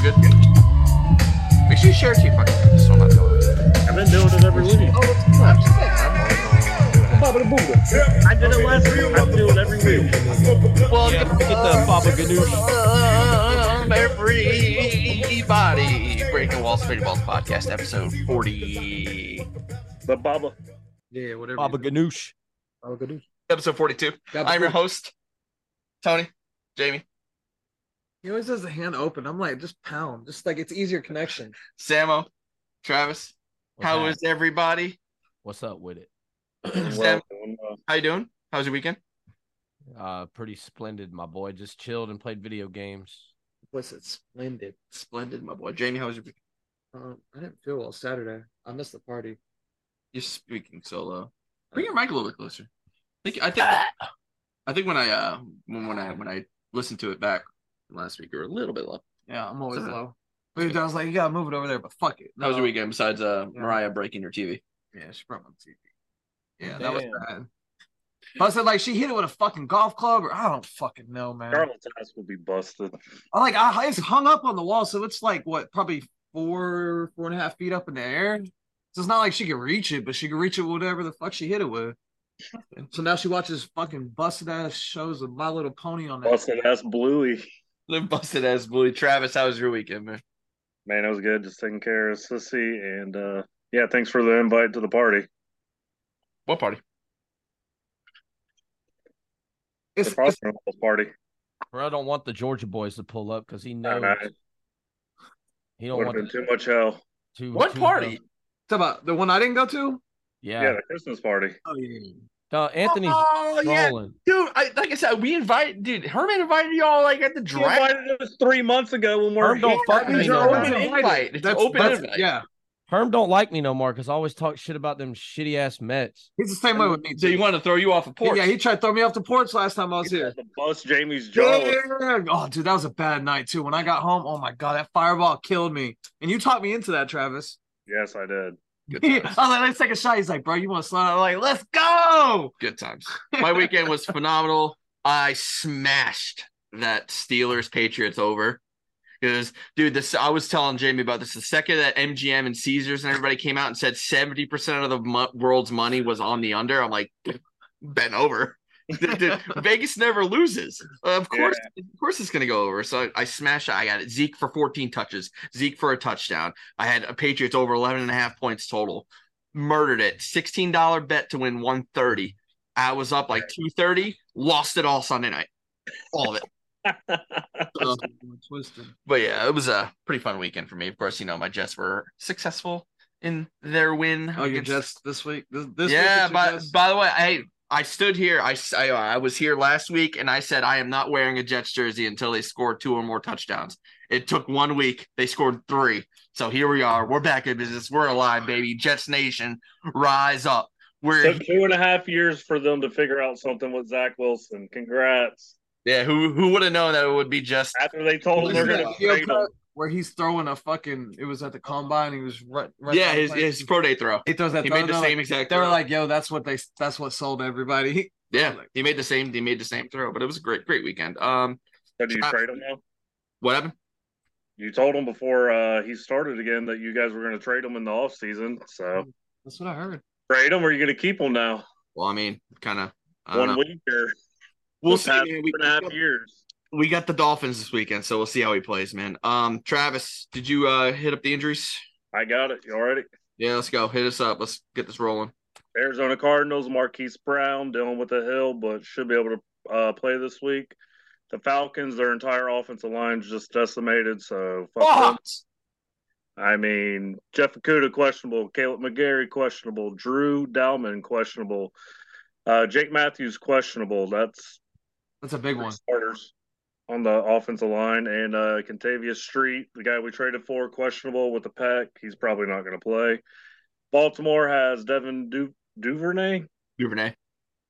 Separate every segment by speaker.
Speaker 1: Oh,
Speaker 2: I did it last week. I do it every week.
Speaker 3: Well, get the Baba Ganoush.
Speaker 1: Um, everybody, Breaking Walls, Breaking Walls podcast, episode 40.
Speaker 2: The Baba.
Speaker 4: Yeah, whatever.
Speaker 3: Baba Ganoush.
Speaker 4: Baba Ganoush.
Speaker 1: Episode 42.
Speaker 4: Baba
Speaker 1: I'm your
Speaker 4: Ganoush.
Speaker 1: host, Tony, Jamie,
Speaker 4: He always has the hand open. I'm like, just pound. Just like it's easier connection.
Speaker 1: Samo, Travis. How is everybody?
Speaker 3: What's up with it?
Speaker 1: Sam,
Speaker 2: uh,
Speaker 1: how you doing? How's your weekend?
Speaker 3: Uh, pretty splendid, my boy. Just chilled and played video games.
Speaker 4: What's it? Splendid.
Speaker 1: Splendid, my boy. Jamie, how was your weekend?
Speaker 4: Um, I didn't feel well Saturday. I missed the party.
Speaker 1: You're speaking so low. Bring your mic a little bit closer. I think I think I think when I uh when, when I when I listened to it back last week, you were a little bit low.
Speaker 4: Yeah, I'm always
Speaker 1: Uh-huh.
Speaker 4: low. Dude, I was like, you gotta move it over there, but fuck it.
Speaker 1: How was your weekend besides uh
Speaker 4: Yeah.
Speaker 1: Mariah breaking your TV?
Speaker 4: Yeah, she brought my TV.
Speaker 1: Yeah,
Speaker 4: That was bad. But I said, like, she hit it with a fucking golf club, or I don't fucking know, man.
Speaker 2: Charlotte's ass will be busted.
Speaker 4: I like, I it's hung up on the wall, so it's like what, probably four, four and a half feet up in the air. So it's not like she can reach it, but she can reach it with whatever the fuck she hit it with. So now she watches fucking busted ass shows of My Little Pony on that.
Speaker 2: Busted ass Bluey.
Speaker 1: Live busted ass bully. Travis, how was your weekend, man?
Speaker 2: Man, it was good. Just taking care of Sissy. And uh, yeah, thanks for the invite to the party.
Speaker 1: What party?
Speaker 2: The
Speaker 4: It's, it's
Speaker 2: Foster Hall's party.
Speaker 3: Bro, I don't want the Georgia boys to pull up because he knows
Speaker 2: know.
Speaker 3: he don't
Speaker 2: Would have
Speaker 3: want
Speaker 2: been too much hell.
Speaker 3: too-
Speaker 1: What
Speaker 3: too-
Speaker 1: party?
Speaker 4: about the one I didn't go to.
Speaker 3: Yeah,
Speaker 2: Yeah, the Christmas party.
Speaker 4: Oh yeah.
Speaker 3: No, Anthony's
Speaker 1: Oh yeah,
Speaker 3: trolling.
Speaker 1: dude. I, like I said, we invited dude. Herman invited y'all like at the
Speaker 2: You
Speaker 1: draft.
Speaker 2: invited us three months ago when we were
Speaker 3: Herm don't
Speaker 2: here.
Speaker 3: fuck
Speaker 1: means
Speaker 3: me
Speaker 1: you're
Speaker 3: no
Speaker 1: open
Speaker 3: more.
Speaker 1: invited. It's
Speaker 4: That's,
Speaker 1: open
Speaker 4: that's-
Speaker 1: invite.
Speaker 4: Yeah,
Speaker 3: Herm don't like me no more because I always talk shit about them shitty ass Mets.
Speaker 4: he's the same way with me.
Speaker 1: So you
Speaker 4: too.
Speaker 1: want to throw you off a porch?
Speaker 4: Yeah, he tried to throw me off the porch last time I was here.
Speaker 2: The bus Jamie's jaw.
Speaker 4: Yeah. Oh, dude, that was a bad night too. When I got home, oh my god, that fireball killed me. And you taught me into that, Travis.
Speaker 2: Yes, I did.
Speaker 1: Good
Speaker 4: I was
Speaker 1: times.
Speaker 4: like, let's take a shot. He's like, bro, you want to slide? I'm like, let's go.
Speaker 1: Good times. My weekend was phenomenal. I smashed that Steelers Patriots over. Because, dude, this I was telling Jamie about this. The second that MGM and Caesars and everybody came out and said seventy percent of the mo- world's money was on the under, I'm like, bent over. Dude, dude, Vegas never loses. Of course, of course, it's gonna go over. So I, I smashed. I got it. Zeke for 14 touches. Zeke for a touchdown. I had a Patriots over 11 and a half points total. Murdered it. $16 bet to win 130. I was up like 230. Lost it all Sunday night. All of it.
Speaker 4: Oh, twisted.
Speaker 1: But yeah, it was a pretty fun weekend for me. Of course, you know my Jets were successful in their win.
Speaker 4: Oh, you're
Speaker 1: against-
Speaker 4: just this week. This, this
Speaker 1: yeah,
Speaker 4: week
Speaker 1: by, by the way, I I stood here. I, s- I I was here last week, and I said I am not wearing a Jets jersey until they score two or more touchdowns. It took one week. They scored three. So here we are. We're back in business. We're alive, baby. Jets Nation, rise up. We're
Speaker 2: Took two and a half years for them to figure out something with Zach Wilson. Congrats.
Speaker 1: yeah. Who who would have known that it would be just
Speaker 2: After they told them
Speaker 4: Wasn't
Speaker 2: they're
Speaker 4: that
Speaker 2: going to
Speaker 4: video
Speaker 2: trade
Speaker 4: cut
Speaker 2: him.
Speaker 4: where he's throwing a fucking. It was at the combine. He was right. right
Speaker 1: yeah
Speaker 4: down the
Speaker 1: his
Speaker 4: plane.
Speaker 1: his pro day throw.
Speaker 4: He throws that.
Speaker 1: He
Speaker 4: throw,
Speaker 1: made the
Speaker 4: they're
Speaker 1: same
Speaker 4: like-
Speaker 1: exact.
Speaker 4: They were
Speaker 1: throw.
Speaker 4: like, yo, that's what they. That's what sold everybody.
Speaker 1: yeah, he made the same. He made the same throw, but it was a great great weekend. Um,
Speaker 2: So do you
Speaker 1: I-
Speaker 2: trade him now?
Speaker 1: what happened?
Speaker 2: You told him before uh, he started again that you guys were going to trade him in the offseason.
Speaker 1: Hmm.
Speaker 2: So
Speaker 4: That's what I heard.
Speaker 2: trade him or you're going to keep him now?
Speaker 1: Well, I mean, kind of. I don't
Speaker 2: One
Speaker 1: know.
Speaker 2: week or
Speaker 1: We'll
Speaker 2: we'll
Speaker 1: see.
Speaker 2: past
Speaker 1: man.
Speaker 2: two
Speaker 1: We-
Speaker 2: and a half years.
Speaker 1: we got the Dolphins this weekend, so we'll see how he plays, man. Um, Travis, did you uh hit up the injuries?
Speaker 2: I got it. You all ready?
Speaker 1: Yeah, let's go. Hit us up. Let's get this rolling.
Speaker 2: Arizona Cardinals, Marquise Brown dealing with a hill, but should be able to uh, play this week. The Falcons, their entire offensive line's just decimated. So fuck them. I mean, Jeff Okuda questionable, Caleb McGarry questionable, Drew Dalman questionable, uh, Jake Matthews questionable. That's
Speaker 4: That's a big
Speaker 2: three
Speaker 4: one.
Speaker 2: starters on the offensive line, and uh, Contavious Street, the guy we traded for, questionable with the pec. He's probably not going to play. Baltimore has Devin du- Duvernay.
Speaker 1: Duvernay.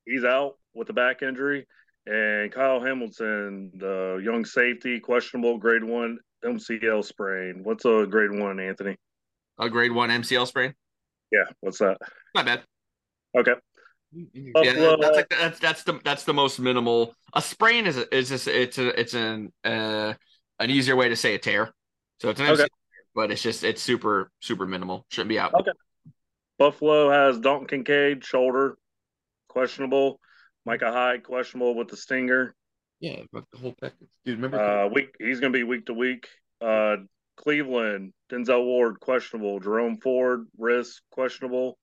Speaker 2: He's out with a back injury, and Kyle Hamilton, the young safety, questionable grade one MCL sprain. What's a grade one, Anthony?
Speaker 1: A grade one MCL sprain.
Speaker 2: Yeah, what's that?
Speaker 1: Not
Speaker 2: Uh,
Speaker 1: bad.
Speaker 2: Okay.
Speaker 1: Yeah,
Speaker 2: Buffalo-
Speaker 1: that's like that's that's the that's the most minimal. A sprain is a, is just it's a it's an uh an easier way to say a tear. So it's an
Speaker 2: Okay.
Speaker 1: MCL, but it's just it's super super minimal. Shouldn't be out.
Speaker 2: Okay. Buffalo has Dalton Kincaid shoulder questionable. Micah Hyde questionable with the stinger.
Speaker 4: Yeah, but the whole package, dude. Remember,
Speaker 2: Uh, week he's going to be week to week. Uh, Cleveland, Denzel Ward questionable. Jerome Ford wrist questionable.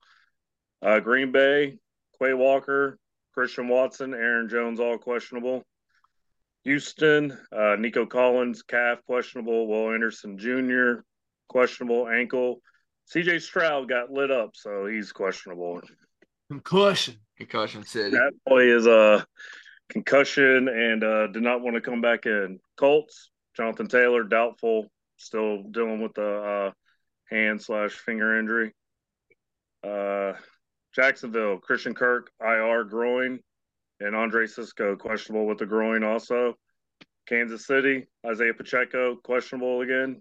Speaker 2: Uh, Green Bay, Quay Walker, Christian Watson, Aaron Jones all questionable. Houston, uh, Nico Collins calf questionable. Will Anderson Jr. questionable ankle. C.J. Stroud got lit up, so he's questionable.
Speaker 4: concussion.
Speaker 1: Concussion City.
Speaker 2: That boy is a concussion and uh, did not want to come back in. Colts, Jonathan Taylor, doubtful, still dealing with the uh, hand slash finger injury. Uh, Jacksonville, Christian Kirk, IR groin, and Andre Cisco, questionable with the groin also. Kansas City, Isaiah Pacheco, questionable again.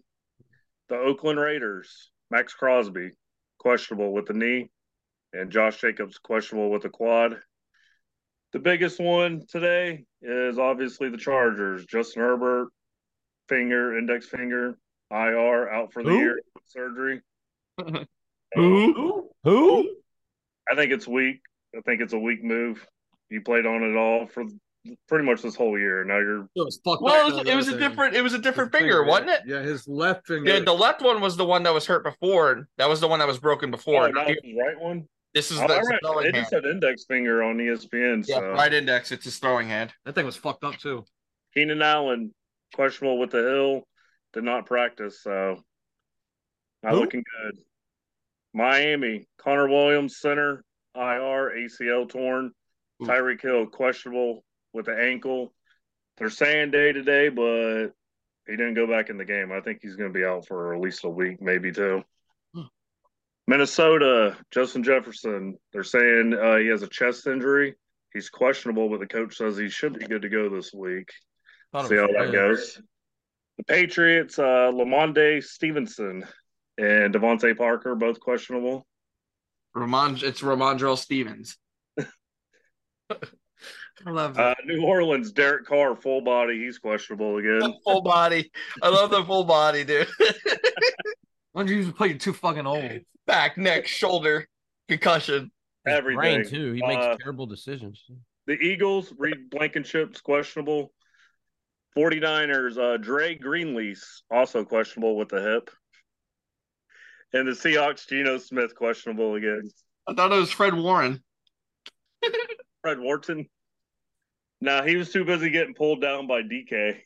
Speaker 2: The Oakland Raiders, Max Crosby, questionable with the knee, and Josh Jacobs, questionable with the quad. The biggest one today is obviously the Chargers. Justin Herbert, finger, index finger, IR out for the
Speaker 3: Who?
Speaker 2: year, surgery.
Speaker 4: Who?
Speaker 3: Who?
Speaker 2: I think it's weak. I think it's a weak move. You played on it all for pretty much this whole year. Now you're
Speaker 4: It was fucked
Speaker 1: Well,
Speaker 4: up
Speaker 1: it was,
Speaker 4: though,
Speaker 1: it was a
Speaker 4: that
Speaker 1: different. It was a
Speaker 4: thing.
Speaker 1: different
Speaker 4: His
Speaker 1: finger, wasn't it?
Speaker 4: Yeah, his left finger.
Speaker 1: Yeah, the left one was the one that was hurt before. That was the one that was broken before.
Speaker 2: Oh, that was the right one.
Speaker 1: This is
Speaker 2: Oh,
Speaker 1: the
Speaker 2: I read-
Speaker 1: throwing
Speaker 2: It
Speaker 1: hand.
Speaker 2: just said index finger on E ESPN.
Speaker 1: Yeah,
Speaker 2: so
Speaker 1: right index. It's his throwing hand.
Speaker 4: that thing was fucked up too.
Speaker 2: Keenan Allen questionable with the hill, did not practice, so not
Speaker 3: Who?
Speaker 2: looking good. Miami Connor Williams center IR ACL torn.
Speaker 1: Oof.
Speaker 2: Tyreek Hill questionable with the ankle. They're saying day to day, but he didn't go back in the game. I think he's going to be out for at least a week, maybe two.
Speaker 4: Hmm.
Speaker 2: Minnesota, Justin Jefferson. They're saying uh, he has a chest injury. He's questionable, but the coach says he should be good to go this week.
Speaker 3: Thought it
Speaker 2: See
Speaker 3: was
Speaker 2: how
Speaker 3: Flair.
Speaker 2: that goes. The Patriots, uh, Lamonde Stevenson and Devontae Parker, both questionable.
Speaker 1: Ramon, it's Ramondrell Stevens. I love that.
Speaker 2: Uh, New Orleans, Derek Carr, full body, he's questionable again.
Speaker 1: full body. I love the full body, dude.
Speaker 4: Why don't you just play you too fucking old?
Speaker 1: Back, neck, shoulder, concussion.
Speaker 3: His
Speaker 2: Everything.
Speaker 3: brain too. He makes
Speaker 2: Uh,
Speaker 3: terrible decisions.
Speaker 2: The Eagles, Reed Blankenship's questionable. 49ers, uh, Dre Greenlease, also questionable with the hip. And the Seahawks, Geno Smith, questionable again.
Speaker 1: I thought it was Fred Warren.
Speaker 2: Fred Wharton. Nah, he was too busy getting pulled down by DK.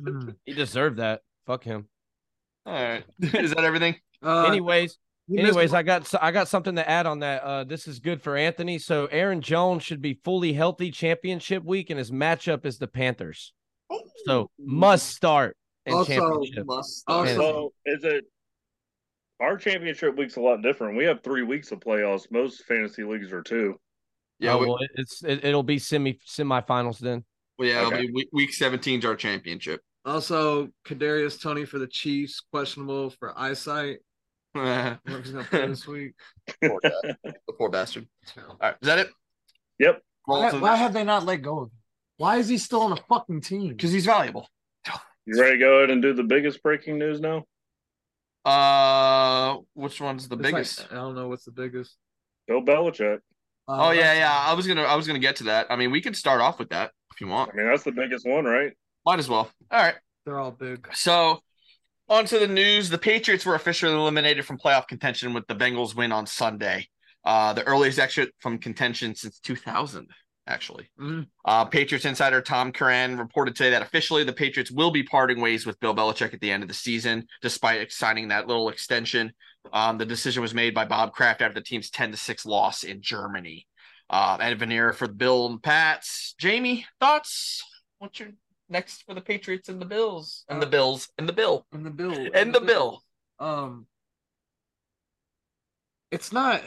Speaker 4: Mm.
Speaker 3: He deserved that. Fuck him.
Speaker 1: All right. Is that everything?
Speaker 4: Uh,
Speaker 3: Anyways,
Speaker 4: you missed-
Speaker 3: Anyways, I got so- I got something to add on that. Uh, this is good for Anthony. So Aaron Jones should be fully healthy championship week, and his matchup is the Panthers. So must start in
Speaker 4: Also,
Speaker 3: championship.
Speaker 4: also,
Speaker 2: Oh, So is it our championship week's a lot different? We have three weeks of playoffs. Most fantasy leagues are two.
Speaker 1: Yeah,
Speaker 3: Oh,
Speaker 1: we-
Speaker 3: well, it- it's it, it'll be semi semifinals then.
Speaker 1: yeah. it'll
Speaker 2: Okay.
Speaker 1: be week, week 17 is our championship.
Speaker 4: also Kadarius Tony for the Chiefs, questionable for eyesight.
Speaker 1: Poor
Speaker 4: I wonder if he's gonna play this week.
Speaker 1: guy. the poor bastard. All right. Is that it?
Speaker 2: Yep.
Speaker 4: Why, why have they not let go of him? Why is he still on the fucking team?
Speaker 1: Because he's valuable.
Speaker 2: You ready to go ahead and do the biggest breaking news now?
Speaker 1: Uh, which one's the
Speaker 4: It's like- uh,
Speaker 1: biggest?
Speaker 4: I don't know what's the biggest.
Speaker 2: Bill Belichick.
Speaker 4: Uh,
Speaker 1: oh yeah, yeah. I was gonna, I was gonna get to that. I mean, we could start off with that if you want.
Speaker 2: I mean, that's the biggest one, right?
Speaker 1: Might as well. All right.
Speaker 4: They're all big.
Speaker 1: So, on to the news. The Patriots were officially eliminated from playoff contention with the Bengals win on Sunday. Uh, the earliest exit from contention since 2000, actually.
Speaker 4: Mhm.
Speaker 1: Uh, Patriots insider Tom Curran reported today that officially the Patriots will be parting ways with Bill Belichick at the end of the season, despite signing that little extension. Um, the decision was made by Bob Kraft after the team's 10 to 6 loss in Germany. Uh, Ed Veneer for the Bill and Pats. Jamie, thoughts? What's your next for the Patriots and the Bills? And the
Speaker 4: Uh,
Speaker 1: Bills and the Bill
Speaker 4: And the bill.
Speaker 1: and the Bill.
Speaker 4: um it's not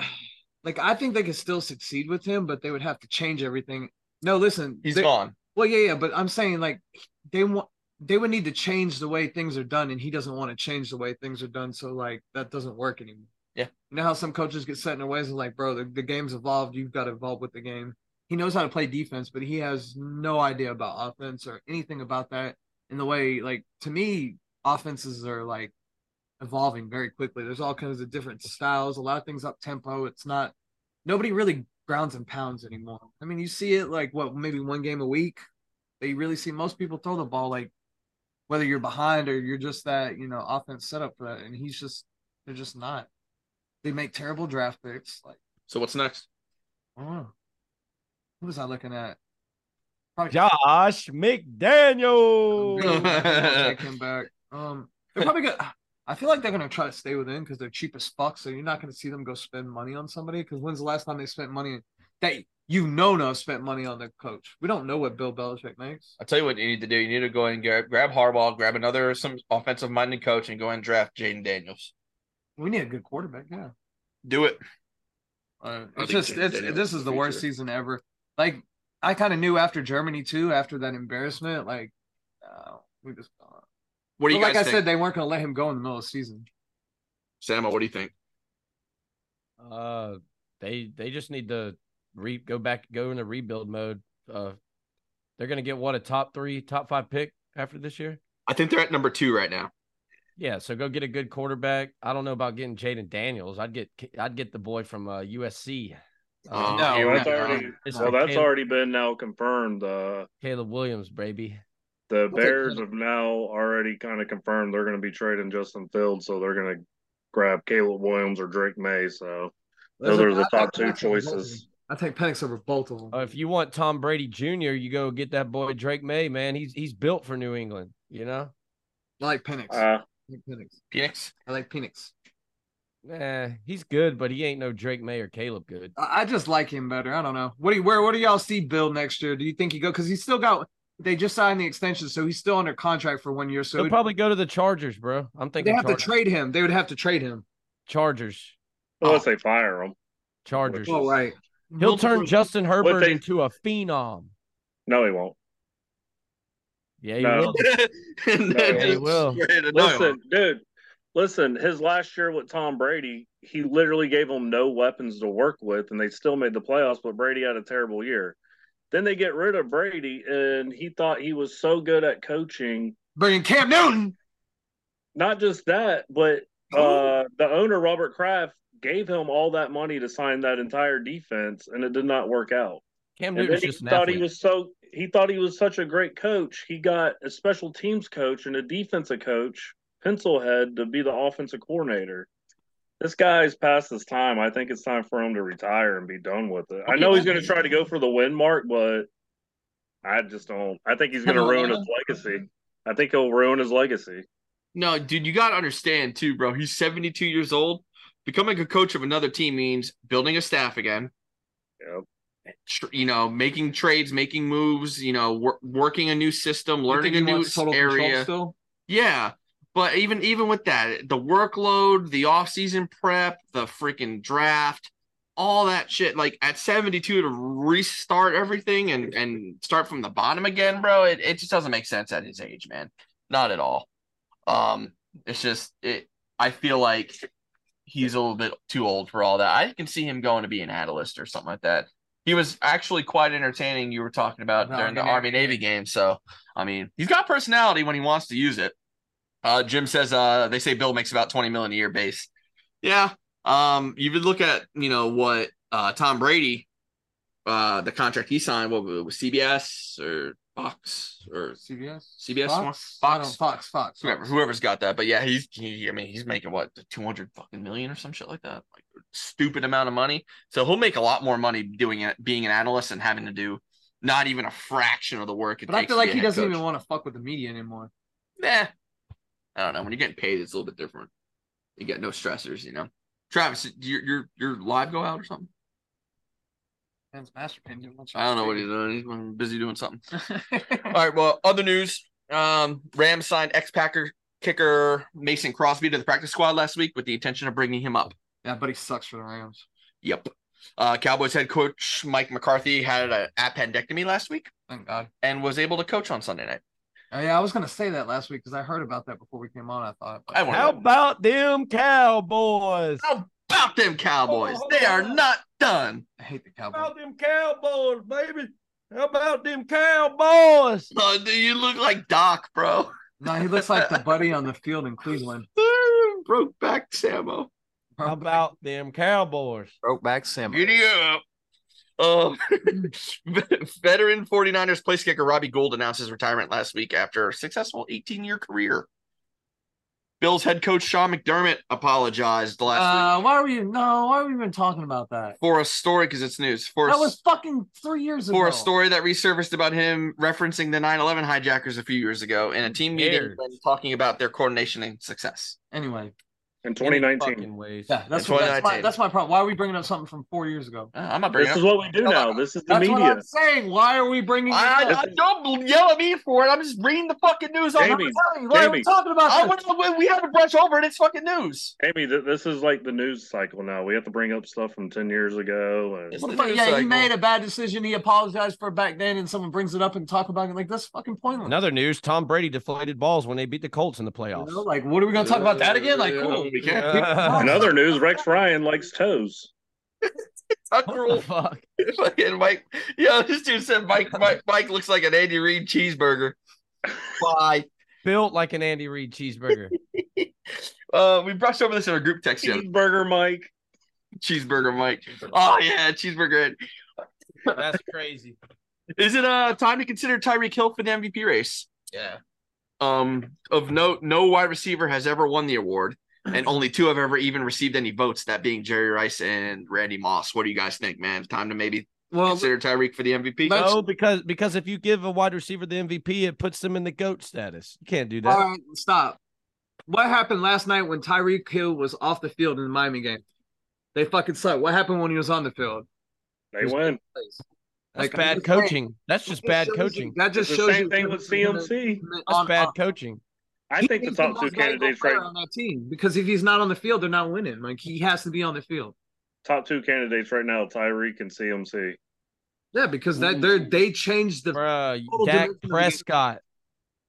Speaker 4: like I think they could still succeed with him, but they would have to change everything. No, listen,
Speaker 1: He's
Speaker 4: they-
Speaker 1: gone.
Speaker 4: Well, yeah, yeah, but I'm saying like they want they would need to change the way things are done, and he doesn't want to change the way things are done, so like that doesn't work anymore.
Speaker 1: Yeah.
Speaker 4: you know how some coaches get set in their ways and like, bro, the, the game's evolved. You've got to evolve with the game. He knows how to play defense, but he has no idea about offense or anything about that. In the way, like to me, offenses are like evolving very quickly. There's all kinds of different styles. A lot of things up tempo. It's not nobody really grounds and pounds anymore. I mean, you see it like what maybe one game a week, but you really see most people throw the ball like whether you're behind or you're just that you know offense setup for that, and he's just they're just not. They make terrible draft picks. Like
Speaker 1: So what's next?
Speaker 4: I don't know. What was I looking at?
Speaker 3: Josh McDaniel.
Speaker 4: take him back. Um, they're probably gonna. I feel like they're gonna try to stay within because they're cheap as fuck. So you're not gonna see them go spend money on somebody. Because when's the last time they spent money that you know no spent money on the coach? We don't know what Bill Belichick makes.
Speaker 1: I'll tell you what you need to do. You need to go and grab, grab Harbaugh, grab another some offensive minded coach, and go and draft Jaden Daniels.
Speaker 4: We need a good quarterback. Yeah,
Speaker 1: Do it.
Speaker 4: uh,
Speaker 1: I think
Speaker 4: it's just
Speaker 1: Jaden
Speaker 4: it's
Speaker 1: Daniels
Speaker 4: this
Speaker 1: is
Speaker 4: is
Speaker 1: the
Speaker 4: the worst
Speaker 1: future.
Speaker 4: season ever. Like I kind of knew after Germany too, after that embarrassment. Like no, we just.
Speaker 1: What do you
Speaker 4: But like
Speaker 1: guys
Speaker 4: I
Speaker 1: think?
Speaker 4: said, they weren't gonna let him go in the middle of the season.
Speaker 1: Sam, what do you think?
Speaker 3: Uh, they they just need to re go back go into rebuild mode. Uh, they're gonna get what a top three, top five pick after this year.
Speaker 1: I think they're at number two right now.
Speaker 3: Yeah, so go get a good quarterback. I don't know about getting Jaden Daniels. I'd get I'd get the boy from uh, USC.
Speaker 1: Oh,
Speaker 3: Uh,
Speaker 1: No,
Speaker 2: Well,
Speaker 1: we're
Speaker 2: that's
Speaker 1: not.
Speaker 2: already,
Speaker 3: It's
Speaker 2: well,
Speaker 3: like
Speaker 2: that's
Speaker 3: Caleb-
Speaker 2: already been now confirmed. Uh,
Speaker 3: Caleb Williams, baby.
Speaker 2: the
Speaker 4: That's
Speaker 2: Bears
Speaker 4: okay.
Speaker 2: have now already kind of confirmed they're going to be trading Justin Fields, so they're going to grab Caleb Williams or Drake May. So those are the top two choices.
Speaker 4: I take Penix over both of them.
Speaker 3: Uh, if you want Tom Brady Jr., you go get that boy Drake May. Man, he's he's built for New England. You know,
Speaker 4: I like Penix.
Speaker 2: Uh,
Speaker 4: I like Penix.
Speaker 1: Phoenix.
Speaker 4: I like Penix.
Speaker 3: nah, he's good, but he ain't no Drake May or Caleb good.
Speaker 4: I I just like him better. I don't know. What do you, where? What do y'all see Bill next year? Do you think he go? Because he's still got. They just signed the extension, so he's still under contract for one year. So
Speaker 3: He'll probably go to the Chargers, bro. I'm
Speaker 4: they
Speaker 3: thinking
Speaker 4: have to
Speaker 3: Chargers.
Speaker 4: trade him. They would have to trade him.
Speaker 3: Chargers.
Speaker 2: unless they fire him.
Speaker 3: Chargers.
Speaker 2: Well,
Speaker 4: Oh right.
Speaker 3: He'll turn Justin Herbert
Speaker 2: they-
Speaker 3: into a phenom.
Speaker 2: No, he won't.
Speaker 3: Yeah, he
Speaker 2: No.
Speaker 3: will. They will.
Speaker 2: Listen, dude. Listen, his last year with Tom Brady, he literally gave him no weapons to work with, and they still made the playoffs. But Brady had a terrible year. Then they get rid of Brady, and he thought he was so good at coaching.
Speaker 4: Bringing Cam Newton.
Speaker 2: Not just that, but uh, the owner Robert Kraft gave him all that money to sign that entire defense, and it did not work out.
Speaker 3: Cam
Speaker 2: And
Speaker 3: Newton's
Speaker 2: then he
Speaker 3: just an
Speaker 2: thought
Speaker 3: athlete.
Speaker 2: he was so he thought he was such a great coach. He got a special teams coach and a defensive coach, Pencilhead, to be the offensive coordinator. This guy's past his time. I think it's time for him to retire and be done with it. I know he's going to try to go for the win mark, but I just don't. I think he's going to ruin his legacy. I think he'll ruin his legacy.
Speaker 1: No, dude, you gotta understand too, bro. He's 72 years old. Becoming a coach of another team means building a staff again.
Speaker 2: Yep.
Speaker 1: Tr- you know, making trades, making moves. You know, wor- working a new system,
Speaker 4: You
Speaker 1: learning
Speaker 4: think
Speaker 1: a
Speaker 4: he
Speaker 1: new
Speaker 4: wants total control
Speaker 1: area.
Speaker 4: Still.
Speaker 1: Yeah, but even even with that, the workload, the offseason prep, the freaking draft, all that shit. Like at 72 to restart everything and and start from the bottom again, bro. It it just doesn't make sense at his age, man. Not at all. Um, it's just it. I feel like he's a little bit too old for all that. I can see him going to be an analyst or something like that. He was actually quite entertaining. You were talking about
Speaker 4: The
Speaker 1: during the
Speaker 4: Army-Navy
Speaker 1: Army Navy game, so I mean, he's got personality when he wants to use it. Uh, Jim says, uh, they say Bill makes about 20 million a year base. Yeah. Um, you would look at, you know, what, uh, Tom Brady, uh, the contract he signed, what was it, CBS or Fox or
Speaker 4: CBS.
Speaker 1: CBS
Speaker 4: Fox.
Speaker 1: one?
Speaker 4: I don't-
Speaker 1: Fox.
Speaker 4: Fox. Fox.
Speaker 1: whoever, whoever's got that. But yeah, he's, he, I mean, he's making what, 200 fucking million or some shit like that. Like stupid amount of money. So he'll make a lot more money doing it, being an analyst and having to do not even a fraction of the work. It
Speaker 4: But I
Speaker 1: takes
Speaker 4: feel
Speaker 1: to
Speaker 4: like
Speaker 1: be a
Speaker 4: he
Speaker 1: head
Speaker 4: doesn't
Speaker 1: coach.
Speaker 4: even want to fuck with the media anymore.
Speaker 1: Nah. I don't know. When you're getting paid, it's a little bit different. You get no stressors, you know. Travis, do your your your live go out or something?
Speaker 4: Man's master plan didn't want you
Speaker 1: I don't know what he's
Speaker 4: to
Speaker 1: doing. He's been busy doing something.
Speaker 4: take
Speaker 1: All
Speaker 4: it.
Speaker 1: right. Well, other news. Um, Rams signed ex-Packer kicker Mason Crosby to the practice squad last week with the intention of bringing him up.
Speaker 4: yeah, but he sucks for the Rams.
Speaker 1: Yep. Uh, Cowboys head coach Mike McCarthy had an appendectomy last week
Speaker 4: Thank God.
Speaker 1: and was able to coach on Sunday night.
Speaker 4: Oh, yeah, I was gonna say that last week because I heard about that before we came on. I thought but-
Speaker 1: I wanna-
Speaker 3: How about them Cowboys? How
Speaker 1: How about them Cowboys?
Speaker 3: Oh,
Speaker 1: they are
Speaker 3: yeah.
Speaker 1: not done.
Speaker 4: I hate the Cowboys.
Speaker 3: about them Cowboys, baby? How about them Cowboys?
Speaker 1: Oh, dude, you look like Doc, bro.
Speaker 4: No, he looks like the buddy on the field in Cleveland.
Speaker 1: Broke back Samo.
Speaker 3: How about them Cowboys?
Speaker 5: Broke back Sam.
Speaker 1: up. Um, veteran 49ers place kicker Robbie Gould announced his retirement last week after a successful 18 year career. Bills head coach Sean McDermott apologized last
Speaker 4: Uh, why are we no? Why are we even talking about that?
Speaker 1: week for a story because it's news. For a
Speaker 4: That was fucking three years ago.
Speaker 1: for a story that resurfaced about him referencing the 9-11 hijackers a few years ago in a team meeting
Speaker 3: Weird.
Speaker 1: and talking about their coordination and success.
Speaker 4: Anyway,
Speaker 2: in
Speaker 3: Any
Speaker 2: 2019.
Speaker 3: fucking ways.
Speaker 4: yeah, that's
Speaker 1: In
Speaker 4: what, that's my
Speaker 1: 2019.
Speaker 4: that's my problem. Why are we bringing up something from four years ago?
Speaker 1: Uh, I'm not bringing
Speaker 2: This
Speaker 1: it
Speaker 2: is
Speaker 1: up.
Speaker 2: what we do now. This is the
Speaker 4: That's what
Speaker 2: media.
Speaker 4: I'm saying. Why are we bringing?
Speaker 1: I,
Speaker 4: this
Speaker 1: I-
Speaker 4: up?
Speaker 1: I- don't yell at me for it. I'm just reading the fucking news. I'm not
Speaker 2: Jamie,
Speaker 1: telling you.
Speaker 4: Why are we
Speaker 2: Jamie.
Speaker 4: talking about
Speaker 1: I
Speaker 4: this?
Speaker 1: went, Oh, we had to brush over it. It's fucking news.
Speaker 2: Amy, th- this is like the news cycle now. We have to bring up stuff from 10 years ago. And
Speaker 1: It's the
Speaker 4: But
Speaker 1: news
Speaker 4: yeah, he
Speaker 1: cycle.
Speaker 4: made a bad decision. He apologized for it back then, and someone brings it up and talk about it. Like that's fucking pointless.
Speaker 3: Another news: Tom Brady deflated balls when they beat the Colts in the
Speaker 4: You
Speaker 3: playoffs.
Speaker 4: know, like, what are we gonna talk about that again? Like,
Speaker 1: Yeah,
Speaker 4: cool.
Speaker 1: we can't.
Speaker 2: in
Speaker 3: Another
Speaker 2: other news, Rex Ryan likes toes.
Speaker 1: Tuck
Speaker 3: what the
Speaker 1: rule.
Speaker 3: fuck?
Speaker 1: Fucking Mike. Yo, this dude said Mike, Mike Mike looks like an Andy Reid cheeseburger. Bye.
Speaker 3: Built like an Andy Reid cheeseburger.
Speaker 1: Uh, we brushed over this in our group text. the other-
Speaker 2: Cheeseburger Mike.
Speaker 1: Cheeseburger Mike. Oh yeah, cheeseburger. Head.
Speaker 3: That's crazy.
Speaker 1: Is it uh time to consider Tyreek Hill for the MVP race?
Speaker 3: Yeah.
Speaker 1: Um, of note, no wide receiver has ever won the award, and only two have ever even received any votes. That being Jerry Rice and Randy Moss. What do you guys think, man? Time to maybe
Speaker 4: Well,
Speaker 1: consider Tyreek for the MVP.
Speaker 4: Let's-
Speaker 3: No, because because if you give a wide receiver the MVP, it puts them in the goat status. You can't do that.
Speaker 4: all right, stop. What happened last night when Tyreek Hill was off the field in the Miami game? They fucking sucked. What happened when he was on the field?
Speaker 2: They win.
Speaker 3: That's
Speaker 4: Like, I'm
Speaker 3: bad
Speaker 4: just saying.
Speaker 3: coaching. That's just bad coaching.
Speaker 4: That
Speaker 2: It's
Speaker 4: just
Speaker 2: the
Speaker 4: shows
Speaker 2: same
Speaker 4: you
Speaker 2: thing with CMC.
Speaker 3: That's
Speaker 4: On-
Speaker 3: bad
Speaker 4: on-
Speaker 3: coaching.
Speaker 2: I
Speaker 4: he
Speaker 2: think the
Speaker 4: is the
Speaker 2: top two
Speaker 4: most valuable
Speaker 2: candidates
Speaker 4: player
Speaker 2: right
Speaker 4: on that team because if he's not on the field, they're not winning. Like he has to be on the field.
Speaker 2: top two candidates right now, Tyreek and CMC.
Speaker 4: Yeah, because that they
Speaker 3: Mm-hmm.
Speaker 4: they changed the
Speaker 3: Bruh,
Speaker 4: total
Speaker 3: Dak
Speaker 4: dimension of the game.
Speaker 3: Prescott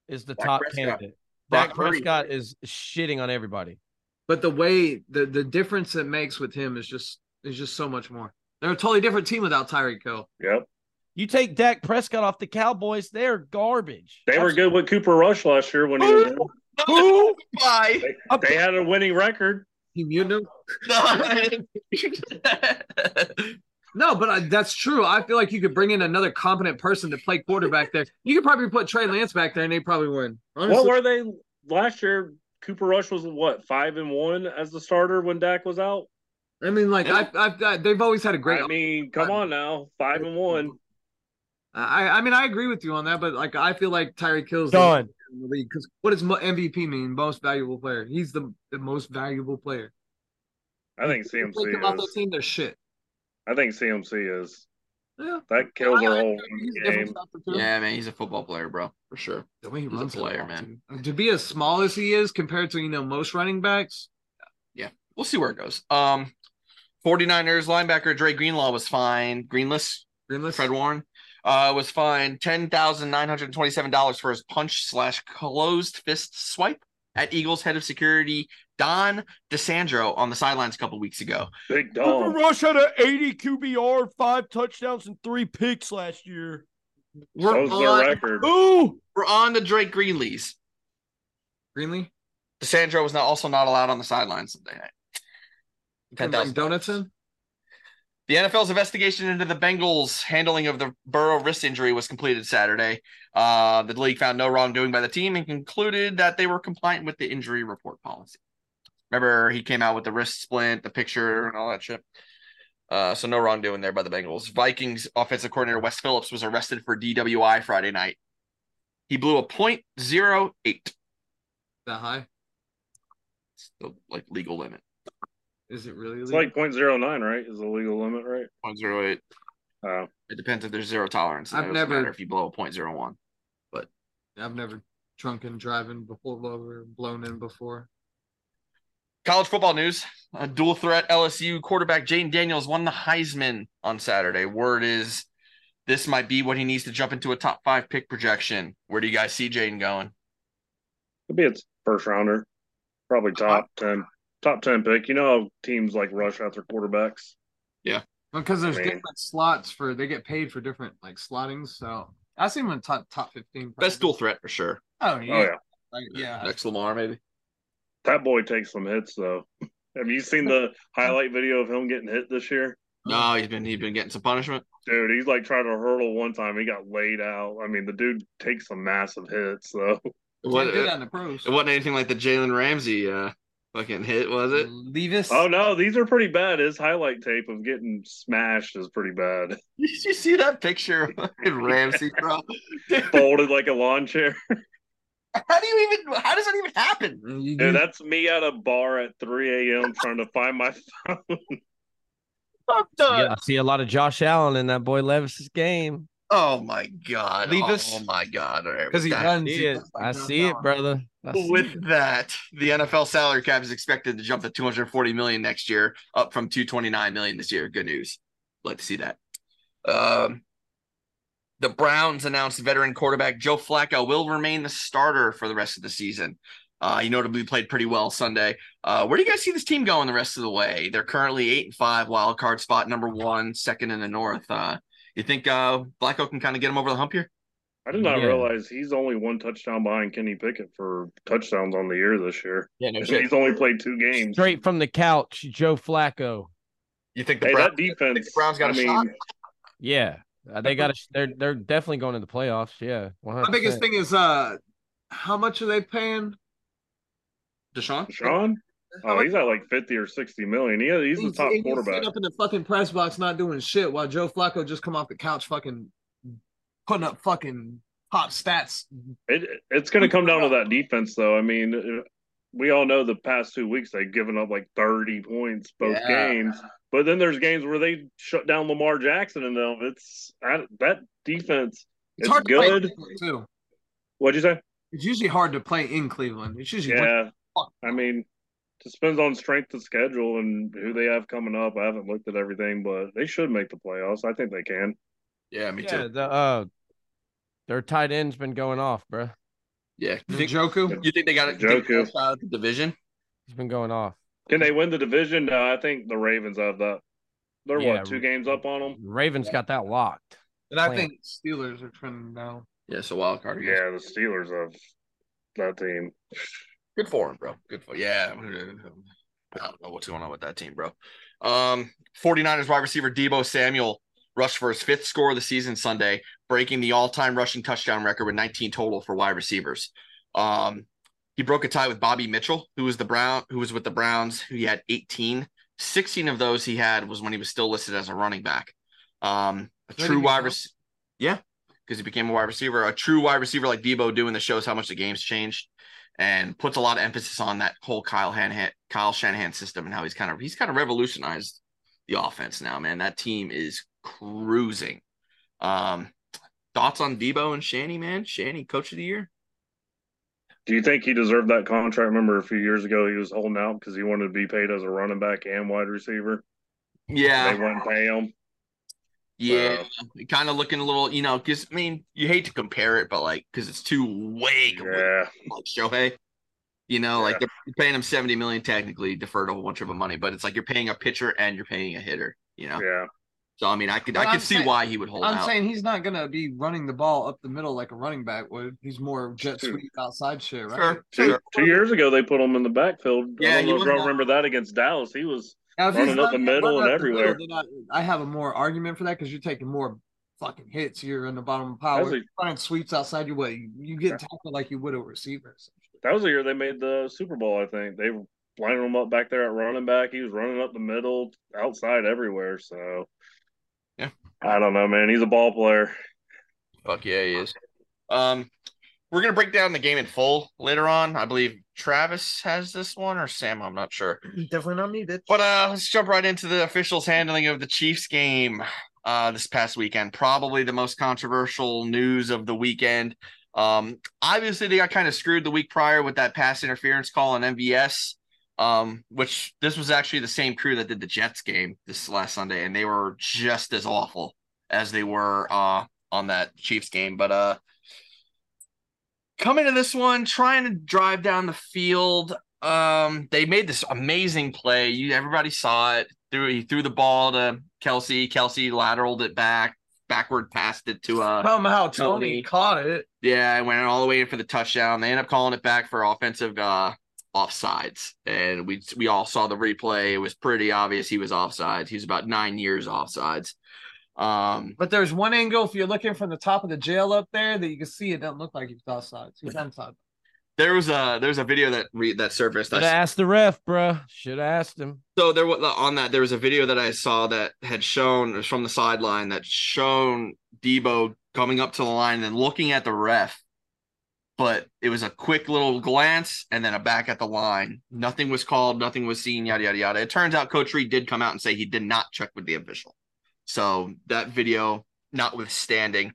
Speaker 3: is the
Speaker 1: Dak
Speaker 3: top
Speaker 1: Prescott.
Speaker 3: candidate.
Speaker 1: Brock
Speaker 3: Dak
Speaker 1: Purdy.
Speaker 3: Prescott is shitting on everybody.
Speaker 4: but the way the the difference it makes with him is just is just so much more. They're a totally different team without Tyreek Hill.
Speaker 2: Yep.
Speaker 3: You take Dak Prescott off the Cowboys, they're garbage.
Speaker 2: They were
Speaker 3: That's-
Speaker 2: good with Cooper Rush last year when he was
Speaker 1: Who? Bye.
Speaker 2: they had a winning record.
Speaker 4: He muted him. No, but I, that's true. I feel like you could bring in another competent person to play quarterback there. You could probably put Trey Lance back there and they probably win.
Speaker 2: What
Speaker 4: Honestly,
Speaker 2: were they last year? Cooper Rush was what five and one as the starter when Dak was out.
Speaker 4: I mean, like I, I've, I, they've always had a great.
Speaker 2: I mean, come on now, five and one.
Speaker 4: I, I mean, I agree with you on that, but like I feel like Tyree kills
Speaker 3: done.
Speaker 4: in the league because what does mo- MVP mean? Most valuable player. He's the, the most valuable player.
Speaker 2: I think
Speaker 4: If they come
Speaker 2: CMC
Speaker 4: off that
Speaker 2: is.
Speaker 4: team, they're shit.
Speaker 2: I think CMC is.
Speaker 4: Yeah.
Speaker 2: That kills
Speaker 4: I-
Speaker 2: their
Speaker 4: I-
Speaker 2: whole
Speaker 4: he's a different
Speaker 2: game.
Speaker 4: factor, too.
Speaker 1: yeah, man, he's a football player, bro, for sure.
Speaker 4: The way he
Speaker 1: He's a
Speaker 4: runs the
Speaker 1: player,
Speaker 4: ball,
Speaker 1: man.
Speaker 4: too. To be as small as he is compared to you know most running backs.
Speaker 1: We'll see where it goes. Um, 49ers linebacker Dre Greenlaw was fined. Greenless,
Speaker 4: Greenless.
Speaker 1: Fred Warren, uh, was fined ten thousand nine hundred twenty-seven dollars for his punch slash closed fist swipe at Eagles head of security Don DeSandro on the sidelines a couple weeks ago.
Speaker 2: Big dog.
Speaker 3: Rush had an 80 QBR, five touchdowns, and three picks last year.
Speaker 2: That
Speaker 4: We're
Speaker 2: was their
Speaker 4: on
Speaker 2: record.
Speaker 3: Ooh.
Speaker 1: We're on to Drake Greenlee's.
Speaker 4: Greenlee.
Speaker 1: DeSandro was not also not allowed on the sidelines Sunday night.
Speaker 4: Can bring
Speaker 1: $10,000.
Speaker 4: donuts in.
Speaker 1: The NFL's investigation into the Bengals' handling of the Burrow wrist injury was completed Saturday. Uh, the league found no wrongdoing by the team and concluded that they were compliant with the injury report policy. Remember, he came out with the wrist splint, the picture, and all that shit. Uh, so no wrongdoing there by the Bengals. Vikings offensive coordinator Wes Phillips was arrested for DWI Friday night. He blew a point zero eight,
Speaker 4: That high?
Speaker 1: so like legal limit.
Speaker 4: Is it really?
Speaker 2: It's
Speaker 4: illegal?
Speaker 2: like point zero nine, right? Is the legal limit, right?
Speaker 1: Point zero eight.
Speaker 2: Uh,
Speaker 1: It depends if there's zero tolerance.
Speaker 4: I've
Speaker 1: It doesn't
Speaker 4: never-
Speaker 1: matter if you blow a point zero one.
Speaker 4: I've never drunk and driving before, blower- blown in before.
Speaker 1: College football news: A dual threat LSU quarterback Jaden Daniels won the Heisman on Saturday. Word is this might be what he needs to jump into a top five pick projection. Where do you guys see Jaden going?
Speaker 2: It'd be its first rounder, probably
Speaker 4: Uh-huh.
Speaker 2: top ten, top ten pick. You know how teams like rush after quarterbacks.
Speaker 4: Because there's
Speaker 2: Man.
Speaker 4: different slots for they get paid for different like slottings. So I see him in top top fifteen.
Speaker 1: Best
Speaker 4: probably.
Speaker 1: dual threat for sure.
Speaker 4: Oh yeah,
Speaker 2: Oh yeah,
Speaker 4: Like, yeah.
Speaker 1: next Lamar maybe.
Speaker 2: that boy takes some hits though. Have you seen the highlight video of him getting hit this year?
Speaker 4: Um,
Speaker 1: No, he's been he's been getting some punishment.
Speaker 2: Dude, he's like trying to hurdle one time. He got laid out. I mean, the dude takes some massive hits, so
Speaker 1: What,
Speaker 4: Can't do that
Speaker 1: it
Speaker 4: in the pros.
Speaker 1: wasn't anything like the Jalen Ramsey uh, fucking hit, was it?
Speaker 4: Levis.
Speaker 2: Oh no, these are pretty bad. His highlight tape of getting smashed is pretty bad.
Speaker 1: Did you see that picture of fucking Ramsey, bro? Dude,
Speaker 2: Folded like a lawn chair.
Speaker 1: how do you even? How does that even happen?
Speaker 4: You-
Speaker 2: Dude, that's me at a bar at 3 a.m. trying to find my phone.
Speaker 1: Fuck the-
Speaker 3: Yeah, I see a lot of Josh Allen in that boy Levis's game.
Speaker 1: Oh my god!
Speaker 3: Leave
Speaker 1: oh,
Speaker 3: us-
Speaker 1: my god! All right,
Speaker 4: Because
Speaker 1: with
Speaker 4: he
Speaker 1: that-
Speaker 4: runs.
Speaker 3: See
Speaker 4: he
Speaker 3: it.
Speaker 4: looks like
Speaker 3: I
Speaker 4: Josh
Speaker 3: see it,
Speaker 4: Allen.
Speaker 3: brother. I see it.
Speaker 1: With that, the NFL salary cap is expected to jump to 240 million next year, up from 229 million this year. Good news. Like to see that. Um, the Browns announced veteran quarterback Joe Flacco will remain the starter for the rest of the season. Uh, he notably played pretty well Sunday. Uh, where do you guys see this team going the rest of the way? They're currently eight and five, wild card spot number one, second in the North. Uh, you think uh, Flacco can kind of get him over the hump here?
Speaker 2: I did not
Speaker 3: Yeah.
Speaker 2: realize he's only one touchdown behind Kenny Pickett for touchdowns on the year this year.
Speaker 1: Yeah, no
Speaker 2: And he's only played two games.
Speaker 3: Straight from the couch, Joe Flacco.
Speaker 1: You think the
Speaker 2: Hey,
Speaker 1: Browns?
Speaker 2: that defense.
Speaker 1: Browns got
Speaker 2: I
Speaker 1: a
Speaker 2: mean,
Speaker 1: shot.
Speaker 3: Yeah, Uh, they got. to They're they're definitely going to the playoffs. Yeah,
Speaker 4: My biggest thing is uh, how much are they paying?
Speaker 1: Deshaun?
Speaker 2: Sean?
Speaker 4: How
Speaker 2: Oh,
Speaker 4: much-
Speaker 2: he's at like 50 or 60 million. He, he's the top
Speaker 4: sitting
Speaker 2: quarterback.
Speaker 4: up in the fucking press box, not doing shit, while Joe Flacco just come off the couch, fucking putting up fucking top stats.
Speaker 2: It, it's going to come down to that defense, though. I mean, we all know the past two weeks they've given up like 30 points both
Speaker 1: Yeah.
Speaker 2: games. But then there's games where they shut down Lamar Jackson, and them. It's I, that defense. It's,
Speaker 4: It's, hard to play in
Speaker 2: good.
Speaker 4: Cleveland, too.
Speaker 2: What'd you say?
Speaker 4: It's usually hard to play in Cleveland. It's usually
Speaker 2: Yeah,
Speaker 4: fuck.
Speaker 2: I mean, just depends on strength of schedule and who they have coming up. I haven't looked at everything, but they should make the playoffs. I think they can.
Speaker 1: Yeah, me
Speaker 3: Yeah, the uh, their tight end's been going off, bro.
Speaker 1: Yeah. You think,
Speaker 4: Joku.
Speaker 1: you think they got it? you think
Speaker 2: Joku.
Speaker 1: they got out of the division?
Speaker 3: He's been going off.
Speaker 2: Can they win the division? No, I think the Ravens have that. They're
Speaker 3: Yeah.
Speaker 2: what two games up on them?
Speaker 3: Ravens got that locked.
Speaker 4: And I
Speaker 3: Plan.
Speaker 4: think Steelers are trending down.
Speaker 1: Yeah, it's a wild card. I guess.
Speaker 2: Yeah, the Steelers have that team.
Speaker 1: Good for him, bro. Good for yeah. I don't know what's going on with that team, bro. Um, 49ers wide receiver Debo Samuel rushed for his fifth score of the season Sunday, breaking the all-time rushing touchdown record with 19 total for wide receivers. Um, he broke a tie with Bobby Mitchell, who was the Brown, who was with the Browns, who he had 18. 16 of those he had was when he was still listed as a running back. Um, a
Speaker 4: Did he
Speaker 1: true wide
Speaker 4: become?
Speaker 1: receiver. Yeah, because he became a wide receiver. A true wide receiver like Debo doing this shows how much the game's changed and puts a lot of emphasis on that whole Kyle Shanahan, Kyle Shanahan system and how he's kind of he's kind of revolutionized the offense now, man. That team is cruising. Um, thoughts on Debo and Shanny, man? Shanny, coach of the year.
Speaker 2: Do you think he deserved that contract? Remember a few years ago he was holding out because he wanted to be paid as a running back and wide receiver. They
Speaker 1: Yeah,
Speaker 2: wouldn't pay him.
Speaker 1: yeah. Kind of looking a little, you know, because I mean, you hate to compare it, but like, because it's too way
Speaker 2: So,
Speaker 1: completely
Speaker 2: yeah.
Speaker 1: like Shohei. You know, like
Speaker 2: Yeah.
Speaker 1: they're you're paying him 70 million technically, deferred a whole bunch of the money, but it's like you're paying a pitcher and you're paying a hitter, you know.
Speaker 2: Yeah.
Speaker 1: So I mean I could
Speaker 4: But
Speaker 1: I
Speaker 4: I'm
Speaker 1: could see
Speaker 4: saying-
Speaker 1: why he would hold
Speaker 4: I'm
Speaker 1: out.
Speaker 4: saying he's not gonna be running the ball up the middle like a running back would. He's more jet
Speaker 2: Dude.
Speaker 4: sweep outside shit, right?
Speaker 1: Sure,
Speaker 2: Two,
Speaker 1: sure.
Speaker 2: two years ago they put him in the backfield.
Speaker 1: Yeah,
Speaker 2: I don't
Speaker 1: he
Speaker 2: know if
Speaker 1: was
Speaker 2: y'all
Speaker 1: not-
Speaker 2: remember that against Dallas. He was
Speaker 4: Now, if he's
Speaker 2: Running up the middle
Speaker 4: running
Speaker 2: and
Speaker 4: up the middle,
Speaker 2: everywhere.
Speaker 4: then I, I have a more argument for that because you're taking more fucking hits. You're in the bottom of the
Speaker 2: that was,
Speaker 4: power.
Speaker 2: a,
Speaker 4: running sweeps outside your way. You, you get tackled like you would a receiver.
Speaker 2: that was the year they made the Super Bowl, I think. They were lining him up back there at running back. He was running up the middle, outside everywhere. So
Speaker 1: Yeah.
Speaker 2: I don't know, man. He's a ball player.
Speaker 1: Fuck yeah, he is. Um, we're gonna break down the game in full later on. I believe Travis has this one or Sam. I'm not sure.
Speaker 4: Definitely not me, bitch.
Speaker 1: But uh, let's jump right into the officials' handling of the Chiefs game uh, this past weekend. Probably the most controversial news of the weekend. Um, obviously, they got kind of screwed the week prior with that pass interference call on MVS, um, which this was actually the same crew that did the Jets game this last Sunday, and they were just as awful as they were uh, on that Chiefs game. But uh, coming to this one, trying to drive down the field, um, they made this amazing play. You everybody saw it. Threw he threw the ball to Kelsey. Kelsey lateraled it back, backward passed it to uh
Speaker 4: Tell him how
Speaker 1: Tony.
Speaker 4: Tony caught it.
Speaker 1: yeah, it went all the way in for the touchdown. They end up calling it back for offensive uh offsides, and we we all saw the replay. It was pretty obvious he was offsides. He was about nine years offsides. Um,
Speaker 4: But there's one angle if you're looking from the top of the jail up there that you can see it doesn't look like he's offsides. He's onside.
Speaker 1: there was a there was a video that re, that surfaced. I
Speaker 3: Should have asked the ref, bruh. Should have asked him.
Speaker 1: So there was on that there was a video that I saw that had shown it was from the sideline that shown Debo coming up to the line and looking at the ref, but it was a quick little glance and then a back at the line. Nothing was called, nothing was seen, yada yada yada. It turns out Coach Reed did come out and say he did not check with the official. So that video, notwithstanding,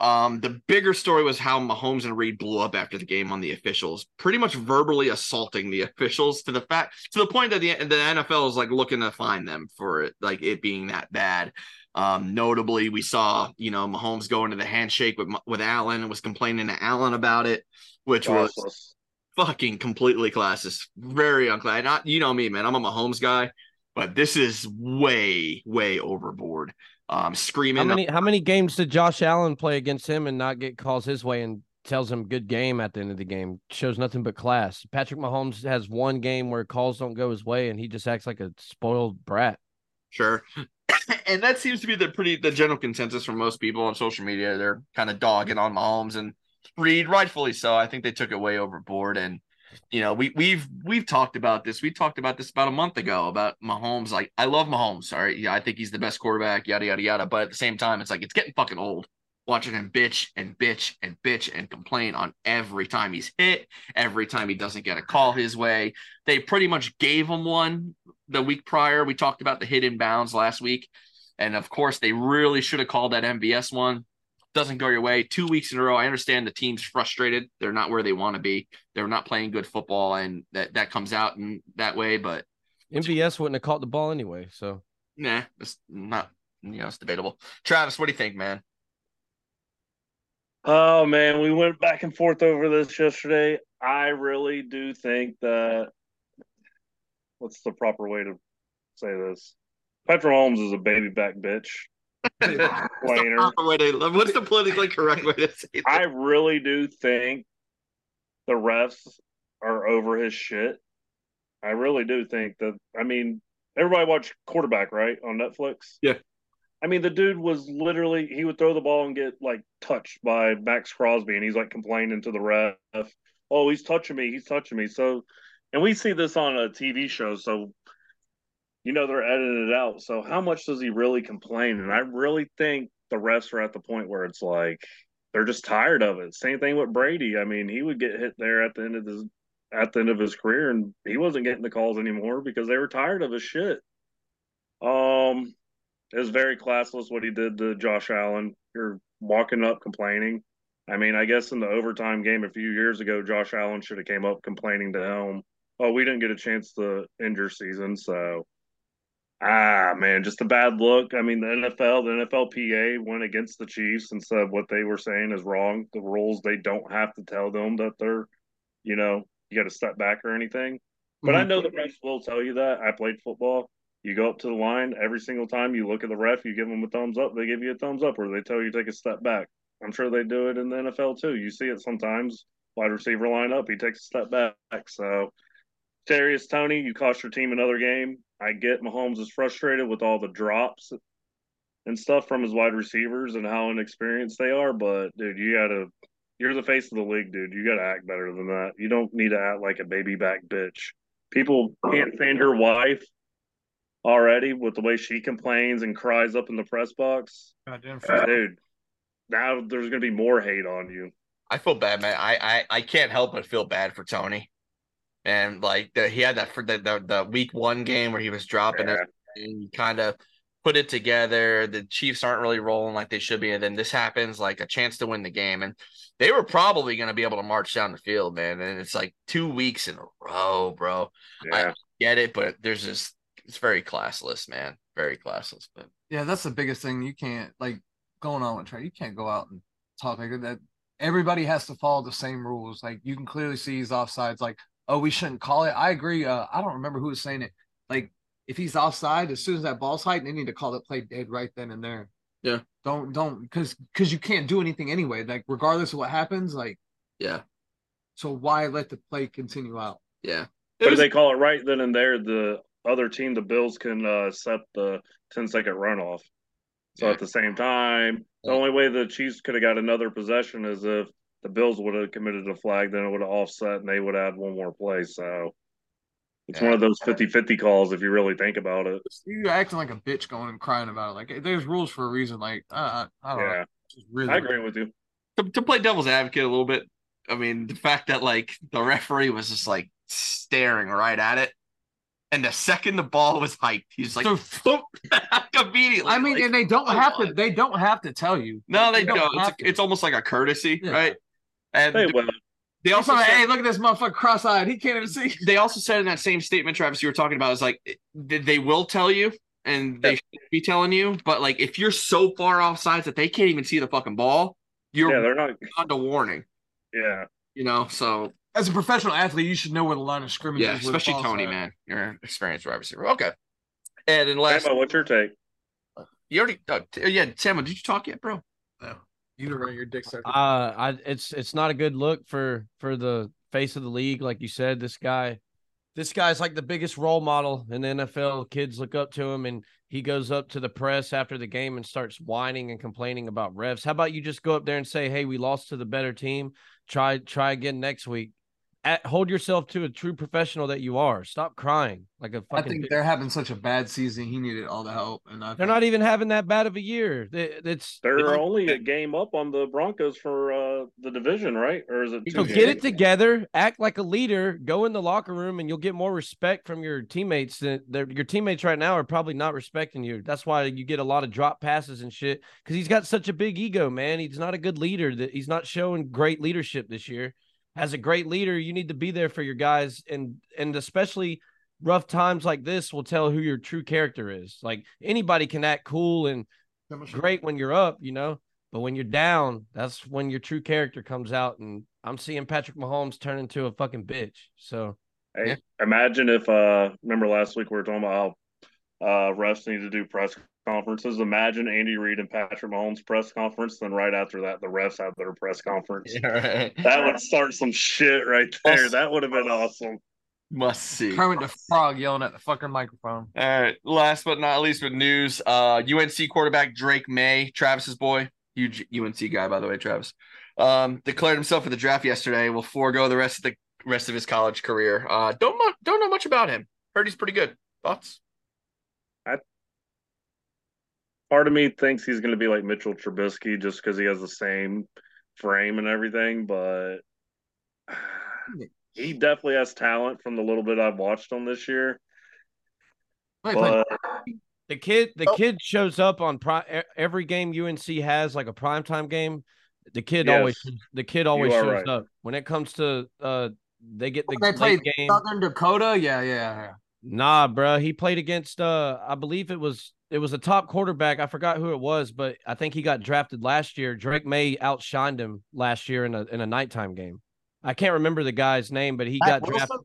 Speaker 1: um, the bigger story was how Mahomes and Reed blew up after the game on the officials, pretty much verbally assaulting the officials to the fact to the point that the the NFL is like looking to find them for it, like it being that bad. Um, notably, we saw you know Mahomes go into the handshake with with Allen and was complaining to Allen about it, which was
Speaker 2: Classless.
Speaker 1: fucking completely classless. Very unclass. Not you know me, man. I'm a Mahomes guy, but this is way way overboard. Um,
Speaker 3: How
Speaker 1: screaming.
Speaker 3: many how many games did Josh Allen play against him and not get calls his way and tells him good game at the end of the game? Shows nothing but class. Patrick Mahomes has one game where calls don't go his way and he just acts like a spoiled brat.
Speaker 1: Sure. and that seems to be the pretty the general consensus from most people on social media. They're kind of dogging on Mahomes and Reed, rightfully so. I think they took it way overboard. And you know, we we've we've talked about this. We talked about this about a month ago about Mahomes. Like, I love Mahomes. All right, yeah, I think he's the best quarterback. Yada yada yada. But at the same time, it's like it's getting fucking old. Watching him bitch and bitch and bitch and complain on every time he's hit, every time he doesn't get a call his way. They pretty much gave him one the week prior. We talked about the hit in bounds last week. And of course, they really should have called that MVS one. Doesn't go your way. Two weeks in a row. I understand the team's frustrated. They're not where they want to be. They're not playing good football, and that that comes out in that way. But
Speaker 3: MVS wouldn't have caught the ball anyway. So
Speaker 1: nah, it's not. You know, it's debatable. Travis, what do you think, man?
Speaker 2: Oh man, we went back and forth over this yesterday. I really do think that what's the proper way to say this? Patrick Holmes is a baby back bitch.
Speaker 1: What's the
Speaker 2: Plainer.
Speaker 1: proper way to- what's the politically correct way to say that?
Speaker 2: I really do think the refs are over his shit. I really do think that. I mean, everybody watched quarterback, right, on Netflix?
Speaker 1: Yeah.
Speaker 2: I mean, the dude was literally, he would throw the ball and get like touched by Max Crosby, and he's like complaining to the ref, oh, he's touching me, he's touching me. So, and we see this on a TV show. So, you know, they're editing it out. So, how much does he really complain? And I really think the refs are at the point where it's like, they're just tired of it. Same thing with Brady. I mean, he would get hit there at the end of his at the end of his career, and he wasn't getting the calls anymore because they were tired of his shit. Um, it was very classless what he did to Josh Allen. You're walking up complaining. I mean, I guess in the overtime game a few years ago, Josh Allen should have came up complaining to him. Oh, we didn't get a chance to end your season, so ah man, just a bad look. I mean, the NFL, the NFLPA went against the Chiefs and said what they were saying is wrong. The rules they don't have to tell them that they're, you know, you got to step back or anything. But I know the refs will tell you that. I played football. You go up to the line every single time. You look at the ref. You give them a thumbs up. They give you a thumbs up, or they tell you to take a step back. I'm sure they do it in the NFL too. You see it sometimes. Wide receiver line up. He takes a step back. So, Darius Tony, you cost your team another game. I get Mahomes is frustrated with all the drops and stuff from his wide receivers and how inexperienced they are. But dude, you gotta. You're the face of the league, dude. You got to act better than that. You don't need to act like a baby back bitch people can't stand her wife already with the way she complains and cries up in the press box.
Speaker 4: Goddamn
Speaker 2: Dude, now there's gonna be more hate on you.
Speaker 1: I feel bad, man. I I, I can't help but feel bad for Tony. And like the, he had that for the, the the week one game where he was dropping
Speaker 2: Yeah.
Speaker 1: everything, kind of put it together. The Chiefs aren't really rolling like they should be, and then this happens, like a chance to win the game, and they were probably going to be able to march down the field, man. And it's like two weeks in a row, bro.
Speaker 2: Yeah.
Speaker 1: Get it? But there's just it's very classless, man. Very classless. But
Speaker 4: Yeah, that's the biggest thing. You can't like going on with trade. You can't go out and talk like that. Everybody has to follow the same rules. Like you can clearly see he's offsides. Like, oh, we shouldn't call it. I agree. Uh, I don't remember who was saying it. Like, if he's offside, as soon as that ball's high, they need to call that play dead right then and there.
Speaker 1: Yeah.
Speaker 4: Don't don't because because you can't do anything anyway. Like regardless of what happens, like
Speaker 1: yeah,
Speaker 4: so why let the play continue out?
Speaker 1: Yeah.
Speaker 2: But
Speaker 1: It was-
Speaker 2: if they call it right then and there, the other team, the Bills, can uh, set the 10 second runoff. So
Speaker 1: Yeah.
Speaker 2: at the same time, the
Speaker 3: Yeah.
Speaker 2: only way the Chiefs could have got another possession is if the Bills would have committed a flag, then it would have offset and they would have had one more play. So it's one of those 50 50 calls if you really think about it.
Speaker 4: You acting like a bitch going and crying about it. Like there's rules for a reason. Like uh,
Speaker 1: Oh.
Speaker 4: I don't know.
Speaker 2: Yeah,
Speaker 4: It's just really
Speaker 2: I agree with you.
Speaker 1: to, to play devil's advocate a little bit, I mean, the fact that like the referee was just like staring right at it, and the second the ball was hiked, he's like,
Speaker 4: So-
Speaker 1: "Boop," back immediately.
Speaker 4: I mean,
Speaker 1: Like,
Speaker 4: and they don't
Speaker 1: come
Speaker 4: have to.
Speaker 1: on.
Speaker 4: They don't have to tell you.
Speaker 1: no, they
Speaker 4: don't
Speaker 1: don't. It's,
Speaker 4: have to.
Speaker 1: it's almost like a courtesy,
Speaker 4: Yeah.
Speaker 1: right? And
Speaker 2: Hey, well,
Speaker 1: they
Speaker 4: It's
Speaker 1: also
Speaker 4: like,
Speaker 1: said-
Speaker 4: hey, look at this motherfucker cross-eyed. He can't even see.
Speaker 1: they also said in that same statement, Travis, you were talking about, is like they, they will tell you and they
Speaker 2: Yeah.
Speaker 1: should be telling you, but like if you're so far off sides that they can't even see the fucking ball,
Speaker 2: yeah,
Speaker 1: you're
Speaker 2: they're not.
Speaker 1: on to warning,
Speaker 2: Yeah.
Speaker 1: you know. So
Speaker 4: As a professional athlete, you should know where the line of scrimmage
Speaker 1: yeah,
Speaker 4: is. where the
Speaker 1: especially
Speaker 4: ball's
Speaker 1: Tony,
Speaker 4: at.
Speaker 1: man, you're an experienced wide receiver. Okay, and then last
Speaker 2: Tampa, what's your take?
Speaker 1: you already, uh, t- yeah, Samuel, did you talk yet, bro?
Speaker 4: No. You don't run your dick sucker.
Speaker 3: Uh, I it's it's not a good look for for the face of the league, like you said. This guy, this guy's like the biggest role model in the NFL. Kids look up to him, and he goes up to the press after the game and starts whining and complaining about refs. How about you just go up there and say, "Hey, we lost to the better team. Try try again next week." At, hold yourself to a true professional that you are. Stop crying like a
Speaker 4: I
Speaker 3: fucking.
Speaker 4: think
Speaker 3: bitch.
Speaker 4: they're having such a bad season. He needed all the help, and I think-
Speaker 3: They're not even having that bad of a year. They- It's
Speaker 2: They're only a game up on the Broncos for uh, the division, right? Or is it?
Speaker 1: So
Speaker 3: So
Speaker 2: two
Speaker 3: get
Speaker 2: games?
Speaker 3: it together, act like a leader, go in the locker room, and you'll get more respect from your teammates. Than their- your teammates right now are probably not respecting you. That's why you get a lot of drop passes and shit. Because he's got such a big ego, man. He's not a good leader. That he's not showing great leadership this year. As a great leader, you need to be there for your guys, and and especially rough times like this will tell who your true character is. Like anybody can act cool and great when you're up, you know, but when you're down, that's when your true character comes out. And I'm seeing Patrick Mahomes turn into a fucking bitch. So
Speaker 2: Hey,
Speaker 1: Yeah.
Speaker 2: imagine if uh remember last week we were talking about how uh refs need to do press conferences. Imagine Andy Reid and Patrick Mahomes press conference, then right after that the refs have their press conference. That would start some shit right there.
Speaker 1: Awesome.
Speaker 2: That would have been awesome.
Speaker 1: must see.
Speaker 4: Kermit the Frog yelling at the fucking microphone.
Speaker 1: All right. Last but not least, with news, uh, UNC quarterback Drake May, Travis's boy, huge UNC guy by the way, Travis, um, declared himself for the draft yesterday. Will forego the rest of the rest of his college career. Uh, don't mu- don't know much about him. Heard he's pretty good. Thoughts?
Speaker 2: Part of me thinks he's gonna be like Mitchell Trubisky just because he has the same frame and everything, but he definitely has talent from the little bit I've watched on this year.
Speaker 4: Wait, wait.
Speaker 2: But
Speaker 3: the kid, the
Speaker 1: Oh.
Speaker 3: kid shows up on pri- e- every game UNC has, like a primetime game. The kid always,
Speaker 2: Yes.
Speaker 3: the kid always
Speaker 2: You are
Speaker 3: shows
Speaker 2: right.
Speaker 3: up when it comes to uh, they get the
Speaker 4: When they
Speaker 3: late
Speaker 4: played
Speaker 3: game.
Speaker 4: Southern Dakota, yeah, yeah, yeah.
Speaker 3: Nah, bruh. He played against uh I believe it was it was a top quarterback. I forgot who it was, but I think he got drafted last year. Drake May outshined him last year in a in a nighttime game. I can't remember the guy's name, but he
Speaker 4: Matt
Speaker 3: got
Speaker 4: Wilson?
Speaker 3: drafted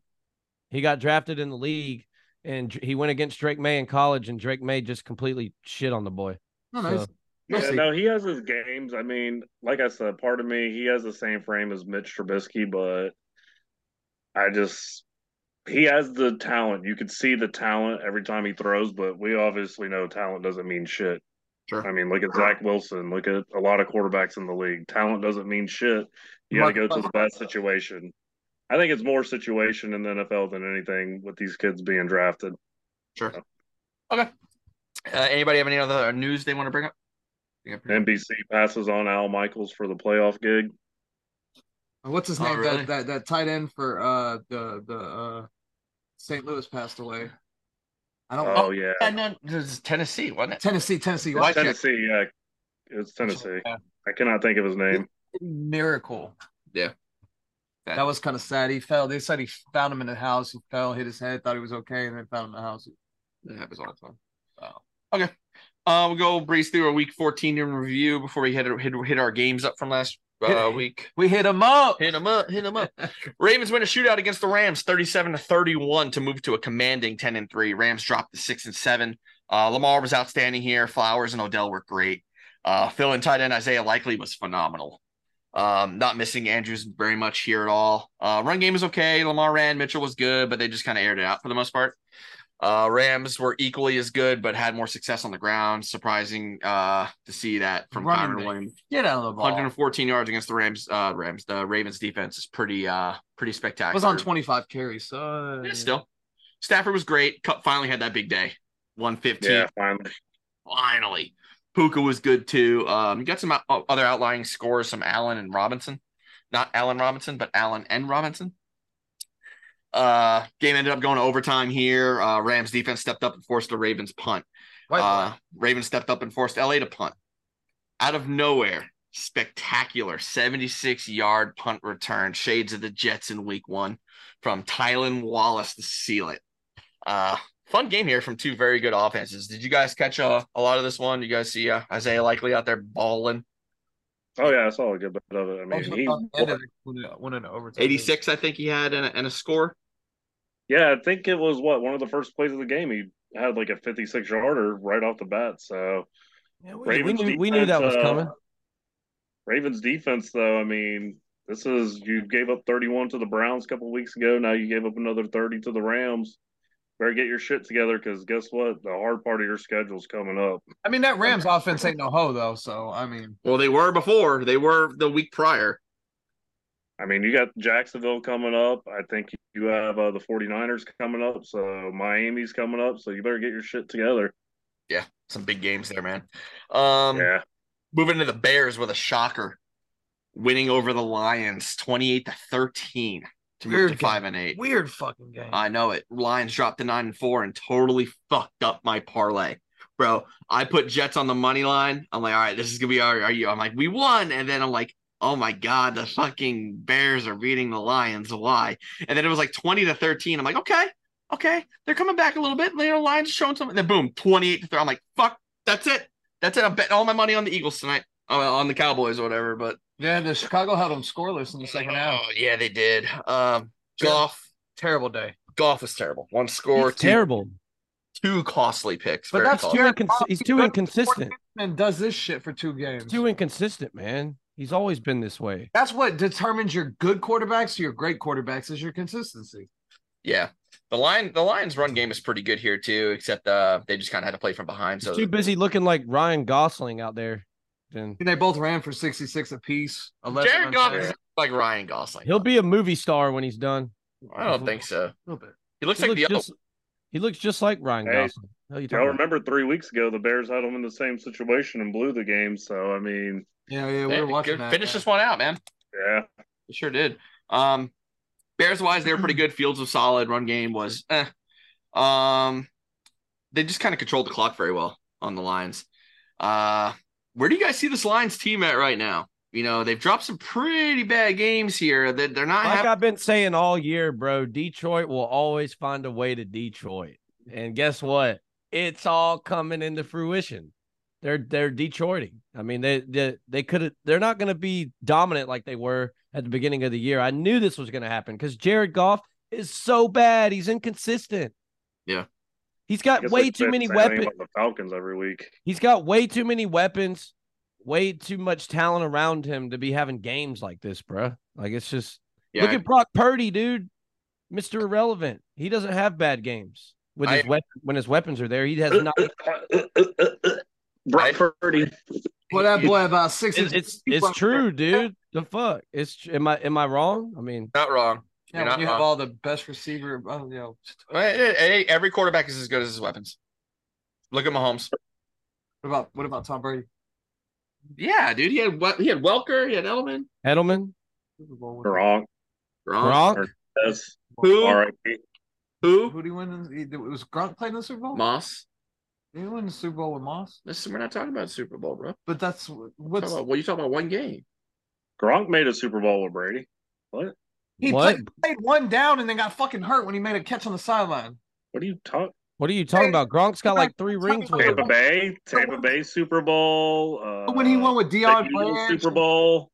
Speaker 3: he got drafted in the league and dr- he went against Drake May in college and Drake May just completely shit on the boy.
Speaker 4: No, no, he's-
Speaker 3: So-
Speaker 4: we'll
Speaker 2: Yeah,
Speaker 4: see.
Speaker 2: no, he has his games. I mean, like I said, part of me, he has the same frame as Mitch Trubisky, but I just, he has the talent. You could see the talent every time he throws, but we obviously know talent doesn't mean shit.
Speaker 1: Sure.
Speaker 2: I mean, look at Zach Wilson. Look at a lot of quarterbacks in the league. Talent doesn't mean shit. You got to go to the best situation. I think it's more situation in the NFL than anything with these kids being drafted.
Speaker 1: Uh, anybody have any other news they want to bring up? Yeah, pretty-
Speaker 2: NBC passes on Al Michaels for the playoff gig.
Speaker 4: uh, What's his
Speaker 1: Oh,
Speaker 4: name?
Speaker 1: really?
Speaker 4: That, that that tight end for uh the the uh St. Louis passed away. I don't
Speaker 2: Oh, yeah.
Speaker 1: And then there's Tennessee, wasn't it?
Speaker 4: Tennessee, Tennessee.
Speaker 1: Why-
Speaker 4: Washington.
Speaker 2: Tennessee, yeah. It's Tennessee.
Speaker 4: Yeah.
Speaker 2: I cannot think of his name.
Speaker 4: Miracle.
Speaker 1: Yeah. That-
Speaker 4: That was kind of sad. He fell. They said he found him in the house. He fell, hit his head, thought he was okay, and then found him in the house.
Speaker 1: That happens all the time. Okay. Uh, we'll go breeze through our week 14 in review before we hit, hit hit our games up from last uh,
Speaker 4: Hit-
Speaker 1: week.
Speaker 4: We hit him up.
Speaker 1: Hit them up, hit them up. Ravens win a shootout against the Rams, 37 to 31 to move to a commanding 10 and 3. Rams dropped to 6 and 7. Uh, Lamar was outstanding here. Flowers and Odell were great. Uh, Phil and tight end Isaiah Likely was phenomenal. Um, not missing Andrews very much here at all. Uh, run game was okay. Lamar ran. Mitchell was good, but they just kind of aired it out for the most part. Uh, Rams were equally as good, but had more success on the ground. Surprising uh, to see that from
Speaker 4: Running
Speaker 1: Kyron
Speaker 4: back.
Speaker 1: Williams.
Speaker 4: Get out of the ball.
Speaker 1: 114 yards against the Rams. Uh, Rams. The Ravens defense is pretty, uh, pretty spectacular.
Speaker 4: It was on 25 carries, so
Speaker 1: Yeah, still, Stafford was great. Cup finally had that big day. 115.
Speaker 2: Yeah, finally.
Speaker 1: Finally, Puka was good too. Um, you got some out- other outlying scores. Some Allen and Robinson, not Allen Robinson, but Allen and Robinson. Uh, game ended up going to overtime here. Uh, Rams defense stepped up and forced the Ravens punt.
Speaker 4: Right.
Speaker 1: Uh, Ravens stepped up and forced LA to punt. Out of nowhere, spectacular 76 yard punt return. Shades of the Jets in week one from Tylen Wallace to seal it. Uh, fun game here from two very good offenses. Did you guys catch uh, a lot of this one? You guys see uh, Isaiah Likely out there balling?
Speaker 2: Oh yeah, I saw a good bit of it. I
Speaker 4: Also
Speaker 2: mean, he,
Speaker 4: on the end of it, when it went into overtime.
Speaker 1: 86, I think he had, and a, and a score.
Speaker 2: yeah, I think it was what one of the first plays of the game. He had like a 56 yarder right off the bat. So
Speaker 3: Yeah, we, we
Speaker 2: Ravens
Speaker 3: knew we knew that
Speaker 2: defense,
Speaker 3: was
Speaker 2: uh,
Speaker 3: coming.
Speaker 2: Ravens defense, though, I mean, this is you gave up 31 to the Browns a couple weeks ago. Now you gave up another 30 to the Rams. Better get your shit together because guess what? The hard part of your schedule's coming up.
Speaker 4: I mean, that Rams offense ain't no hoe though. So I mean,
Speaker 1: Well, they were before. They were the week prior.
Speaker 2: I mean, you got Jacksonville coming up. I think you have uh, the 49ers coming up. So Miami's coming up. So you better get your shit together.
Speaker 1: Yeah, some big games there, man. Um,
Speaker 2: yeah.
Speaker 1: Moving to the Bears with a shocker, winning over the Lions 28 to 13 to move
Speaker 4: Weird
Speaker 1: to
Speaker 4: game.
Speaker 1: 5 and 8.
Speaker 4: weird fucking game.
Speaker 1: I know it. Lions dropped to 9 and 4 and totally fucked up my parlay. Bro, I put Jets on the money line. I'm like, all right, this is going to be our, are you? I'm like, we won. And then I'm like, oh my God, the fucking Bears are beating the Lions. Why? And then it was like 20 to 13. I'm like, okay, okay. They're coming back a little bit. Later, Lions showing something. Then boom, 28 to 3. I'm like, fuck, that's it. That's it. I'm betting all my money on the Eagles tonight, uh, on the Cowboys or whatever. But
Speaker 4: yeah, the Chicago held them scoreless in the second half.
Speaker 1: oh, yeah, they did. Um, golf,
Speaker 4: Terrible day.
Speaker 1: golf was terrible. One score,
Speaker 3: He's
Speaker 1: two,
Speaker 3: terrible.
Speaker 1: two costly picks.
Speaker 4: But
Speaker 1: very
Speaker 4: that's
Speaker 1: costly.
Speaker 3: Too
Speaker 4: Jared
Speaker 3: incons-
Speaker 4: Goff,
Speaker 3: he's
Speaker 4: he
Speaker 3: too
Speaker 4: does
Speaker 3: inconsistent.
Speaker 4: And does this shit for two games.
Speaker 3: He's too inconsistent, man. He's always been this way.
Speaker 4: That's what determines your good quarterbacks or your great quarterbacks is your consistency.
Speaker 1: yeah. The line, the Lions' run game is pretty good here too, except uh, they just kind of had to play from behind.
Speaker 3: He's
Speaker 1: So
Speaker 3: too busy looking like Ryan Gosling out there. Then
Speaker 4: And they both ran for 66 apiece. 11
Speaker 1: Jared Goff
Speaker 4: unsacked.
Speaker 1: is like Ryan Gosling.
Speaker 3: he'll be a movie star when he's done.
Speaker 1: I don't think so.
Speaker 4: A little bit.
Speaker 1: He looks
Speaker 3: He
Speaker 1: like
Speaker 3: looks,
Speaker 1: the other.
Speaker 3: just, he looks just like Ryan
Speaker 2: Hey,
Speaker 3: Gosling. Hell, you
Speaker 2: Y'all
Speaker 3: talking about?
Speaker 2: remember three weeks ago, the Bears had them in the same situation and blew the game. So, I mean,
Speaker 4: Yeah, yeah, we
Speaker 1: Hey,
Speaker 4: were watching
Speaker 1: good-
Speaker 4: that.
Speaker 1: Finish this one out, man.
Speaker 2: yeah.
Speaker 1: They sure did. Um, Bears wise, they were pretty good. Fields was solid. Run game was, eh. um, they just kind of controlled the clock very well on the Lions. Uh, where do you guys see this Lions team at right now? You know, they've dropped some pretty bad games here. That they're not.
Speaker 3: Like
Speaker 1: happy.
Speaker 3: I've been saying all year, bro, Detroit will always find a way to Detroit. And guess what? It's all coming into fruition. They're they're Detroiting. I mean, they they, they could have they're not gonna be dominant like they were at the beginning of the year. I knew this was gonna happen because Jared Goff is so bad. He's inconsistent.
Speaker 1: Yeah.
Speaker 3: He's
Speaker 2: I
Speaker 3: got
Speaker 2: guess
Speaker 3: way
Speaker 2: we
Speaker 3: too
Speaker 2: said
Speaker 3: many
Speaker 2: the same thing
Speaker 3: weapons.
Speaker 2: about The Falcons every week.
Speaker 3: He's got way too many weapons, way too much talent around him to be having games like this, bro. Like it's just
Speaker 1: Yeah,
Speaker 3: Look at Brock Purdy, dude. Mr. Irrelevant. He doesn't have bad games. With his
Speaker 1: I-
Speaker 3: weapon, when his weapons are there, he has not.
Speaker 2: Brock Purdy.
Speaker 4: Well, that boy about six.
Speaker 3: It's it's, it's true, dude. The fuck? It's tr- am I am I wrong? I mean,
Speaker 1: not wrong.
Speaker 4: Yeah,
Speaker 1: You're
Speaker 4: when
Speaker 1: not
Speaker 4: you have
Speaker 1: wrong.
Speaker 4: all the best receiver, uh, you know,
Speaker 1: Hey, hey, every quarterback is as good as his weapons. Look at Mahomes.
Speaker 4: what about what about Tom Brady?
Speaker 1: Yeah, dude. He had what? He had Welker. He had Edelman.
Speaker 3: Edelman,
Speaker 4: Super Bowl with-
Speaker 2: Wrong.
Speaker 3: Gronk,
Speaker 2: Yes.
Speaker 1: Who?
Speaker 2: R.I.P.
Speaker 1: Who?
Speaker 4: Who do you win? in- he- It was Gronk playing the Super Bowl.
Speaker 1: Moss.
Speaker 4: Did he win the Super Bowl with Moss?
Speaker 1: Listen, we're not talking about Super Bowl, bro.
Speaker 4: But that's what's
Speaker 1: well, you talking about one game.
Speaker 2: Gronk made a Super Bowl with Brady.
Speaker 4: he
Speaker 3: What?
Speaker 4: played, played one down and then got fucking hurt when he made a catch on the sideline.
Speaker 2: What are you talking?
Speaker 3: what are you talking about? Gronk's got like three rings with
Speaker 2: Tampa
Speaker 3: him.
Speaker 2: Bay, Tampa Bay Super Bowl. Uh,
Speaker 4: when he won with
Speaker 2: the
Speaker 4: Dion
Speaker 2: Eagles
Speaker 4: Branch,
Speaker 2: Super Bowl.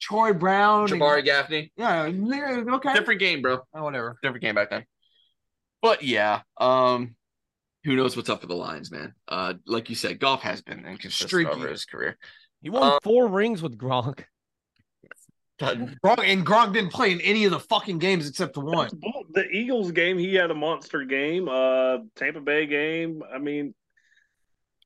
Speaker 4: Troy Brown, and-
Speaker 1: Jabari Gaffney.
Speaker 4: yeah, yeah, okay,
Speaker 1: Different game, bro.
Speaker 4: Oh, whatever.
Speaker 1: Different game back then. But yeah, um, who knows what's up for the Lions, man? Uh, like you said, golf has been inconsistent
Speaker 4: Streaky.
Speaker 1: over his career.
Speaker 3: He won
Speaker 1: Uh,
Speaker 3: four rings with Gronk.
Speaker 1: Done.
Speaker 4: Gronk, and Gronk didn't play in any of the fucking games except the one.
Speaker 2: The Eagles game, he had a monster game. Uh, Tampa Bay game. I mean,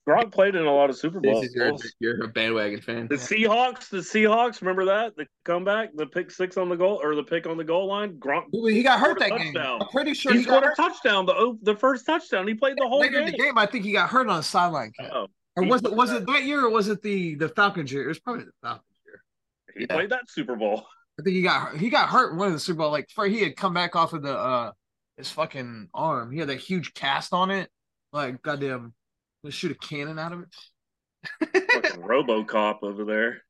Speaker 2: Gronk played in a lot of Super
Speaker 1: This
Speaker 2: Bowls.
Speaker 1: is your, you're a bandwagon fan.
Speaker 2: The Seahawks, the Seahawks, remember that the comeback, the pick six on the goal or the pick on the goal line. Gronk,
Speaker 4: He got hurt that
Speaker 2: Scored a
Speaker 4: game.
Speaker 2: touchdown.
Speaker 4: I'm pretty sure
Speaker 2: he
Speaker 4: he, got
Speaker 2: scored a
Speaker 4: hurt.
Speaker 2: touchdown, the o- the first touchdown. He played the whole
Speaker 4: Later in
Speaker 2: game.
Speaker 4: the game, I think he got hurt on a sideline kick.
Speaker 2: Oh,
Speaker 4: Or
Speaker 2: he
Speaker 4: was it
Speaker 2: played
Speaker 4: was
Speaker 2: that.
Speaker 4: it that year or was it the the Falcons year? It was probably the Falcons year.
Speaker 2: he
Speaker 1: Yeah.
Speaker 2: played that Super Bowl.
Speaker 4: I think he got he got hurt in one of the Super Bowl. Like for he had come back off of the uh his fucking arm. He had a huge cast on it. Like goddamn, let's shoot a cannon out of it.
Speaker 2: Fucking RoboCop over there.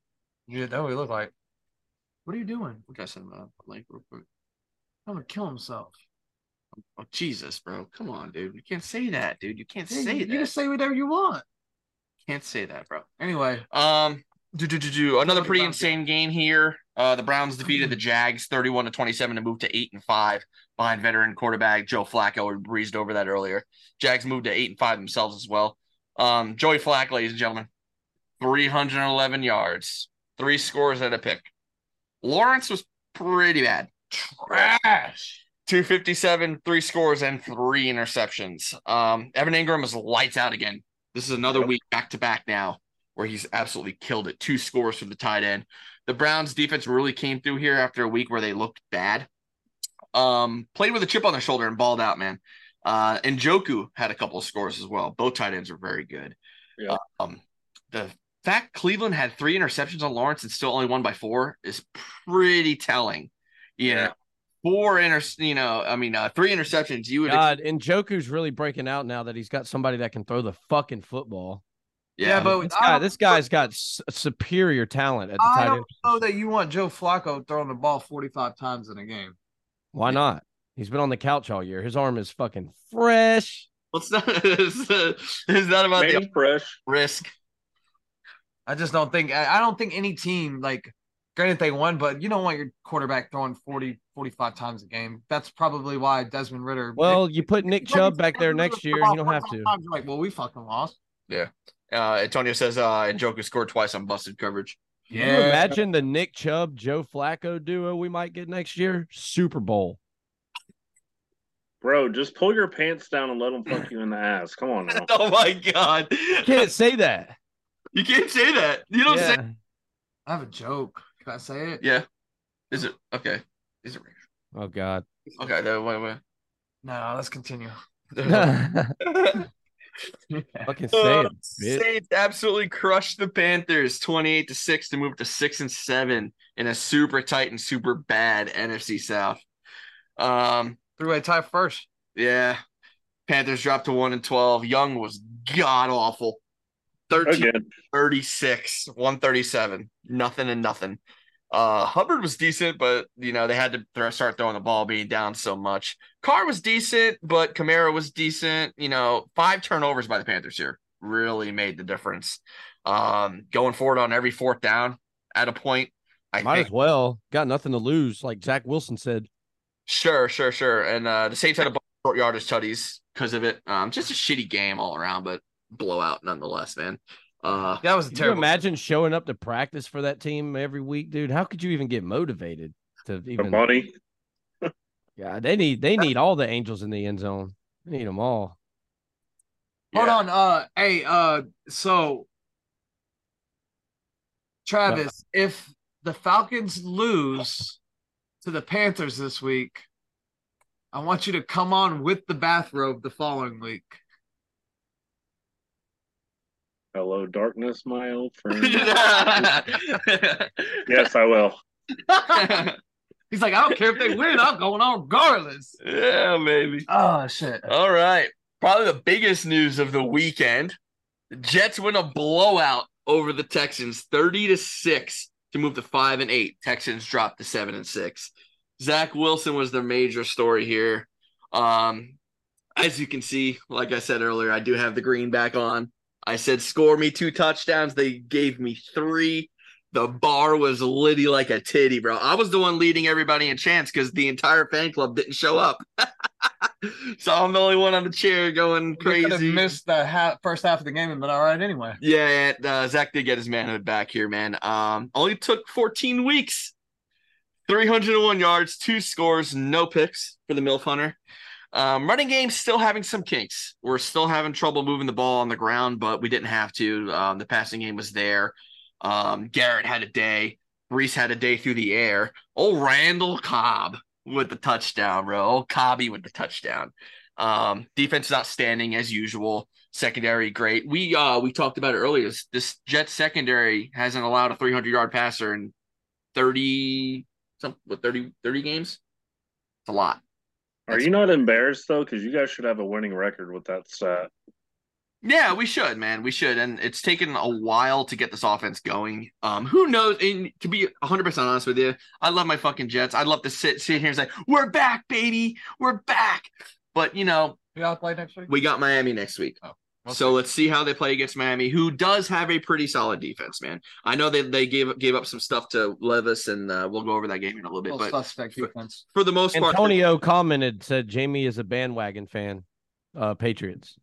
Speaker 4: Yeah, that what he looked like. What are you doing? We got some uh, link real quick. I'm gonna kill himself.
Speaker 1: Oh, Jesus, bro. Come on, dude. You can't say that, dude. You can't
Speaker 4: Hey,
Speaker 1: say
Speaker 4: you,
Speaker 1: that.
Speaker 4: you
Speaker 1: You
Speaker 4: can say whatever you want.
Speaker 1: can't say that, bro.
Speaker 4: Anyway,
Speaker 1: Um, do do do do another
Speaker 4: Talking
Speaker 1: pretty
Speaker 4: about-
Speaker 1: insane game here. Uh, the Browns defeated the Jags thirty-one to twenty-seven to move to eight and five behind veteran quarterback Joe Flacco. We breezed over that earlier. Jags moved to eight and five themselves as well. Um, Joey Flack, ladies and gentlemen, three hundred eleven yards, three scores and a pick. Lawrence was pretty bad.
Speaker 4: trash.
Speaker 1: 257, three scores, and three interceptions. Um, Evan Ingram is lights out again. This is another week back to back now where he's absolutely killed it. Two scores from the tight end. The Browns defense really came through here after a week where they looked bad. Um, played with a chip on their shoulder and balled out, man. Uh, and Joku had a couple of scores as well. Both tight ends are very good.
Speaker 2: Yeah.
Speaker 1: Um, the fact Cleveland had three interceptions on Lawrence and still only won by four is pretty telling. You
Speaker 2: Yeah.
Speaker 1: know, four inter, you know, I mean, uh, three interceptions. You would,
Speaker 3: God, and Joku's really breaking out now that he's got somebody that can throw the fucking football.
Speaker 4: Yeah, but
Speaker 3: This
Speaker 4: I
Speaker 3: guy,
Speaker 4: don't-
Speaker 3: this guy's got s- superior talent at the
Speaker 4: I
Speaker 3: tight
Speaker 4: don't
Speaker 3: end.
Speaker 4: know that you want Joe Flacco throwing the ball 45 times in a game.
Speaker 3: Why not? He's been on the couch all year. His arm is fucking fresh.
Speaker 1: it's not, it's, uh, it's not about
Speaker 2: Made
Speaker 1: the
Speaker 2: him fresh.
Speaker 1: risk.
Speaker 4: I just don't think I, I don't think any team like granted they won, but you don't want your quarterback throwing 40, 45 times a game. That's probably why Desmond Ritter.
Speaker 3: Well, you put Nick
Speaker 4: Nick
Speaker 3: Chubb back there next year, you don't have to.
Speaker 4: Times, you're like, well, we fucking lost.
Speaker 1: Uh, Antonio says, uh, Joku scored twice on busted coverage.
Speaker 3: Can you imagine the Nick Chubb Joe Flacco duo we might get next year? Super Bowl.
Speaker 2: Bro, just pull your pants down and let him fuck you in the ass. Come on now.
Speaker 1: Oh my God.
Speaker 3: Can't say that.
Speaker 1: You can't say that. You don't say.
Speaker 3: Yeah.
Speaker 4: I have a joke. Can I say it?
Speaker 1: Yeah. Is it okay? Is it
Speaker 3: Oh God.
Speaker 1: okay? Then wait, wait.
Speaker 4: No, let's continue.
Speaker 3: Fucking say it,
Speaker 1: Uh,
Speaker 3: bitch.
Speaker 1: Saints absolutely crushed the Panthers 28 to 6 to move to 6 and 7 in a super tight and super bad NFC South. Um,
Speaker 4: Three-way tie first.
Speaker 1: yeah. Panthers dropped to 1 and 12. Young was god awful. 13
Speaker 2: Again,
Speaker 1: 36, 137, nothing and nothing. Uh, Hubbard was decent, but you know they had to throw, start throwing the ball, being down so much. Carr was decent, but Kamara was decent. You know, five turnovers by the Panthers here really made the difference. Um, going forward on every fourth down at a point, I
Speaker 3: Might
Speaker 1: think
Speaker 3: as well. Got nothing to lose, like Zach Wilson said.
Speaker 1: Sure, sure, sure. And uh, the Saints had a bunch of short yardage tutties because of it. Um, just a shitty game all around, but blowout nonetheless, man. Uh,
Speaker 4: That was a
Speaker 3: Could you
Speaker 4: terrible.
Speaker 3: imagine showing up to practice for that team every week, dude? How could you even get motivated to
Speaker 2: the
Speaker 3: even?
Speaker 2: money.
Speaker 3: Yeah, they need they need all the angels in the end zone. They need them all.
Speaker 4: Hold
Speaker 1: yeah.
Speaker 4: on. Uh, hey, uh, so Travis, if the Falcons lose to the Panthers this week, I want you to come on with the bathrobe the following week.
Speaker 2: Hello, darkness, my old friend.
Speaker 1: yeah.
Speaker 2: yes, I will.
Speaker 4: He's like, I don't care if they win, I'm going on regardless.
Speaker 1: maybe.
Speaker 4: Oh shit.
Speaker 1: All right. Probably the biggest news of the weekend. The Jets win a blowout over the Texans 30 to 6 to move to 5 and 8. Texans dropped to 7 and 6. Zach Wilson was the major story here. Um as you can see, like I said earlier, I do have the green back on. I said score me two touchdowns, they gave me 3. The bar was litty like a titty, bro. I was the one leading everybody in chance because the entire fan club didn't show up. so I'm the only one on the chair going
Speaker 4: Crazy. Could have
Speaker 1: crazy.
Speaker 4: missed the ha- first half of the game and been all right anyway.
Speaker 1: Yeah, uh, Zach did get his manhood back here, man. Um, only took 14 weeks 301 yards, two scores, no picks for the MILF Hunter. Um, running game still having some kinks. We're still having trouble moving the ball on the ground, but we didn't have to. Um, the passing game was there. Um, Garrett had a day. Reese had a day through the air. Oh, Randall Cobb with the touchdown, bro. Oh, Cobby with the touchdown. Um, defense is outstanding as usual. Secondary great. We uh we talked about it earlier. This, this Jet secondary hasn't allowed a 300 yard passer in 30 some what 30 30 games. It's a lot.
Speaker 2: Are you not embarrassed though? Because you guys should have a winning record with that stat.
Speaker 1: Yeah, we should, man. We should. And it's taken a while to get this offense going. Um, who knows? And to be 100% honest with you, I love my fucking Jets. I'd love to sit, sit here and say, we're back, baby. We're back. But, you know,
Speaker 4: We gotta play next week.
Speaker 1: we got Miami next week.
Speaker 4: We'll
Speaker 1: So let's Oh, see how they play against Miami, who does have a pretty solid defense, man. I know they, they gave gave up some stuff to Levis, and uh, we'll go over that game in a little bit.
Speaker 4: Little
Speaker 1: But
Speaker 4: suspect defense.
Speaker 1: for the most part,
Speaker 3: Antonio commented said Jamie is a bandwagon fan, uh, Patriots.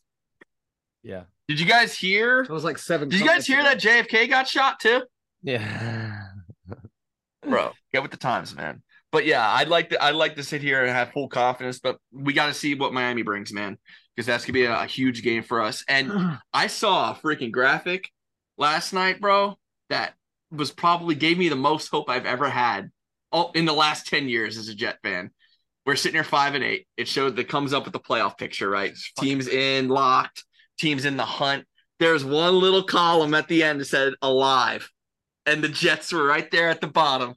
Speaker 3: Yeah,
Speaker 1: did you guys hear?
Speaker 4: It was like seven.
Speaker 1: Did you guys hear that
Speaker 4: something.
Speaker 1: JFK got shot too?
Speaker 3: yeah.
Speaker 1: bro. Get with the times, man. But yeah, I'd like to. I'd like to sit here and have full confidence, but we got to see what Miami brings, man, because that's gonna be a, a huge game for us. And I saw a freaking graphic last night, bro. That was probably gave me the most hope I've ever had, all in the last ten years as a Jet fan. We're sitting here five and eight. It showed that comes up with the playoff picture, right? Teams in locked, teams in the hunt. There's one little column at the end that said alive, and the Jets were right there at the bottom.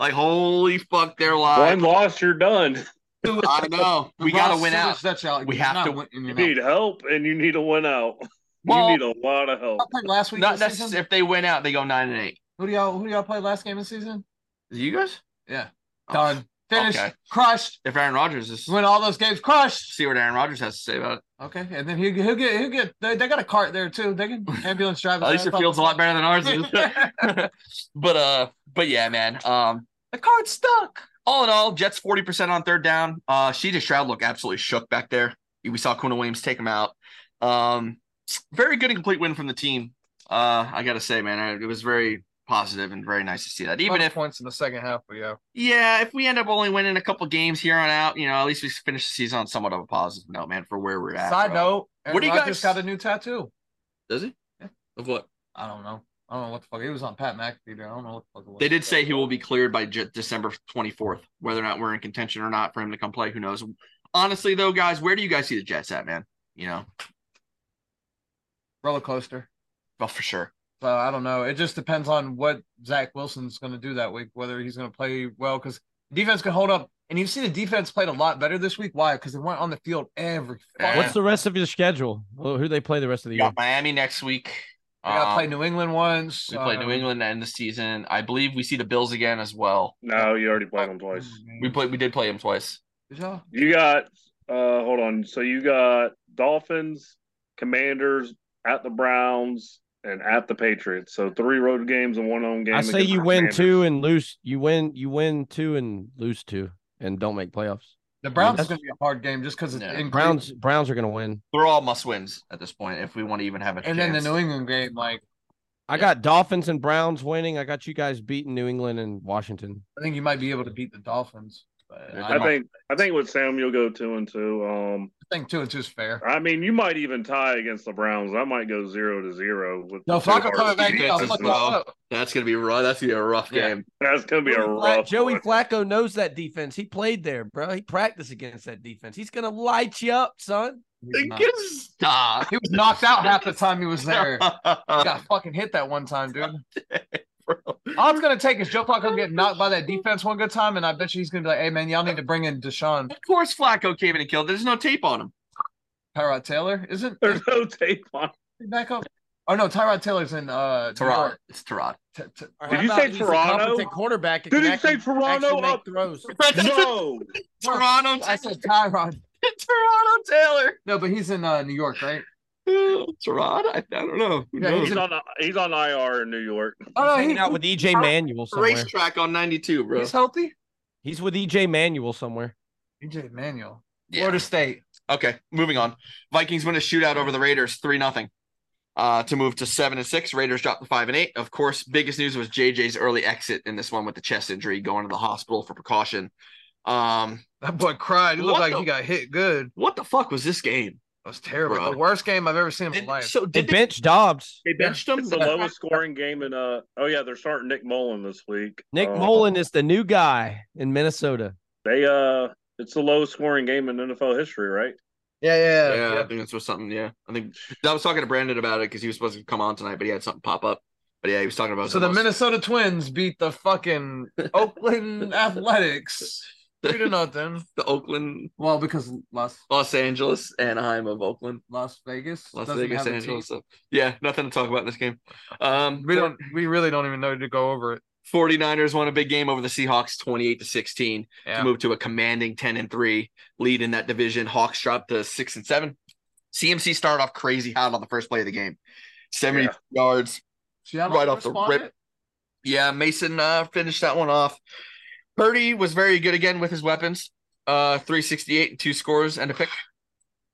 Speaker 1: Like holy fuck, they're
Speaker 2: One
Speaker 3: Uh,
Speaker 1: live.
Speaker 2: loss, you're done.
Speaker 1: I know we gotta win out.
Speaker 4: That's out.
Speaker 1: We
Speaker 4: You're
Speaker 1: have
Speaker 4: not
Speaker 1: to-
Speaker 4: win-
Speaker 2: You
Speaker 4: you're not-
Speaker 2: need help, and you need to win out.
Speaker 1: Well-
Speaker 2: you need a lot of help.
Speaker 4: Y'all played last week.
Speaker 1: Not
Speaker 4: this season?
Speaker 1: necessarily if they win out, they go nine and eight.
Speaker 4: Who do y'all? Who do y'all play last game of the season?
Speaker 1: You guys
Speaker 4: Yeah.
Speaker 1: Oh.
Speaker 4: Done. Finished.
Speaker 1: Okay.
Speaker 4: Crushed.
Speaker 1: If Aaron Rodgers is
Speaker 4: Win all those games. Crushed.
Speaker 1: see what Aaron Rodgers has to say about it.
Speaker 4: Okay, and then who who get who get they, they got a cart there too. They can ambulance drive.
Speaker 1: At least
Speaker 4: it
Speaker 1: it feels a lot better than ours is. but uh, but yeah, man. Um, the card's stuck. All in all, Jets forty percent on third down. Uh, CJ Stroud looked absolutely shook back there. We saw Quinn Williams take him out. Um, very good and complete win from the team. Uh, I gotta say, man, I, it was very positive and very nice to see that. Even if
Speaker 4: points in the second half, but yeah,
Speaker 1: Yeah, if we end up only winning a couple games here on out, you know, at least we finish the season on somewhat of a positive note, man, for where we're at.
Speaker 4: Side
Speaker 1: bro.
Speaker 4: note,
Speaker 1: What
Speaker 4: Aaron
Speaker 1: do you
Speaker 4: Rodgers
Speaker 1: guys-
Speaker 4: got a new tattoo.
Speaker 1: does he? Of what?
Speaker 4: I don't know. I don't know what the fuck. It was on Pat McAfee. Dude. I don't know what the fuck. It was.
Speaker 1: They did say he will be cleared by J- December 24th. Whether or not we're in contention or not for him to come play, who knows? Honestly, though, guys, where do you guys see the Jets at, man? You know,
Speaker 4: roller coaster.
Speaker 1: well, for sure.
Speaker 4: So I don't know. It just depends on what Zach Wilson's going to do that week, whether he's going to play well because defense can hold up. And you've seen the defense played a lot better this week. Why? Because they weren't on the field every.
Speaker 1: Yeah.
Speaker 4: fucking-
Speaker 3: What's the rest of your schedule? Well, who they play the rest of the
Speaker 1: We
Speaker 3: year?
Speaker 1: got Miami next week.
Speaker 4: They got to
Speaker 1: Um,
Speaker 4: play New England once.
Speaker 1: we play New
Speaker 4: um,
Speaker 1: England to end the season. I believe we see the Bills again as well.
Speaker 2: No, you already played them twice.
Speaker 4: Mm-hmm.
Speaker 1: We played. We did play them twice.
Speaker 4: Oh, Did y'all?
Speaker 2: You got uh hold on. So you got Dolphins, Commanders, at the Browns, and at the Patriots. So three road games and one home game.
Speaker 3: I say
Speaker 2: against
Speaker 3: you
Speaker 2: the
Speaker 3: win
Speaker 2: Commanders.
Speaker 3: two and lose. You win. You win two and lose two, and don't make playoffs.
Speaker 4: The Browns is
Speaker 3: that's-
Speaker 4: going to be a hard game just because it's
Speaker 1: Yeah.
Speaker 4: in Cleveland.
Speaker 3: Browns. Browns are gonna win.
Speaker 1: They're all must wins at this point if we want to even have a
Speaker 4: And then
Speaker 1: chance.
Speaker 4: the New England game, like
Speaker 3: I got Dolphins and Browns winning. I got you guys beating New England and Washington.
Speaker 4: I think you might be able to beat the Dolphins. But
Speaker 1: Yeah,
Speaker 4: I,
Speaker 2: I think I think with Sam you'll go two and two. Um
Speaker 4: think two and two is fair.
Speaker 2: I mean you might even tie against the Browns. I might go zero to zero with
Speaker 4: No,
Speaker 2: the two
Speaker 4: Flacco coming
Speaker 2: hardest
Speaker 4: back.
Speaker 2: defenses.
Speaker 4: I'll fuck
Speaker 1: bro.
Speaker 4: y'all up.
Speaker 1: That's gonna be rough. That's gonna be a rough
Speaker 4: Yeah.
Speaker 1: game.
Speaker 2: That's gonna be a
Speaker 3: Joey Fla-
Speaker 2: rough
Speaker 3: Joey
Speaker 2: one.
Speaker 3: Flacco knows that defense. He played there, bro. He practiced against that defense. He's gonna light you up, son.
Speaker 4: He's not-
Speaker 1: Stop.
Speaker 4: He was knocked out half the time he was there. He got fucking hit that one time, dude. All it's gonna take is Joe Flacco getting knocked by that defense one good time, and I bet you he's gonna be like, "Hey man, y'all need to bring in Deshaun
Speaker 1: Of course, Flacco came in and killed. There's no tape on him.
Speaker 4: Tyrod Taylor." Isn't
Speaker 2: There's no tape on.
Speaker 4: he back up? Oh no, Tyrod Taylor's in uh New
Speaker 1: Terod.
Speaker 4: York.
Speaker 1: It's Terod.
Speaker 4: T- t-
Speaker 2: Did you say Toronto?
Speaker 3: quarterback. that
Speaker 2: Did
Speaker 3: can
Speaker 2: he
Speaker 3: actually-
Speaker 2: say Toronto
Speaker 3: actually make
Speaker 2: up?
Speaker 3: throws.
Speaker 2: No.
Speaker 1: Toronto.
Speaker 4: I said Tyrod.
Speaker 1: Toronto Taylor.
Speaker 4: No, but he's in uh, New York, right?
Speaker 1: Terod. I, I don't know. Who
Speaker 4: Yeah,
Speaker 1: knows?
Speaker 2: He's on he's on IR in New York.
Speaker 4: Oh
Speaker 3: He's
Speaker 4: no,
Speaker 3: hanging
Speaker 4: he,
Speaker 3: out with EJ Manuel somewhere.
Speaker 1: racetrack on 92, bro.
Speaker 4: he's healthy.
Speaker 3: He's with EJ Manuel somewhere.
Speaker 4: EJ Manuel,
Speaker 1: Yeah.
Speaker 4: Florida State.
Speaker 1: Okay, moving on. Vikings win a shootout over the Raiders, three nothing. uh, to move to seven and six. Raiders dropped to five and eight. Of course, biggest news was JJ's early exit in this one with the chest injury, going to the hospital for precaution. Um,
Speaker 4: That boy cried. He looked
Speaker 1: What
Speaker 4: like
Speaker 1: the-
Speaker 4: he got hit good.
Speaker 1: what the fuck was this game?
Speaker 4: That was terrible.
Speaker 1: Bro.
Speaker 4: The worst game I've ever seen in my
Speaker 1: Did-
Speaker 4: life.
Speaker 1: so
Speaker 3: They
Speaker 1: did they,
Speaker 3: bench Dobbs.
Speaker 1: they benched him?
Speaker 2: It's the lowest scoring game in uh oh yeah, they're starting Nick Mullen this week.
Speaker 3: Nick
Speaker 2: Um,
Speaker 3: Mullen is the new guy in Minnesota.
Speaker 2: They uh it's the lowest scoring game in NFL history, right?
Speaker 4: yeah, yeah,
Speaker 1: yeah, I
Speaker 4: yeah.
Speaker 1: think that's was something. Yeah, I think I was talking to Brandon about it because he was supposed to come on tonight, but he had something pop up. But yeah, he was talking about
Speaker 4: So the
Speaker 1: minute
Speaker 4: Minnesota Twins beat the fucking Oakland Athletics three to nothing.
Speaker 1: the Oakland,
Speaker 4: Well, because Las
Speaker 1: Los Angeles, Anaheim of Oakland,
Speaker 4: Las Vegas
Speaker 1: Las
Speaker 4: doesn't
Speaker 1: Vegas,
Speaker 4: have a team.
Speaker 1: Angeles. So, yeah, nothing to talk about in this game. Um,
Speaker 4: We don't. We really don't even know to go over it.
Speaker 1: 49ers won a big game over the Seahawks 28 to 16
Speaker 4: Yeah.
Speaker 1: to move to a commanding 10 and 3 lead in that division. Hawks dropped to 6 and 7. CMC started off crazy hot on the first play of the game. 70
Speaker 2: Yeah.
Speaker 1: yards.
Speaker 4: Seattle
Speaker 1: right off the
Speaker 4: responded?
Speaker 1: rip. Yeah, Mason uh, finished that one off. Purdy was very good again with his weapons. Uh, 368 and two scores and a pick.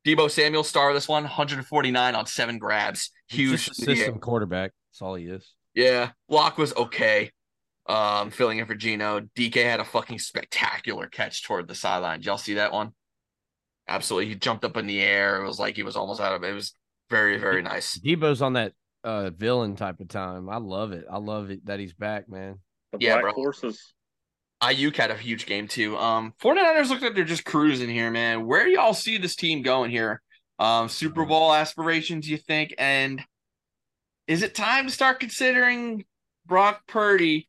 Speaker 1: Debo Samuel star of this one, 149 on seven grabs.
Speaker 3: He's
Speaker 1: Huge.
Speaker 3: just a system quarterback. That's all he is.
Speaker 1: Yeah, Locke was okay. Um, filling in for Gino. DK had a fucking spectacular catch toward the sideline. Did y'all see that one? Absolutely. He jumped up in the air. It was like he was almost out of it. It was very, very nice.
Speaker 3: Debo's on that uh villain type of time. I love it. I love it that he's back, man.
Speaker 2: The
Speaker 1: Yeah, bro.
Speaker 2: Black Horses.
Speaker 1: Ayuk had a huge game too. Um, 49ers look like they're just cruising here, man. Where do y'all see this team going here? Um,
Speaker 3: Mm-hmm.
Speaker 1: Super Bowl aspirations, you think? And is it time to start considering Brock Purdy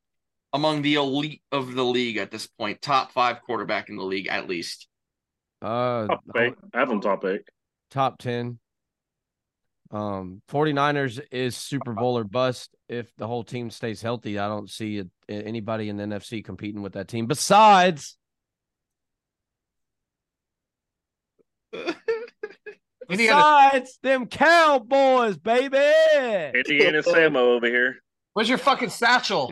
Speaker 1: among the elite of the league at this point? Top five quarterback in the league, at least.
Speaker 3: Uh
Speaker 2: Top eight. I have them top eight.
Speaker 3: top 10. Um 49ers is Super Bowl or bust if the whole team stays healthy. I don't see it, anybody in the NFC competing with that team besides
Speaker 4: Indiana,
Speaker 3: besides them Cowboys, baby.
Speaker 2: Indiana Samo over here.
Speaker 4: where's your fucking satchel?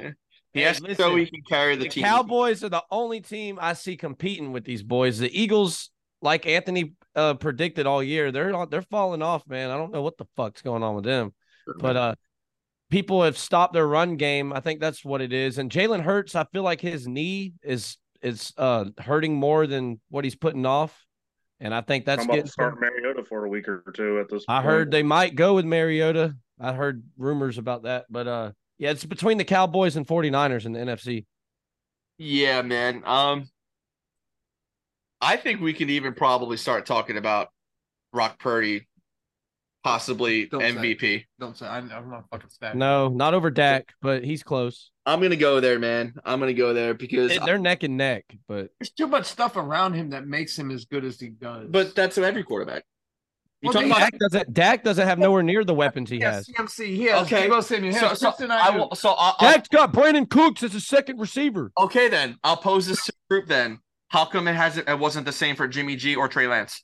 Speaker 1: He
Speaker 3: Hey,
Speaker 1: has to
Speaker 3: listen,
Speaker 1: show he can carry the,
Speaker 3: the
Speaker 1: team.
Speaker 3: Cowboys are the only team I see competing with these boys. The Eagles, like Anthony uh, predicted all year, they're on- they're falling off, man. I don't know what the fuck's going on with them, but uh, people have stopped their run game. I think that's what it is. And Jalen Hurts, I feel like his knee is is uh hurting more than what he's putting off, and I think that's
Speaker 2: I'm about
Speaker 3: getting.
Speaker 2: to start Mariota for a week or two at this
Speaker 3: I heard they might go with Mariota. I heard rumors about that, but uh, yeah, it's between the Cowboys and 49ers in the NFC.
Speaker 1: Yeah, man. Um, I think we can even probably start talking about Rock Purdy, possibly
Speaker 4: Don't say it.
Speaker 1: MVP.
Speaker 4: Don't say I, I'm not fucking satchel.
Speaker 3: No, not over Dak, but he's close.
Speaker 1: I'm gonna go there, man. I'm gonna go there because,
Speaker 3: They- They're neck and neck, but
Speaker 4: There's too much stuff around him that makes him as good as he does.
Speaker 1: but that's every quarterback. You
Speaker 4: Well,
Speaker 1: talking
Speaker 4: they-
Speaker 1: about?
Speaker 3: Dak doesn't. Dak doesn't have nowhere near the weapons he
Speaker 4: yeah,
Speaker 3: has.
Speaker 4: CMC, he has
Speaker 1: Okay.
Speaker 4: Debo Samuel, he
Speaker 1: So,
Speaker 4: has
Speaker 1: so
Speaker 4: Christian
Speaker 1: I
Speaker 4: Aguilera.
Speaker 1: will. So I'll, I'll-
Speaker 3: Dak's got Brandon Cooks as a second receiver.
Speaker 1: okay, then I'll pose this to the group. Then how come it hasn't? It wasn't the same for Jimmy G or Trey Lance?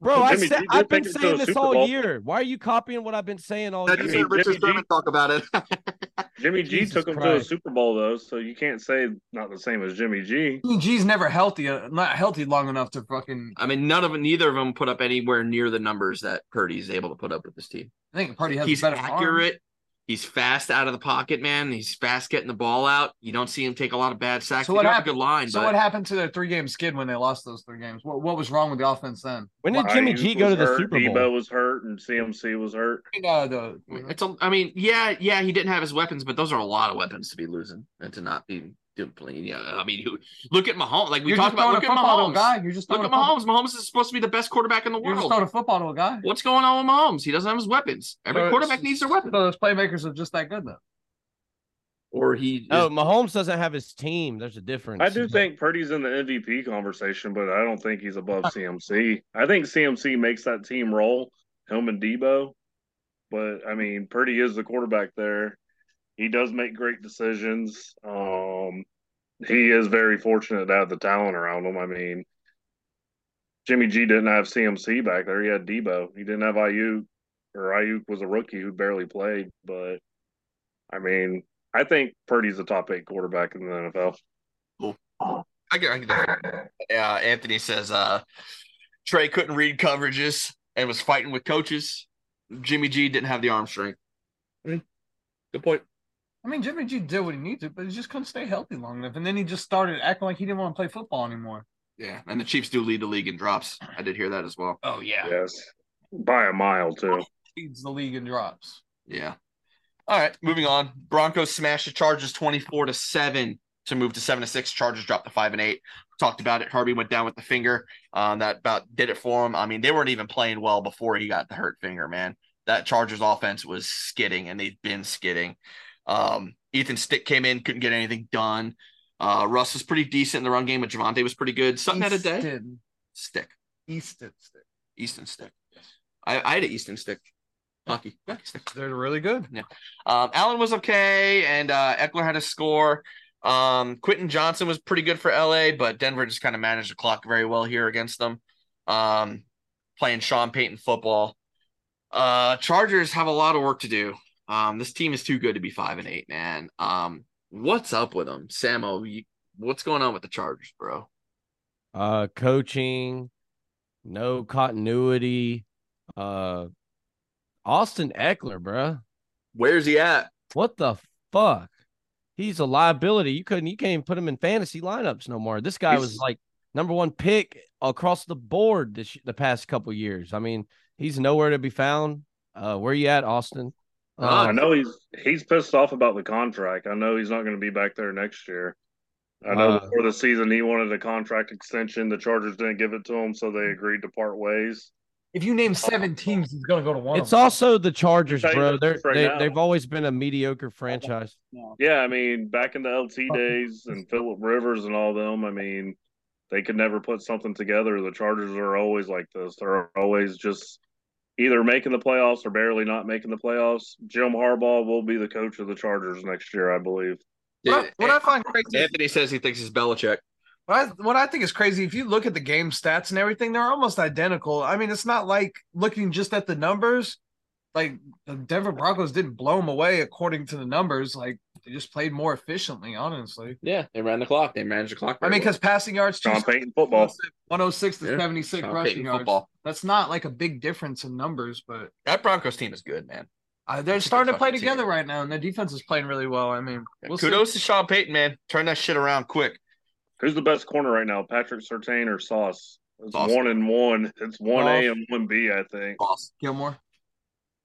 Speaker 3: Bro, I
Speaker 2: Jimmy,
Speaker 3: said,
Speaker 2: you did
Speaker 3: I've
Speaker 2: take
Speaker 3: been
Speaker 2: him to
Speaker 3: saying
Speaker 2: a
Speaker 3: this
Speaker 2: Super
Speaker 3: all
Speaker 2: Bowl.
Speaker 3: year. Why are you copying what I've been saying all
Speaker 1: That
Speaker 2: you
Speaker 3: year?
Speaker 2: mean,
Speaker 1: is Richard
Speaker 2: Jimmy G-
Speaker 1: Sherman talk about it.
Speaker 2: Jimmy G
Speaker 3: Jesus
Speaker 2: took him
Speaker 3: Christ.
Speaker 2: to a Super Bowl though, so you can't say not the same as Jimmy G.
Speaker 4: G's never healthy, uh, not healthy long enough to fucking.
Speaker 1: I mean, none of neither of them put up anywhere near the numbers that Purdy's able to put up with this team.
Speaker 4: I think Purdy has a
Speaker 1: he's
Speaker 4: better arm.
Speaker 1: accurate. He's fast out of the pocket, man. He's fast getting the ball out. You don't see him take a lot of bad sacks.
Speaker 4: So
Speaker 1: They
Speaker 4: what
Speaker 1: do have a
Speaker 4: happened-
Speaker 1: Good line,
Speaker 4: So
Speaker 1: but
Speaker 4: what happened to their three game skid when they lost those three games? What what was wrong with the offense then?
Speaker 3: When did Jimmy
Speaker 2: Ayuk
Speaker 3: G go
Speaker 2: was
Speaker 3: to the
Speaker 2: hurt,
Speaker 3: Super
Speaker 2: Debo
Speaker 3: Bowl?
Speaker 2: was hurt and CMC was hurt.
Speaker 4: Uh, the,
Speaker 1: It's a, I mean, yeah, yeah, he didn't have his weapons, but those are a lot of weapons to be losing and to not be doing. Yeah, I mean, who, look at Mahomes. Like we
Speaker 4: you're
Speaker 1: talked
Speaker 4: just
Speaker 1: about,
Speaker 4: throwing a
Speaker 1: look at
Speaker 4: football to a
Speaker 1: Mahomes.
Speaker 4: guy. You're just
Speaker 1: Look
Speaker 4: throwing
Speaker 1: at
Speaker 4: a football-
Speaker 1: Mahomes. Mahomes is supposed to be the best quarterback in the
Speaker 4: You're just
Speaker 1: world.
Speaker 4: throwing a football to a guy.
Speaker 1: What's going on with Mahomes? He doesn't have his weapons. Every
Speaker 4: So
Speaker 1: quarterback
Speaker 4: it's-
Speaker 1: needs their weapon.
Speaker 4: So those playmakers are just that good though.
Speaker 1: Or he.
Speaker 3: Oh, Mahomes doesn't have his team. There's a difference.
Speaker 2: I do think Purdy's in the MVP conversation, but I don't think he's above CMC. I think CMC makes that team roll, him and Debo. But I mean, Purdy is the quarterback there. He does make great decisions. Um, he is very fortunate to have the talent around him. I mean, Jimmy G didn't have CMC back there. He had Debo. He didn't have Ayuk, or Ayuk was a rookie who barely played. But I mean, I think Purdy's a top eight quarterback in the NFL.
Speaker 1: I get, I get that. Uh, Anthony says uh, Trey couldn't read coverages and was fighting with coaches. Jimmy G didn't have the arm strength.
Speaker 2: Mm-hmm. Good point.
Speaker 4: I mean, Jimmy G did what he needed to, but he just couldn't stay healthy long enough. And then he just started acting like he didn't want to play football anymore.
Speaker 1: Yeah, and the Chiefs do lead the league in drops. I did hear that as well.
Speaker 4: Oh yeah,
Speaker 2: Yes. By a mile too.
Speaker 4: leads the league in drops.
Speaker 1: Yeah. All right, moving on. Broncos smash the Chargers 24 to 7 to move to 7 to 6. Chargers dropped to 5 and 8. Talked about it. Harvey went down with the finger. Um, that about did it for him. I mean, they weren't even playing well before he got the hurt finger, man. That Chargers offense was skidding, and they've been skidding. Um, Ethan Stick came in, couldn't get anything done. Uh, Russ was pretty decent in the run game, but Javante was pretty good. Something had a day.
Speaker 4: Easton.
Speaker 1: Stick.
Speaker 4: Easton. Stick.
Speaker 1: Easton stick. I, I had an Easton stick. Hockey. Hockey stick.
Speaker 4: They're really good.
Speaker 1: Um, Allen was okay, and uh, Eckler had a score. Um, Quinton Johnson was pretty good for LA, but Denver just kind of managed the clock very well here against them. Um, playing Sean Payton football. Uh, Chargers have a lot of work to do. Um, this team is too good to be five and eight, man. Um, what's up with them, Samo? You, what's going on with the Chargers, bro?
Speaker 3: uh coaching no continuity uh austin eckler bruh
Speaker 1: Where's he at?
Speaker 3: what the fuck he's a liability you couldn't you can't even put him in fantasy lineups no more this guy was
Speaker 1: He's-
Speaker 3: like number one pick across the board this the past couple years i mean he's nowhere to be found uh where you at austin Uh, Um,
Speaker 2: I know he's he's pissed off about the contract. I know he's not going to be back there next year. I know
Speaker 3: Uh,
Speaker 2: before the season he wanted a contract extension. The Chargers didn't give it to him, so they agreed to part ways.
Speaker 4: If you name seven teams, he's gonna go to one.
Speaker 3: it's
Speaker 4: of them.
Speaker 3: also the chargers
Speaker 2: Tell you
Speaker 3: bro
Speaker 2: this
Speaker 3: They're,
Speaker 2: right
Speaker 3: they,
Speaker 2: now.
Speaker 3: they've always been a mediocre franchise
Speaker 2: Yeah, I mean, back in the LT days and Philip Rivers and all them, I mean, they could never put something together. The Chargers are always like this. They're always just either making the playoffs or barely not making the playoffs. Jim Harbaugh will be the coach of the Chargers next year, I believe.
Speaker 4: What, I- what I find crazy
Speaker 1: Anthony says he thinks he's Belichick.
Speaker 4: What I, what I think is crazy, if you look at the game stats and everything, they're almost identical. I mean, it's not like looking just at the numbers, like the Denver Broncos didn't blow them away according to the numbers. Like they just played more efficiently, honestly.
Speaker 1: Yeah, they ran the clock. They managed the clock.
Speaker 4: I mean, because passing yards,
Speaker 2: John Payton football.
Speaker 4: 106 to
Speaker 1: Yeah.
Speaker 4: 76 rushing yards.
Speaker 1: football.
Speaker 4: That's not like a big difference in numbers, but
Speaker 1: That Broncos team is good, man.
Speaker 4: uh,
Speaker 1: a
Speaker 4: they're
Speaker 1: good
Speaker 4: starting to play
Speaker 1: fucking team.
Speaker 4: together right now, and their defense is playing really well. I mean, we'll see.
Speaker 1: Kudos to Sean Payton, man. Turn that shit around quick.
Speaker 2: Who's the best corner right now, Patrick Sertain or Sauce? It's
Speaker 1: Sauce.
Speaker 2: one and one. It's one
Speaker 3: Sauce.
Speaker 2: A and one B, I think.
Speaker 1: Sauce,
Speaker 4: Gilmore.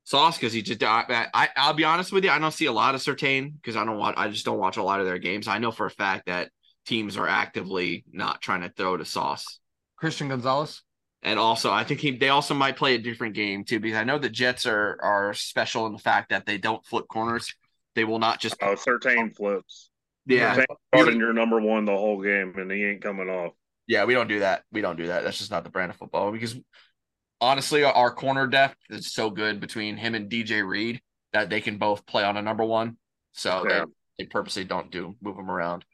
Speaker 1: sauce, because he just. I, I, I'll be honest with you. I don't see a lot of Certain because I don't watch. I just don't watch a lot of their games. I know for a fact that teams are actively not trying to throw to Sauce.
Speaker 4: Christian Gonzalez.
Speaker 1: And also, I think he, they also might play a different game too, because I know the Jets are are special in the fact that they don't flip corners. They will not just.
Speaker 2: Oh, Sertain flips.
Speaker 1: Yeah,
Speaker 2: Sertain starting your number one the whole game, and he ain't coming off.
Speaker 1: Yeah, we don't do that. We don't do that. That's just not the brand of football. Because honestly, our- our corner depth is so good between him and DJ Reed that they can both play on a number one. So
Speaker 2: Yeah.
Speaker 1: they, they purposely don't do move them around.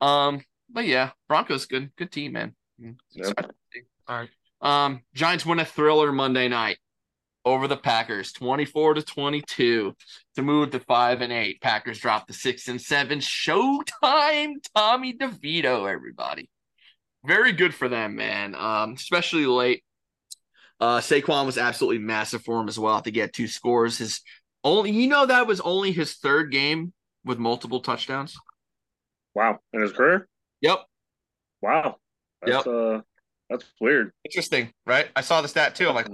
Speaker 1: Um, but yeah, Broncos good, good team, man.
Speaker 2: Yep.
Speaker 4: All right.
Speaker 1: Um, Giants win a thriller Monday night over the Packers, twenty-four to twenty-two, to move to five and eight. Packers drop to six and seven. Showtime, Tommy DeVito, everybody. Very good for them, man. Um, especially late. Uh, Saquon was absolutely massive for him as well. I think he had two scores. His only, you know, that was only his third game with multiple touchdowns.
Speaker 2: Wow. In his career?
Speaker 1: Yep,
Speaker 2: Wow. That's uh that's weird.
Speaker 1: interesting, right? I saw the stat too. I'm like,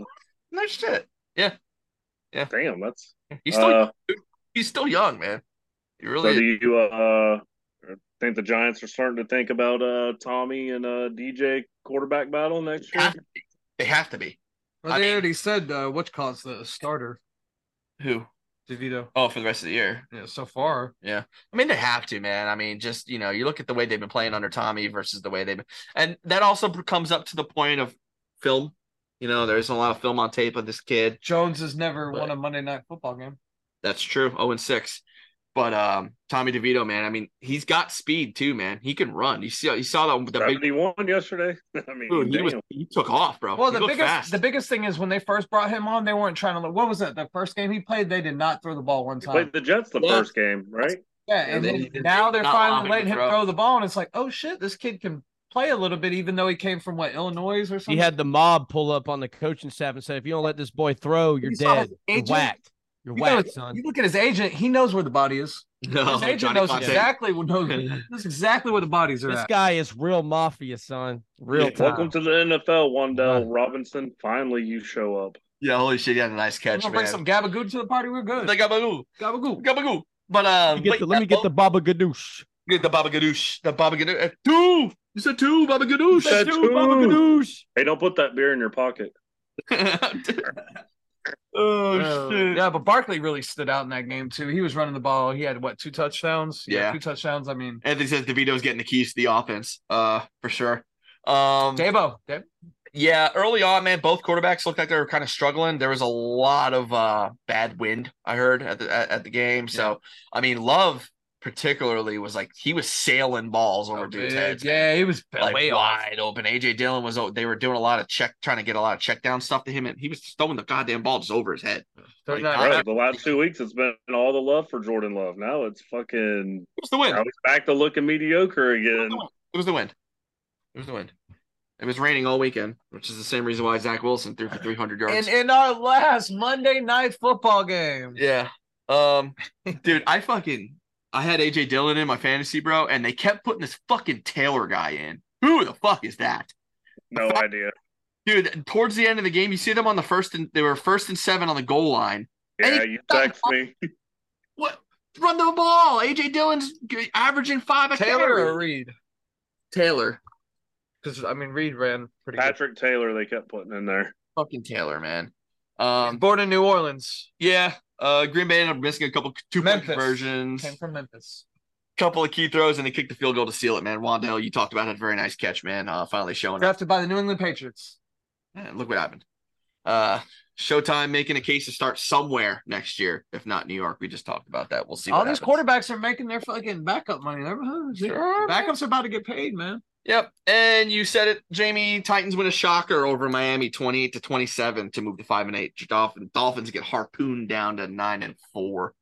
Speaker 1: no shit.
Speaker 2: Damn, that's
Speaker 1: He's still
Speaker 2: uh,
Speaker 1: he's still young, man. He really
Speaker 2: so
Speaker 1: is.
Speaker 2: do you uh think the Giants are starting to think about uh Tommy and uh DJ quarterback battle next
Speaker 1: They
Speaker 2: year?
Speaker 1: have to be. They have to be.
Speaker 4: Well,
Speaker 1: I
Speaker 4: they
Speaker 1: mean-
Speaker 4: already said uh, which caused the starter,
Speaker 1: Who?
Speaker 4: DeVito.
Speaker 1: Oh, for the rest of the year.
Speaker 4: Yeah, so far.
Speaker 1: I mean, they have to, man. I mean, just you know, you look at the way they've been playing under Tommy versus the way they've been, and that also comes up to the point of film. You know, there isn't a lot of film on tape of this kid.
Speaker 4: Jones has never won
Speaker 1: But-
Speaker 4: a Monday night football game.
Speaker 1: That's true. Oh, and six. But um, Tommy DeVito, man. I mean, he's got speed too, man. He can run. You see, you saw that the big
Speaker 2: Seventy one yesterday. I mean
Speaker 1: dude. He was
Speaker 2: damn.
Speaker 1: he took off, bro.
Speaker 4: Well,
Speaker 1: Oh, he
Speaker 4: the
Speaker 1: looked
Speaker 4: biggest
Speaker 1: fast.
Speaker 4: the biggest thing is when they first brought him on, they weren't trying to look. What was it? The first game he played, they did not throw the ball one
Speaker 2: He
Speaker 4: time.
Speaker 2: played the Jets the
Speaker 1: Yeah.
Speaker 2: first game, right?
Speaker 4: yeah, and
Speaker 1: Yeah, they-
Speaker 4: then
Speaker 1: they-
Speaker 4: now
Speaker 1: they
Speaker 4: they're
Speaker 1: not allowing
Speaker 4: finally
Speaker 1: him
Speaker 4: letting
Speaker 1: to
Speaker 4: him
Speaker 1: throw.
Speaker 4: throw the ball, and it's like, oh shit, this kid can play a little bit, even though he came from what Illinois or something.
Speaker 3: He had the mob pull up on the coaching staff and said, "If you don't let this boy throw, you're
Speaker 4: You saw his
Speaker 3: dead. You're
Speaker 4: agent?
Speaker 3: whacked. You're
Speaker 4: You know,
Speaker 3: whacked, son."
Speaker 4: You look at his agent; he knows where the body is.
Speaker 1: No,
Speaker 4: his agent
Speaker 1: Oh, Johnny
Speaker 4: knows
Speaker 1: Fontaine.
Speaker 4: exactly what knows, knows exactly where the bodies are
Speaker 3: This
Speaker 4: at.
Speaker 3: guy is real mafia, son. Real
Speaker 2: Yeah, um, Welcome
Speaker 3: time.
Speaker 2: to the NFL, Wandell
Speaker 3: Wow.
Speaker 2: Robinson. Finally, you show up.
Speaker 1: Yeah, holy shit, he had a nice
Speaker 4: I'm
Speaker 1: catch,
Speaker 4: gonna bring
Speaker 1: man.
Speaker 4: some gabagool to the party. We're good.
Speaker 1: The gabagoo,
Speaker 4: gabagool.
Speaker 1: gabagoo. But um,
Speaker 3: Let me get
Speaker 1: but
Speaker 3: the,
Speaker 1: yeah,
Speaker 3: let me get the Baba Ganoush.
Speaker 1: Get the Baba Ganoush. The Baba Ganoush. eh, Two. You said two, Baba Ganoush.
Speaker 2: Said
Speaker 1: two,
Speaker 2: two.
Speaker 1: Baba
Speaker 3: Ganoush.
Speaker 2: Hey, don't put that beer in your pocket.
Speaker 1: Ganoush. oh,
Speaker 4: Uh,
Speaker 1: shit.
Speaker 4: Yeah, but Barkley really stood out in that game too. He was running the ball. He had what two touchdowns? He had
Speaker 1: Yeah.
Speaker 4: two touchdowns. I mean,
Speaker 1: Anthony says DeVito's getting the keys to the offense, uh, for sure. Um,
Speaker 4: Dabo. Dab-
Speaker 1: yeah, early on, man, both quarterbacks looked like they were kind of struggling. There was a lot of uh bad wind I heard at the at, at the game. So I mean, Love particularly was like he was sailing balls over dude's
Speaker 4: Dude,
Speaker 1: heads.
Speaker 4: Oh, yeah, he was
Speaker 1: like
Speaker 4: way off.
Speaker 1: wide open. AJ Dillon was they were doing a lot of check, trying to get a lot of check down stuff to him, and he was just throwing the goddamn ball just over his head.
Speaker 4: They're
Speaker 1: Like,
Speaker 4: not-
Speaker 1: I-
Speaker 2: Bro, the last two weeks, it's been all the love for Jordan Love. Now it's fucking.
Speaker 1: It was the win.
Speaker 2: Now he's back to looking mediocre again.
Speaker 1: It was the win. It was the win. It was raining all weekend, which is the same reason why Zach Wilson threw for 300 yards.
Speaker 4: And in our last Monday night football game,
Speaker 1: yeah. Um, dude, I fucking I had AJ Dillon in my fantasy, bro, and they kept putting this fucking Taylor guy in. Who the fuck is that?
Speaker 2: No idea.
Speaker 1: Dude, towards the end of the game, you see them on the first and they were first and seven on the goal line.
Speaker 2: Yeah, you text me.
Speaker 1: What? Run the ball. AJ Dillon's g- averaging five a
Speaker 4: Taylor or
Speaker 1: carry.
Speaker 4: Reed?
Speaker 1: Taylor.
Speaker 4: Because I mean, Reed ran pretty good.
Speaker 2: Patrick Taylor, they kept putting in there.
Speaker 1: Fucking Taylor, man. Um.
Speaker 4: Born in New Orleans,
Speaker 1: Yeah. Uh. Green Bay ended up missing a couple two point
Speaker 4: Memphis.
Speaker 1: conversions,
Speaker 4: came from Memphis.
Speaker 1: couple of key throws, and they kicked the field goal to seal it. Man, Wandell, you talked about that very nice catch, man. Uh, finally showing up.
Speaker 4: Drafted by the New England Patriots.
Speaker 1: Man, look what happened. Uh, Showtime making a case to start somewhere next year, if not New York. We just talked about that. We'll see.
Speaker 4: All
Speaker 1: what
Speaker 4: these
Speaker 1: happens.
Speaker 4: quarterbacks are making their fucking backup money. They're- huh,
Speaker 1: Sure, man.
Speaker 4: Backups are about to get paid, man.
Speaker 1: Yep. And you said it, Jamie. Titans win a shocker over Miami 28 to 27 to move to 5 and 8. Dolphins, Dolphins get harpooned down to 9 and 4.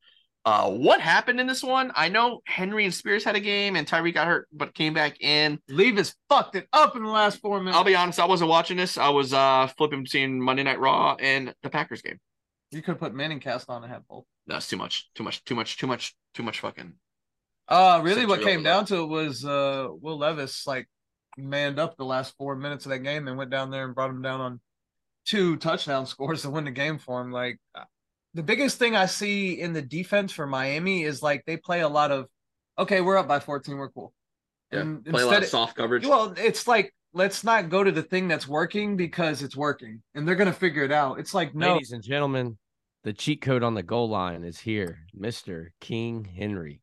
Speaker 1: Uh, what happened in this one? I know Henry and Spears had a game and Tyreek got hurt, but came back in.
Speaker 4: Leave has fucked it up in the last four minutes.
Speaker 1: I'll be honest, I wasn't watching this. I was uh flipping between Monday Night Raw and the Packers game.
Speaker 4: you could put Manning cast on a head bowl.
Speaker 1: That's too much, too much, too much, too much, too much fucking.
Speaker 4: Uh really what
Speaker 1: Century
Speaker 4: came
Speaker 1: overload.
Speaker 4: down to it was uh Will Levis like manned up the last four minutes of that game and went down there and brought him down on two touchdown scores to win the game for him. Like uh, the biggest thing I see in the defense for Miami is like they play a lot of okay, we're up by 14, we're cool. And
Speaker 1: play a lot
Speaker 4: instead
Speaker 1: of soft coverage.
Speaker 4: well, it's like let's not go to the thing that's working because it's working and they're gonna figure it out. It's like no
Speaker 3: Ladies and gentlemen, the cheat code on the goal line is here, Mister King Henry.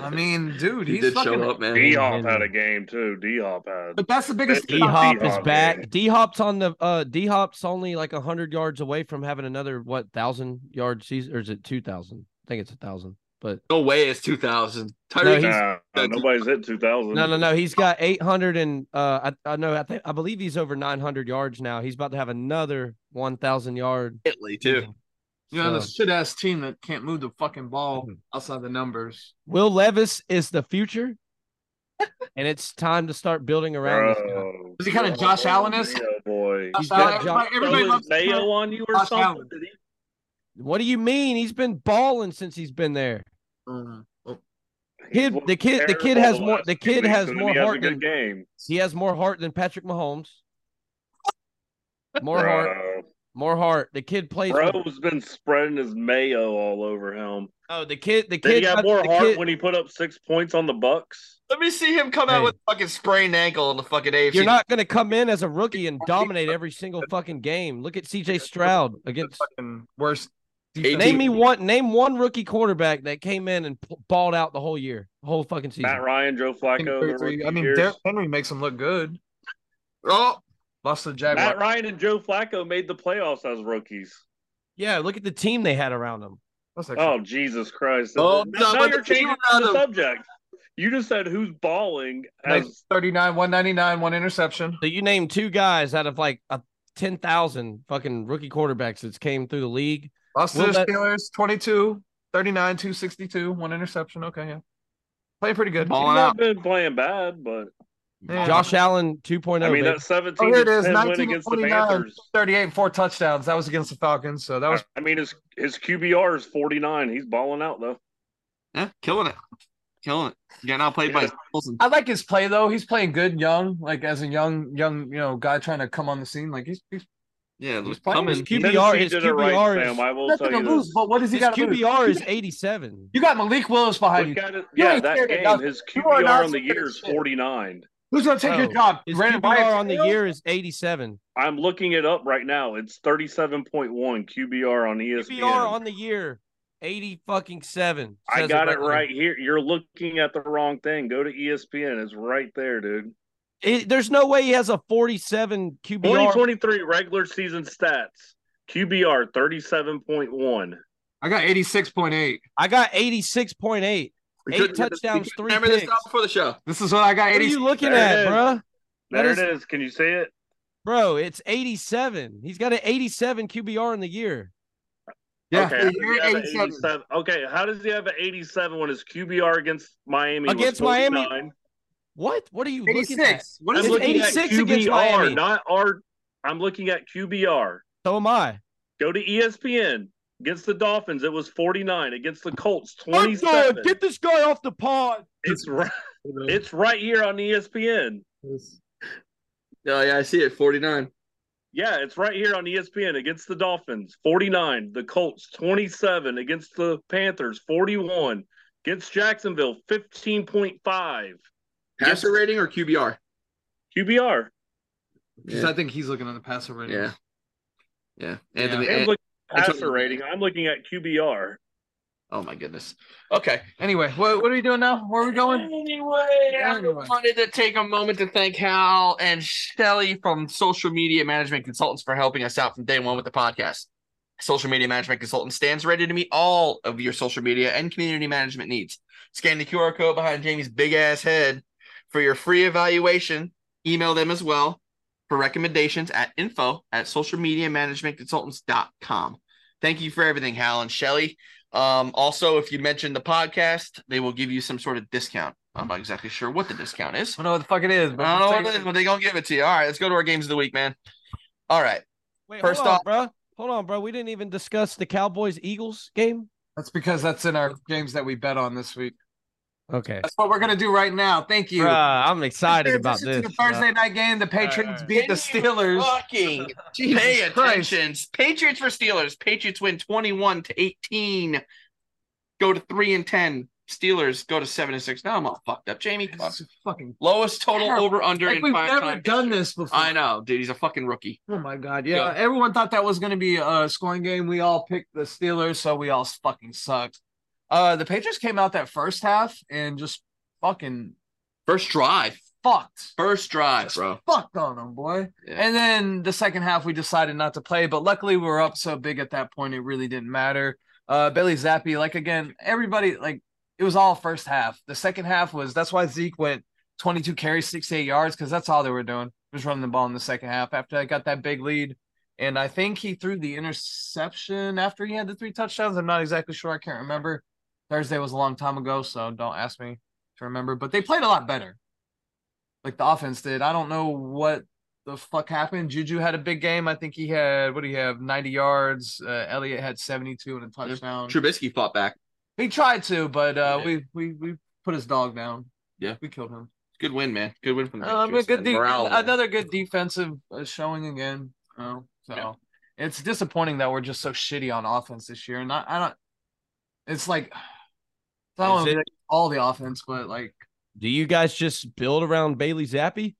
Speaker 4: I mean, dude,
Speaker 1: he
Speaker 4: he's
Speaker 1: did
Speaker 4: fucking
Speaker 1: show up, man.
Speaker 2: D Hop had a game too. D Hop had.
Speaker 4: but that's the biggest
Speaker 2: They-
Speaker 3: D
Speaker 4: thing I-
Speaker 3: Hop is
Speaker 2: D-Hop, yeah.
Speaker 3: back. D Hop's on the uh D Hop's only like hundred yards away from having another what thousand yard season or is it two thousand? I think it's a thousand. But
Speaker 1: No way, it's 2000. Tyreek
Speaker 3: No, he's-
Speaker 2: Nah, nobody's hit 2000.
Speaker 3: no, no, no. He's got eight hundred and uh I, I know I think I believe he's over nine hundred yards now. He's about to have another one thousand yard.
Speaker 1: Italy too.
Speaker 4: Mm-hmm. You know,
Speaker 3: So- hmm.
Speaker 4: this shit ass team that can't move the fucking ball outside the numbers.
Speaker 3: Will Levis is the future, and it's time to start building around. This guy.
Speaker 2: Bro.
Speaker 4: Is he kinda Josh
Speaker 2: Oh,
Speaker 4: Allen-esque?
Speaker 2: yeah, boy.
Speaker 3: He's
Speaker 4: Outside- everybody,
Speaker 3: got Josh-
Speaker 4: everybody
Speaker 2: Throwing
Speaker 4: loves
Speaker 2: Uh, mayo on you or
Speaker 4: Josh
Speaker 2: something?
Speaker 4: Allen.
Speaker 2: Did he-
Speaker 3: What do you mean? He's been balling since he's been there.
Speaker 4: Mm.
Speaker 3: Kid,
Speaker 2: He's
Speaker 3: the kid, the kid
Speaker 2: terrible
Speaker 3: has
Speaker 2: the
Speaker 3: more.
Speaker 2: last
Speaker 3: The
Speaker 2: few
Speaker 3: kid
Speaker 2: weeks, and
Speaker 3: has
Speaker 2: then
Speaker 3: more
Speaker 2: he has a
Speaker 3: heart
Speaker 2: good
Speaker 3: than
Speaker 2: game.
Speaker 3: he has more heart than Patrick Mahomes. More heart,
Speaker 2: Bro,
Speaker 3: more heart. The kid plays.
Speaker 2: bro's been spreading his mayo all over him.
Speaker 3: Oh, the kid, the
Speaker 2: Then
Speaker 3: kid
Speaker 2: he got more
Speaker 3: the
Speaker 2: heart
Speaker 3: kid-
Speaker 2: when he put up six points on the Bucks.
Speaker 1: Let me see him come out
Speaker 3: Hey.
Speaker 1: with a fucking sprained ankle in the fucking AFC.
Speaker 3: You're not going to come in as a rookie and dominate every single fucking game. Look at CJ Stroud against.
Speaker 4: Fucking worst.
Speaker 1: Eighteen.
Speaker 3: Name me one. Name one rookie quarterback that came in and p- balled out the whole year, whole fucking season.
Speaker 2: Matt Ryan, Joe Flacco. their rookie
Speaker 4: I mean,
Speaker 2: years.
Speaker 4: Derrick Henry makes him look good.
Speaker 1: Oh,
Speaker 4: Lost to the
Speaker 2: Matt
Speaker 4: Jaguars.
Speaker 2: Ryan and Joe Flacco made the playoffs as rookies.
Speaker 3: Yeah, look at the team they had around them.
Speaker 4: That's actually-
Speaker 2: Oh Jesus Christ!
Speaker 1: Oh,
Speaker 2: now
Speaker 1: no,
Speaker 2: now
Speaker 1: but
Speaker 2: you're
Speaker 1: the team
Speaker 2: changing
Speaker 1: around
Speaker 2: the
Speaker 1: him-
Speaker 2: subject. You just said who's balling as
Speaker 4: Makes 39, 199, one interception.
Speaker 3: So you name two guys out of like a ten thousand fucking rookie quarterbacks that's came through the league.
Speaker 4: Lost to
Speaker 3: Well,
Speaker 4: the
Speaker 3: that-
Speaker 4: Steelers, 22, 39, 262, one interception. Okay, yeah. Playing pretty good.
Speaker 1: Ball-
Speaker 2: he's
Speaker 1: Balling
Speaker 2: not
Speaker 1: out.
Speaker 2: been playing bad, but
Speaker 4: Yeah.
Speaker 3: Josh Allen 2.0.
Speaker 2: I mean,
Speaker 3: baby.
Speaker 2: that 17
Speaker 4: Oh, here it
Speaker 2: to
Speaker 4: is.
Speaker 2: 10 win against the
Speaker 4: 1929,
Speaker 2: Panthers.
Speaker 4: 38, four touchdowns. That was against the Falcons. So that was
Speaker 2: I mean, his his QBR is 49. He's balling out though.
Speaker 1: Yeah, killing it, killing it. Getting outplayed by
Speaker 2: Yeah.
Speaker 1: Colson.
Speaker 4: I like his play though. He's playing good young, like as a young, young, you know, guy trying to come on the scene. Like he's, he's
Speaker 1: Yeah,
Speaker 4: He's
Speaker 1: Luke
Speaker 4: playing
Speaker 1: Cummins.
Speaker 3: QB
Speaker 2: Tennessee
Speaker 3: his
Speaker 2: did it
Speaker 3: QBR
Speaker 2: right,
Speaker 3: is-
Speaker 2: Sam. I will
Speaker 4: nothing
Speaker 2: tell
Speaker 4: to
Speaker 2: you
Speaker 4: lose,
Speaker 2: this.
Speaker 4: but what does he
Speaker 3: His
Speaker 4: got to lose?
Speaker 3: QBR is 87.
Speaker 4: You got Malik Willis behind
Speaker 2: Look
Speaker 4: you.
Speaker 2: at it-
Speaker 4: You
Speaker 2: yeah,
Speaker 4: ain't
Speaker 2: that
Speaker 4: scared of
Speaker 2: game,
Speaker 4: nothing.
Speaker 2: his
Speaker 4: You are
Speaker 2: QBR
Speaker 4: not
Speaker 2: on the
Speaker 4: scared of
Speaker 2: year is
Speaker 4: shit.
Speaker 2: 49.
Speaker 4: Who's gonna take your
Speaker 3: Oh,
Speaker 4: job?
Speaker 3: His
Speaker 4: Brandon
Speaker 3: QBR
Speaker 4: Wyatt
Speaker 3: on the
Speaker 4: Taylor?
Speaker 3: year is 87.
Speaker 2: I'm looking it up right now. It's 37.1 QBR on E ESPN.
Speaker 3: QBR on the year 80 fucking 7.
Speaker 2: I
Speaker 3: Says
Speaker 2: got it
Speaker 3: there.
Speaker 2: right here. You're looking at the wrong thing. Go to E ESPN. It's right there, dude.
Speaker 3: It- there's no way he has a 47 QBR.
Speaker 2: 2023 regular season stats. QBR 37.1.
Speaker 4: I got eighty six point eight.
Speaker 3: I got 86.8.
Speaker 1: We
Speaker 3: Eight
Speaker 1: couldn't get this- we
Speaker 3: touchdowns,
Speaker 1: couldn't
Speaker 3: three
Speaker 1: Remember this
Speaker 3: picks.
Speaker 1: out before the show.
Speaker 4: This is what I got.
Speaker 3: What are
Speaker 4: 80,
Speaker 3: you looking
Speaker 2: There it is.
Speaker 3: at, bruh? That
Speaker 2: There
Speaker 3: is-
Speaker 2: it is. Can you see it?
Speaker 3: Bro, it's 87. He's got an 87 QBR in the year.
Speaker 4: Yeah,
Speaker 2: Okay.
Speaker 4: the
Speaker 2: how does
Speaker 4: year
Speaker 2: he have an
Speaker 4: 87.
Speaker 2: 87? Okay. How does he have an 87 when his QBR against Miami
Speaker 3: Against
Speaker 2: was
Speaker 3: Miami?
Speaker 2: 49?
Speaker 3: What? What are you looking at?
Speaker 4: 86. What
Speaker 2: I'm
Speaker 4: is
Speaker 3: It's
Speaker 4: it?
Speaker 2: looking
Speaker 3: 86
Speaker 2: at
Speaker 3: against Miami.
Speaker 2: QBR, not our. I'm looking at QBR.
Speaker 3: So am I.
Speaker 2: Go to E ESPN. Against the Dolphins, it was 49. Against the Colts,
Speaker 3: Hot
Speaker 2: 27.
Speaker 3: dog, get this guy off the pod.
Speaker 2: It's right. It's right here on E ESPN.
Speaker 1: Oh yeah, I see it. Forty nine.
Speaker 2: Yeah, it's right here on E ESPN against the Dolphins, 49, the Colts, 27, against the Panthers, 41, against Jacksonville, 15.5.
Speaker 1: Passer rating or QBR?
Speaker 2: QBR.
Speaker 4: Because I think he's looking at the passer rating.
Speaker 1: Yeah. Yeah. Anthony.
Speaker 2: And
Speaker 1: An-
Speaker 2: look at
Speaker 1: Antonio-
Speaker 2: passer rating. I'm looking at QBR.
Speaker 1: oh my goodness. Okay.
Speaker 4: Anyway, what, what are we doing now? Where are we going?
Speaker 1: Anyway, I
Speaker 4: Anyway.
Speaker 1: wanted to take a moment to thank Hal and Shelly from Social Media Management Consultants for helping us out from day one with the podcast. Social Media Management Consultant stands ready to meet all of your social media and community management needs. Scan the QR code behind Jamie's big ass head for your free evaluation. Email them as well for recommendations at info at socialmediamanagementconsultants.com. Thank you for everything, Hal and Shelly. Um, also, if you mention the podcast, they will give you some sort of discount. I'm not exactly sure what the discount is.
Speaker 4: I don't know what the fuck it is. But
Speaker 1: I don't know what it is, but they gonna give it to you. All right, let's go to our games of the week, man. All right,
Speaker 3: Wait,
Speaker 1: First
Speaker 3: hold on,
Speaker 1: off-
Speaker 3: bro. Hold on, bro. We didn't even discuss the Cowboys Eagles game.
Speaker 4: That's because that's in our games that we bet on this week.
Speaker 3: Okay.
Speaker 4: That's what we're gonna do right now. Thank you.
Speaker 3: Bruh, I'm excited
Speaker 4: This
Speaker 3: about
Speaker 4: is
Speaker 3: this.
Speaker 4: the Thursday night game. The Patriots
Speaker 2: Alright.
Speaker 4: beat the
Speaker 1: Can you
Speaker 4: Steelers.
Speaker 1: Fucking
Speaker 4: Jesus
Speaker 1: pay
Speaker 4: Christ.
Speaker 1: attention. Patriots for Steelers. Patriots win 21 to 18. Go to three and ten. Steelers go to seven and six. Now I'm all fucked up. Jamie, come on.
Speaker 4: This is fucking
Speaker 1: lowest total
Speaker 4: Terrible.
Speaker 1: over under
Speaker 4: like
Speaker 1: in
Speaker 4: we've
Speaker 1: five
Speaker 4: never
Speaker 1: times.
Speaker 4: done this before.
Speaker 1: I know, dude. He's a fucking rookie.
Speaker 4: Oh my god. Yeah,
Speaker 1: Yeah.
Speaker 4: everyone thought that was going to be a scoring game. We all picked the Steelers, so we all fucking sucked. Uh the Patriots came out that first half and just fucking
Speaker 1: First drive.
Speaker 4: fucked.
Speaker 1: First drive,
Speaker 4: Just
Speaker 1: bro.
Speaker 4: fucked on them, boy.
Speaker 1: Yeah.
Speaker 4: And then the second half we decided not to play, but luckily we were up so big at that point it really didn't matter. Uh Bailey Zappi, like again, everybody like it was all first half. The second half was that's why Zeke went 22 carries, 68 yards, because that's all they were doing was running the ball in the second half after I got that big lead. And I think he threw the interception after he had the three touchdowns. I'm not exactly sure. I can't remember. Thursday was a long time ago, so don't ask me to remember. But they played a lot better. Like the offense did. I don't know what the fuck happened. Juju had a big game. I think he had what do you have? 90 yards. Uh, Elliott had 72 and a touchdown.
Speaker 1: Trubisky fought back.
Speaker 4: He tried to, but uh,
Speaker 1: Yeah.
Speaker 4: we we we put his dog down.
Speaker 1: Yeah.
Speaker 4: we killed him.
Speaker 1: Good win, man. Good win from the
Speaker 4: Um, a
Speaker 1: Patriots.
Speaker 4: good
Speaker 1: And
Speaker 4: de-
Speaker 1: morale.
Speaker 4: another good defensive uh, showing again. you know, so
Speaker 1: Yeah.
Speaker 4: it's disappointing that we're just so shitty on offense this year. And I, I don't. It's like I don't
Speaker 3: Is
Speaker 4: wanna
Speaker 3: it-
Speaker 4: be all the offense, but like
Speaker 3: Do you guys just build around Bailey Zappi?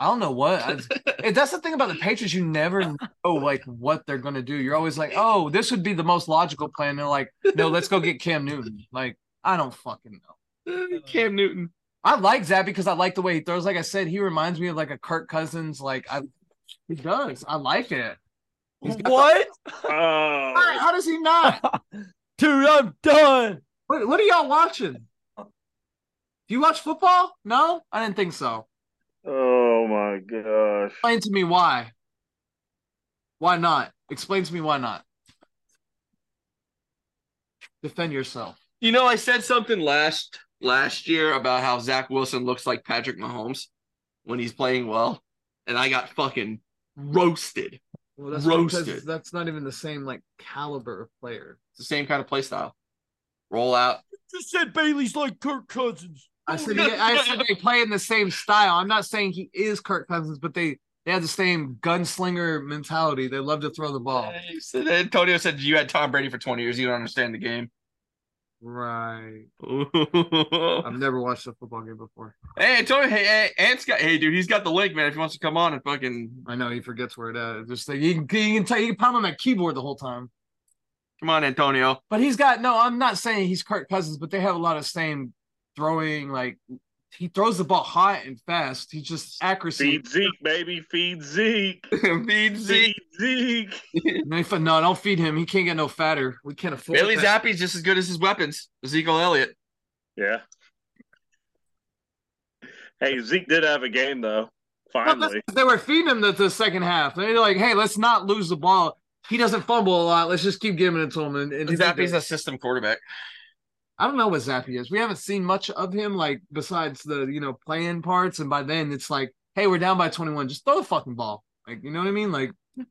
Speaker 4: I don't know what. I, it- that's the thing about the Patriots. You never know like what they're gonna do. You're always like, oh, this would be the most logical plan. They're like, no, let's go get Cam Newton. Like I don't fucking know.
Speaker 1: Cam Newton.
Speaker 4: I like Zach because I like the way he throws. Like I said, he reminds me of like a Kirk Cousins. Like I, he does. I like it. He's got the-
Speaker 3: What?
Speaker 4: How,
Speaker 2: Oh,
Speaker 4: how does he not?
Speaker 3: Dude, I'm done.
Speaker 4: What, what are y'all watching? Do you watch football? No, I didn't think so.
Speaker 2: oh my gosh.
Speaker 4: Explain to me why. Why not? Explain to me why not. Defend yourself.
Speaker 1: You know, I said something last last year about how Zach Wilson looks like Patrick Mahomes. when he's playing well, and I got fucking roasted.
Speaker 4: Well, that's
Speaker 1: Roasted.
Speaker 4: because That's not even the same like caliber of player.
Speaker 1: It's the same kind of play style. Roll out.
Speaker 3: Just said Bailey's like Kirk Cousins.
Speaker 4: I said they- I said they play in the same style. I'm not saying he is Kirk Cousins, but they they have the same gunslinger mentality. They love to throw the ball.
Speaker 1: Hey, so Antonio said you had Tom Brady for 20 years. You don't understand the game.
Speaker 4: Right. I've
Speaker 1: hey,
Speaker 4: never watched a football game before.
Speaker 1: Antonio. Hey, hey, Ant's got. Hey, dude, he's got the link, man. If he wants to come on and fucking
Speaker 4: I know he forgets where it is. Just like you can, you can tell you can pound on that keyboard the whole time.
Speaker 1: come on, Antonio.
Speaker 4: But he's got no. I'm not saying he's Kirk Cousins, but they have a lot of same throwing. Like he throws the ball hot and fast. He just accuracy.
Speaker 2: Feed Zeke, baby. Feed Zeke.
Speaker 1: Feed Zeke.
Speaker 2: Feed Zeke.
Speaker 4: No, he- no, don't feed him. He can't get no fatter. We can't afford
Speaker 1: Bailey
Speaker 4: that.
Speaker 1: Zappi's just as good as his weapons. Ezekiel Elliott.
Speaker 2: Yeah. Hey, Zeke did have a game though.
Speaker 4: Well, that's-
Speaker 2: Finally,
Speaker 4: they were feeding him the, the second half. They're like, hey, let's not lose the ball. He doesn't fumble a lot. Let's just keep giving it to him. And, and he did
Speaker 1: Zappi's
Speaker 4: that.
Speaker 1: a system quarterback.
Speaker 4: I don't know what Zappy is. We haven't seen much of him, like besides the you know playing parts. And by then, it's like, hey, we're down by twenty one. Just throw the fucking ball. Like you know what I mean? Like
Speaker 1: What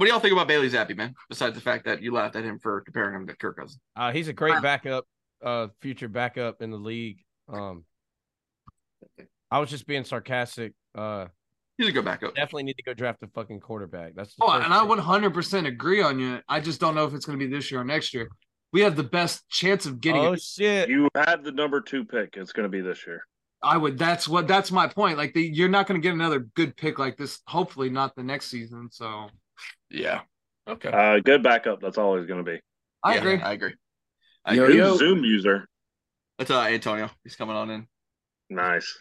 Speaker 1: do y'all think about Bailey Zappi, man? Besides the fact that you laughed at him for comparing him to Kirk Cousins.
Speaker 3: Uh, he's a great backup, uh, future backup in the league. Um, I was just being sarcastic. Uh,
Speaker 1: He's a good backup.
Speaker 3: definitely need to go draft a fucking quarterback. That's the
Speaker 4: Oh,
Speaker 3: first
Speaker 4: and I
Speaker 3: thing.
Speaker 4: 100% agree on you. I just don't know if it's going to be this year or next year. We have the best chance of getting
Speaker 3: Oh
Speaker 4: it.
Speaker 3: shit!
Speaker 2: you had the number two pick. It's going to be this year.
Speaker 4: I would. That's what. That's my point. Like the, you're not going to get another good pick like this. Hopefully not the next season. So
Speaker 1: Yeah. Okay.
Speaker 2: Uh, good backup. That's always going to be.
Speaker 4: I
Speaker 1: Yeah,
Speaker 4: agree.
Speaker 1: I agree. I
Speaker 2: Good
Speaker 1: agree.
Speaker 2: Zoom user.
Speaker 1: That's uh, Antonio. He's coming on in.
Speaker 2: Nice.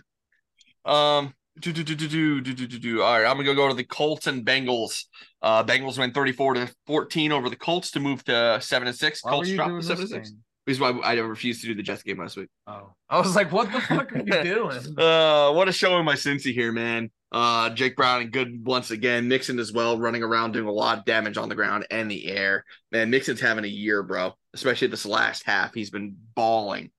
Speaker 1: Um, do do do do do do do do do. All right, I'm gonna go go to the Colts and Bengals. Uh, Bengals win 34 to 14 over the Colts to move to seven and six.
Speaker 4: Why were
Speaker 1: Colts
Speaker 4: you
Speaker 1: dropped
Speaker 4: doing
Speaker 1: to seven and
Speaker 4: this
Speaker 1: six.
Speaker 4: thing?
Speaker 1: This is why I refused to do the Jets game last week.
Speaker 4: Oh, I was like, what the fuck are you doing?
Speaker 1: Uh, what a showing by Cincy here, man. Uh, Jake Brown and good once again. Mixon as well, running around doing a lot of damage on the ground and the air. Man, Mixon's having a year, bro. Especially this last half, he's been balling.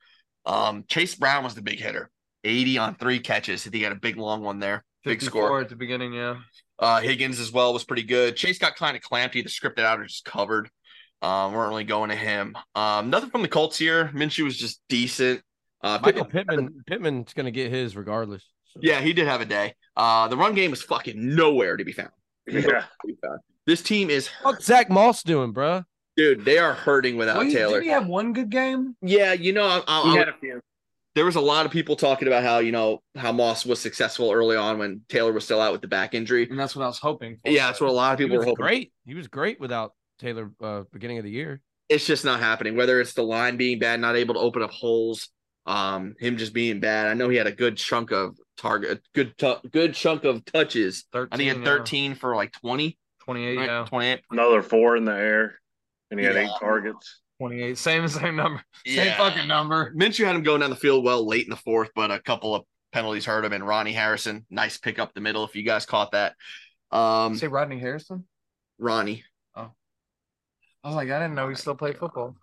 Speaker 1: Um, Chase Brown was the big hitter, 80 on three catches. He got a big long one there, big
Speaker 4: 54
Speaker 1: score.
Speaker 4: at the beginning. Yeah,
Speaker 1: Uh, Higgins as well was pretty good. Chase got kind of clamped. The scripted out or just covered. Um, weren't really going to him. Um, nothing from the Colts here. Minshew was just decent. Uh,
Speaker 3: Michael
Speaker 1: Pickett-
Speaker 3: Pittman. Pittman's gonna get his regardless. So.
Speaker 1: yeah, he did have a day. Uh, the run game is fucking nowhere to be found.
Speaker 2: Yeah.
Speaker 1: This team is,
Speaker 3: What's Zach Moss doing, bruh?
Speaker 1: dude, they are hurting without
Speaker 4: Well, he-
Speaker 1: Taylor.
Speaker 4: Did he have one good game?
Speaker 1: yeah, you know, I, I, I,
Speaker 4: a few.
Speaker 1: there was a lot of people talking about how you know how Moss was successful early on when Taylor was still out with the back injury.
Speaker 4: And that's what I was hoping. For.
Speaker 1: Yeah, that's what a lot of
Speaker 3: Mm-hmm. He
Speaker 1: people were
Speaker 3: was
Speaker 1: hoping.
Speaker 3: great. He was great without Taylor. Uh, beginning of the year.
Speaker 1: it's just not happening. Whether it's the line being bad, not able to open up holes, um, him just being bad. I know he had a good chunk of target, a good tu- good chunk of touches.
Speaker 4: 13,
Speaker 1: I think he had
Speaker 4: yeah.
Speaker 1: 13 for like 20,
Speaker 4: 28,
Speaker 1: right?
Speaker 4: yeah,
Speaker 1: 28.
Speaker 2: Another four in the air, and he had eight
Speaker 1: Yeah.
Speaker 2: targets.
Speaker 4: 28. Same, same number. Same
Speaker 1: Yeah.
Speaker 4: fucking number.
Speaker 1: Minshew had him going down the field well late in the fourth, but a couple of penalties hurt him. And Ronnie Harrison, nice pick up the middle. If you guys caught that, um,
Speaker 4: Say Rodney Harrison.
Speaker 1: Ronnie
Speaker 4: I was like, I didn't know he still played football.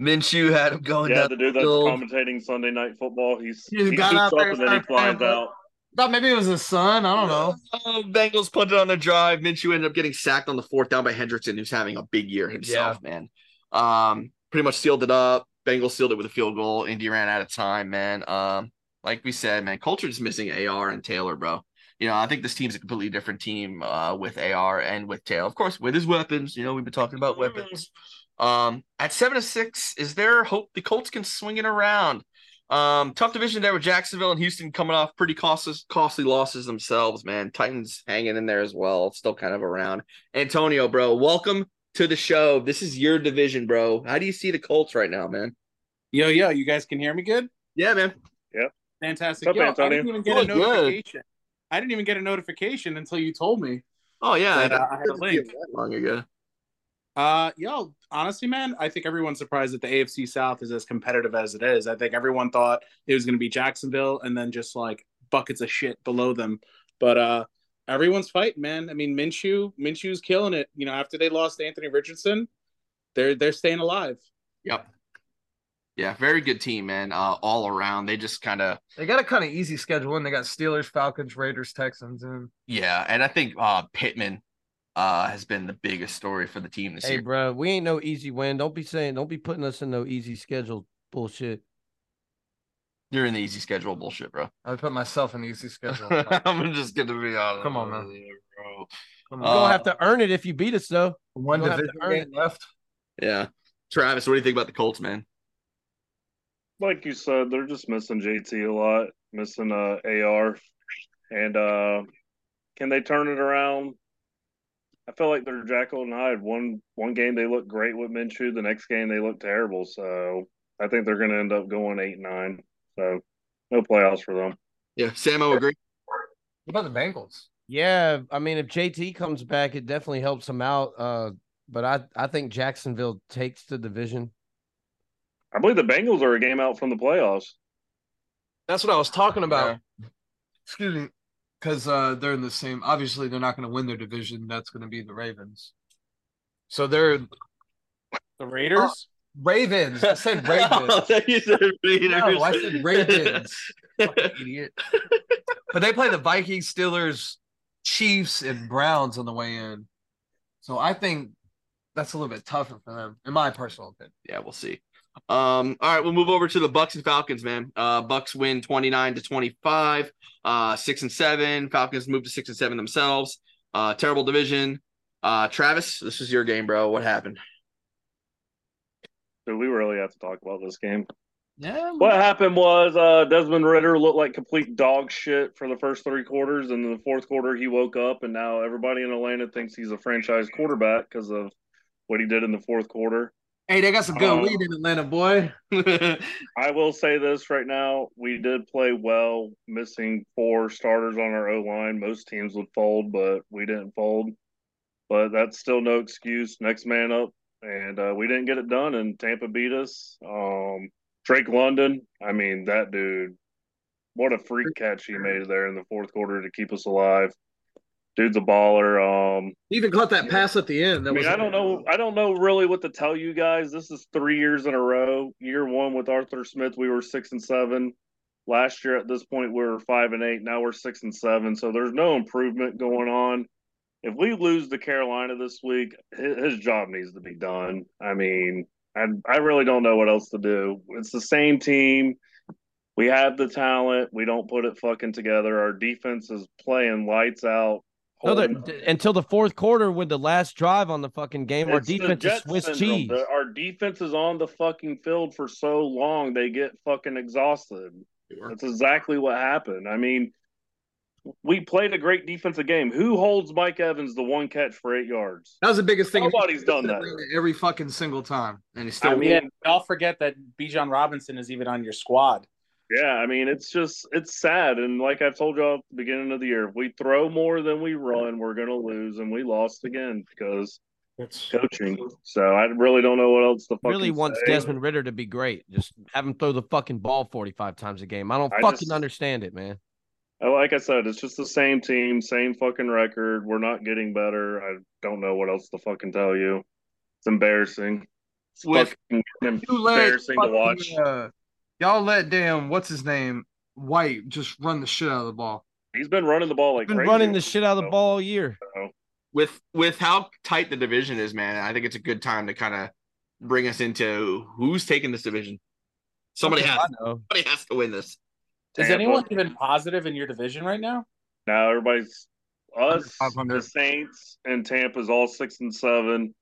Speaker 1: Minshew had him
Speaker 4: Oh,
Speaker 1: going
Speaker 2: Yeah,
Speaker 1: down
Speaker 2: the dude that's
Speaker 1: Bill.
Speaker 2: commentating Sunday night football. He's
Speaker 4: He's
Speaker 2: he
Speaker 4: got
Speaker 2: shoots
Speaker 4: out
Speaker 2: up
Speaker 4: there
Speaker 2: and then he
Speaker 4: and started
Speaker 2: flies
Speaker 4: playing
Speaker 2: out.
Speaker 4: Thought maybe it was his son. I don't know.
Speaker 1: Uh, Bengals punted on their drive. Minshew ended up getting sacked on the fourth down by Hendrickson, who's having a big year himself, man. Um, pretty much sealed it up. Bengals sealed it with a field goal. Indy ran out of time, man. Um, like we said, man, culture's missing AR and Taylor, bro. You know, I think this team's a completely different team uh, with AR and with Taylor, of course, with his weapons. You know, we've been talking about weapons. Um, at seven to six, is there hope the Colts can swing it around? Um, tough division there with Jacksonville and Houston coming off pretty costly, costly losses themselves, man. Titans hanging in there as well, still kind of around. Antonio, bro, welcome to the show. This is your division, bro. How do you see the Colts right now, man?
Speaker 5: Yo, yo, you guys can hear me good?
Speaker 1: Yeah, man.
Speaker 5: Fantastic.
Speaker 2: What's up,
Speaker 5: Yo, I
Speaker 2: Antonio?
Speaker 5: didn't even get
Speaker 1: Oh,
Speaker 5: a
Speaker 1: good.
Speaker 5: notification. I didn't even get a notification until you told me.
Speaker 1: Oh yeah,
Speaker 5: But, uh, I had a
Speaker 1: didn't see
Speaker 5: link.
Speaker 1: it that long ago.
Speaker 5: Uh, yo, honestly, man, I think everyone's surprised that the AFC South is as competitive as it is. I think everyone thought it was going to be Jacksonville and then just like buckets of shit below them. But uh, everyone's fighting, man. I mean, Minshew, Minshew's killing it. You know, after they lost Anthony Richardson, they're they're staying alive.
Speaker 1: Yeah, very good team, man. Uh, all around, they just kind of
Speaker 4: They got a kind of easy schedule, and they got Steelers, Falcons, Raiders, Texans, and
Speaker 1: yeah. And I think uh, Pittman uh, has been the biggest story for the team this
Speaker 3: Hey,
Speaker 1: year.
Speaker 3: bro, we ain't no easy win. Don't be saying, don't be putting us in no easy schedule bullshit.
Speaker 1: You're in the easy schedule bullshit, bro.
Speaker 4: I put myself in the easy schedule. Come
Speaker 1: I'm just gonna be honest.
Speaker 4: Come on, man.
Speaker 1: with you, bro.
Speaker 4: on.
Speaker 3: We're gonna
Speaker 1: Uh,
Speaker 3: have to earn it if you beat us, though.
Speaker 4: One
Speaker 3: you'll have to
Speaker 4: division
Speaker 3: earn
Speaker 4: game left.
Speaker 1: Yeah, Travis, what do you think about the Colts, man?
Speaker 2: Like you said, they're just missing JT a lot, missing uh, AR, and uh, can they turn it around? I feel like they're Jackal and Hyde. One one game they look great with Minshew, the next game they look terrible. So I think they're going to end up going eight nine. So no playoffs for them.
Speaker 1: Yeah, Sam, I agree.
Speaker 4: What about the Bengals?
Speaker 3: Yeah, I mean, if JT comes back, it definitely helps him out. Uh, but I, I think Jacksonville takes the division.
Speaker 2: I believe the Bengals are a game out from the playoffs.
Speaker 4: That's what I was talking about. Excuse me, because uh, they're in the same. Obviously, they're not going to win their division. That's going to be the Ravens. So they're
Speaker 5: The Raiders?
Speaker 4: Ravens. I said
Speaker 1: Oh,
Speaker 4: Ravens.
Speaker 1: you said Raiders.
Speaker 4: no, I said Ravens. Fucking idiot. But they play the Vikings, Steelers, Chiefs, and Browns on the way in. So I think that's a little bit tougher for them, in my personal opinion.
Speaker 1: yeah, we'll see. Um, all right, we'll move over to the Bucks and Falcons, man. Uh, Bucks win 29 to 25, uh, six and seven. Falcons move to six and seven themselves. Uh, terrible division. Uh, Travis, this was your game, bro. What happened?
Speaker 2: Do we really have to talk about this game?
Speaker 4: Yeah.
Speaker 2: What happened was uh, Desmond Ritter looked like complete dog shit for the first three quarters, and in the fourth quarter he woke up, and now everybody in Atlanta thinks he's a franchise quarterback because of what he did in the fourth quarter.
Speaker 4: Hey, they got some good
Speaker 2: Oh.
Speaker 4: lead in Atlanta, boy.
Speaker 2: I will say this right now: we did play well, missing four starters on our O line. Most teams would fold, but we didn't fold. But that's still no excuse. Next man up, and uh, we didn't get it done. And Tampa beat us. Um, Drake London, I mean that dude, what a freak catch he made there in the fourth quarter to keep us alive. Dude's a baller. Um,
Speaker 4: He even caught that pass at the end. That
Speaker 2: I mean,
Speaker 4: was
Speaker 2: I don't know. I don't know really what to tell you guys. This is three years in a row. Year one with Arthur Smith, we were six and seven. Last year at this point, we were five and eight. Now we're six and seven. So there's no improvement going on. If we lose to Carolina this week, his, his job needs to be done. I mean, I I really don't know what else to do. It's the same team. We have the talent. We don't put it fucking together. Our defense is playing lights out.
Speaker 3: No, they're-
Speaker 2: holding
Speaker 3: until the fourth quarter with the last drive on the fucking game, our
Speaker 2: it's the
Speaker 3: defense is
Speaker 2: Jets
Speaker 3: Swiss
Speaker 2: syndrome.
Speaker 3: cheese.
Speaker 2: The- our defense is on the fucking field for so long they get fucking exhausted. That's exactly what happened. I mean, we played a great defensive game. Who holds Mike Evans the one catch for eight yards?
Speaker 4: That was the biggest thing.
Speaker 2: Nobody's done that.
Speaker 4: every fucking single time, and he still.
Speaker 2: I
Speaker 5: I
Speaker 2: mean-
Speaker 5: mean, I'll forget that Bijan Robinson is even on your squad.
Speaker 2: Yeah, I mean, it's just it's sad. And like I told y'all at the beginning of the year, if we throw more than we run, we're gonna lose, and we lost again because coaching. So I really don't know what else to fucking
Speaker 3: Really wants
Speaker 2: say.
Speaker 3: Desmond Ritter to be great. Just have him throw the fucking ball 45 times a game. I don't
Speaker 2: I
Speaker 3: fucking
Speaker 2: just-
Speaker 3: understand it, man.
Speaker 2: Uh, Like I said, it's just the same team, same fucking record. We're not getting better. I don't know what else to fucking tell you. It's embarrassing. It's
Speaker 1: With-
Speaker 2: fucking
Speaker 4: You let
Speaker 2: embarrassing to
Speaker 4: fucking,
Speaker 2: watch.
Speaker 4: uh, y'all let damn what's his name White just run the shit out of the ball.
Speaker 2: He's been running the ball like
Speaker 3: Been
Speaker 2: crazy.
Speaker 3: running the shit out of the ball all year.
Speaker 1: with with how tight the division is, man, I think it's a good time to kind of bring us into who's taking this division. Somebody has
Speaker 3: I know.
Speaker 1: somebody has to win this.
Speaker 5: Is
Speaker 2: Tampa.
Speaker 5: anyone even positive in your division right now?
Speaker 2: Now everybody's us,
Speaker 4: 500.
Speaker 2: the Saints, and Tampa's all six and seven.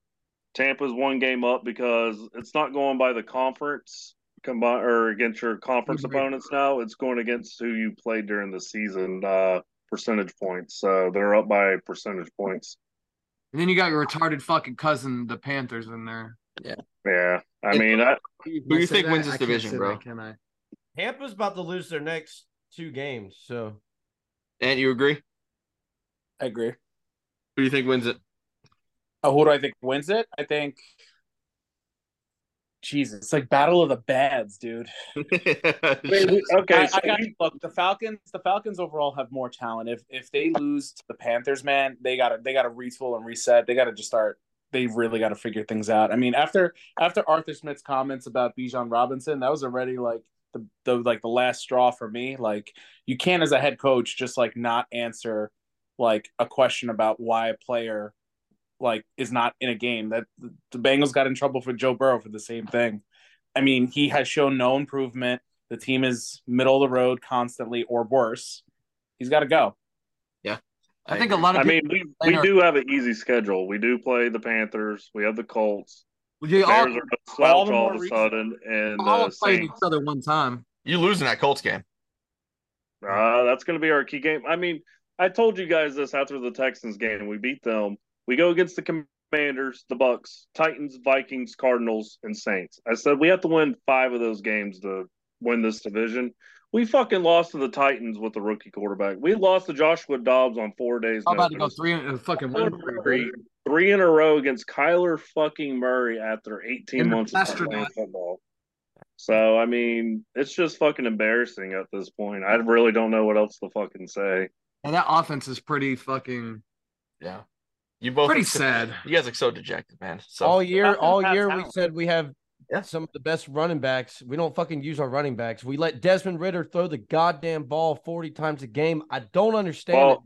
Speaker 2: Tampa's one game up because it's not going by the conference combined or against your conference
Speaker 4: Mhm.
Speaker 2: opponents now. It's going against who you played during the season uh, percentage points. So they're up by percentage points.
Speaker 4: And then you got your retarded fucking cousin, the Panthers, in there.
Speaker 2: Yeah, I
Speaker 1: It-
Speaker 2: mean, I,
Speaker 1: Who do you think wins this division, bro?
Speaker 4: can I?
Speaker 3: Tampa's about to lose their next two games. So
Speaker 1: And you agree?
Speaker 5: I agree.
Speaker 1: Who do you think wins it?
Speaker 5: Oh, who do I think wins it? I think. Jesus, it's like battle of the bads, dude.
Speaker 2: Wait, we- okay,
Speaker 5: I,
Speaker 2: so
Speaker 5: I got,
Speaker 2: we-
Speaker 5: look, the Falcons. The Falcons overall have more talent. If if they lose to the Panthers, man, they gotta they gotta retool and reset. They gotta just start they really got to figure things out. I mean, after after Arthur Smith's comments about Bijan Robinson, that was already like the, the like the last straw for me. Like you can't as a head coach just like not answer like a question about why a player like is not in a game. That the Bengals got in trouble for Joe Burrow for the same thing. I mean, he has shown no improvement. The team is middle of the road constantly or worse. He's got to go.
Speaker 4: I think a lot of
Speaker 2: I mean,
Speaker 4: people.
Speaker 2: we,
Speaker 4: I
Speaker 2: we
Speaker 4: know.
Speaker 2: do have an easy schedule. We do play the Panthers. We have the Colts.
Speaker 4: they all,
Speaker 2: Bears are no slouch
Speaker 5: the
Speaker 2: all
Speaker 5: more
Speaker 2: of a
Speaker 5: reason-
Speaker 2: sudden, and
Speaker 4: all
Speaker 2: uh,
Speaker 4: played each
Speaker 2: Saints.
Speaker 4: other one time.
Speaker 1: You losing that Colts game.
Speaker 2: Uh, that's going to be our key game. I mean, I told you guys this after the Texans game. We beat them. We go against the Commanders, the Bucks, Titans, Vikings, Cardinals, and Saints. I said we have to win five of those games to win this division. We fucking lost to the Titans with the rookie quarterback. We lost to Joshua Dobbs on four days.
Speaker 4: I'm about to go
Speaker 2: notice.
Speaker 4: three and fucking win.
Speaker 2: Three, three in a row against Kyler fucking Murray after 18
Speaker 4: And the
Speaker 2: months of not
Speaker 4: astronaut.
Speaker 2: playing football. So I mean, it's just fucking embarrassing at this point. I really don't know what else to fucking say.
Speaker 4: And that offense is pretty fucking
Speaker 1: Yeah. You both
Speaker 4: pretty
Speaker 1: look so-
Speaker 4: sad.
Speaker 1: You guys look so dejected, man. So
Speaker 3: all year,
Speaker 5: Falcons
Speaker 3: all
Speaker 5: have
Speaker 3: year we
Speaker 5: talent.
Speaker 3: said we have
Speaker 1: Yeah.
Speaker 3: some of the best running backs. We don't fucking use our running backs. We let Desmond Ritter throw the goddamn ball forty times a game. I don't understand.
Speaker 2: Well,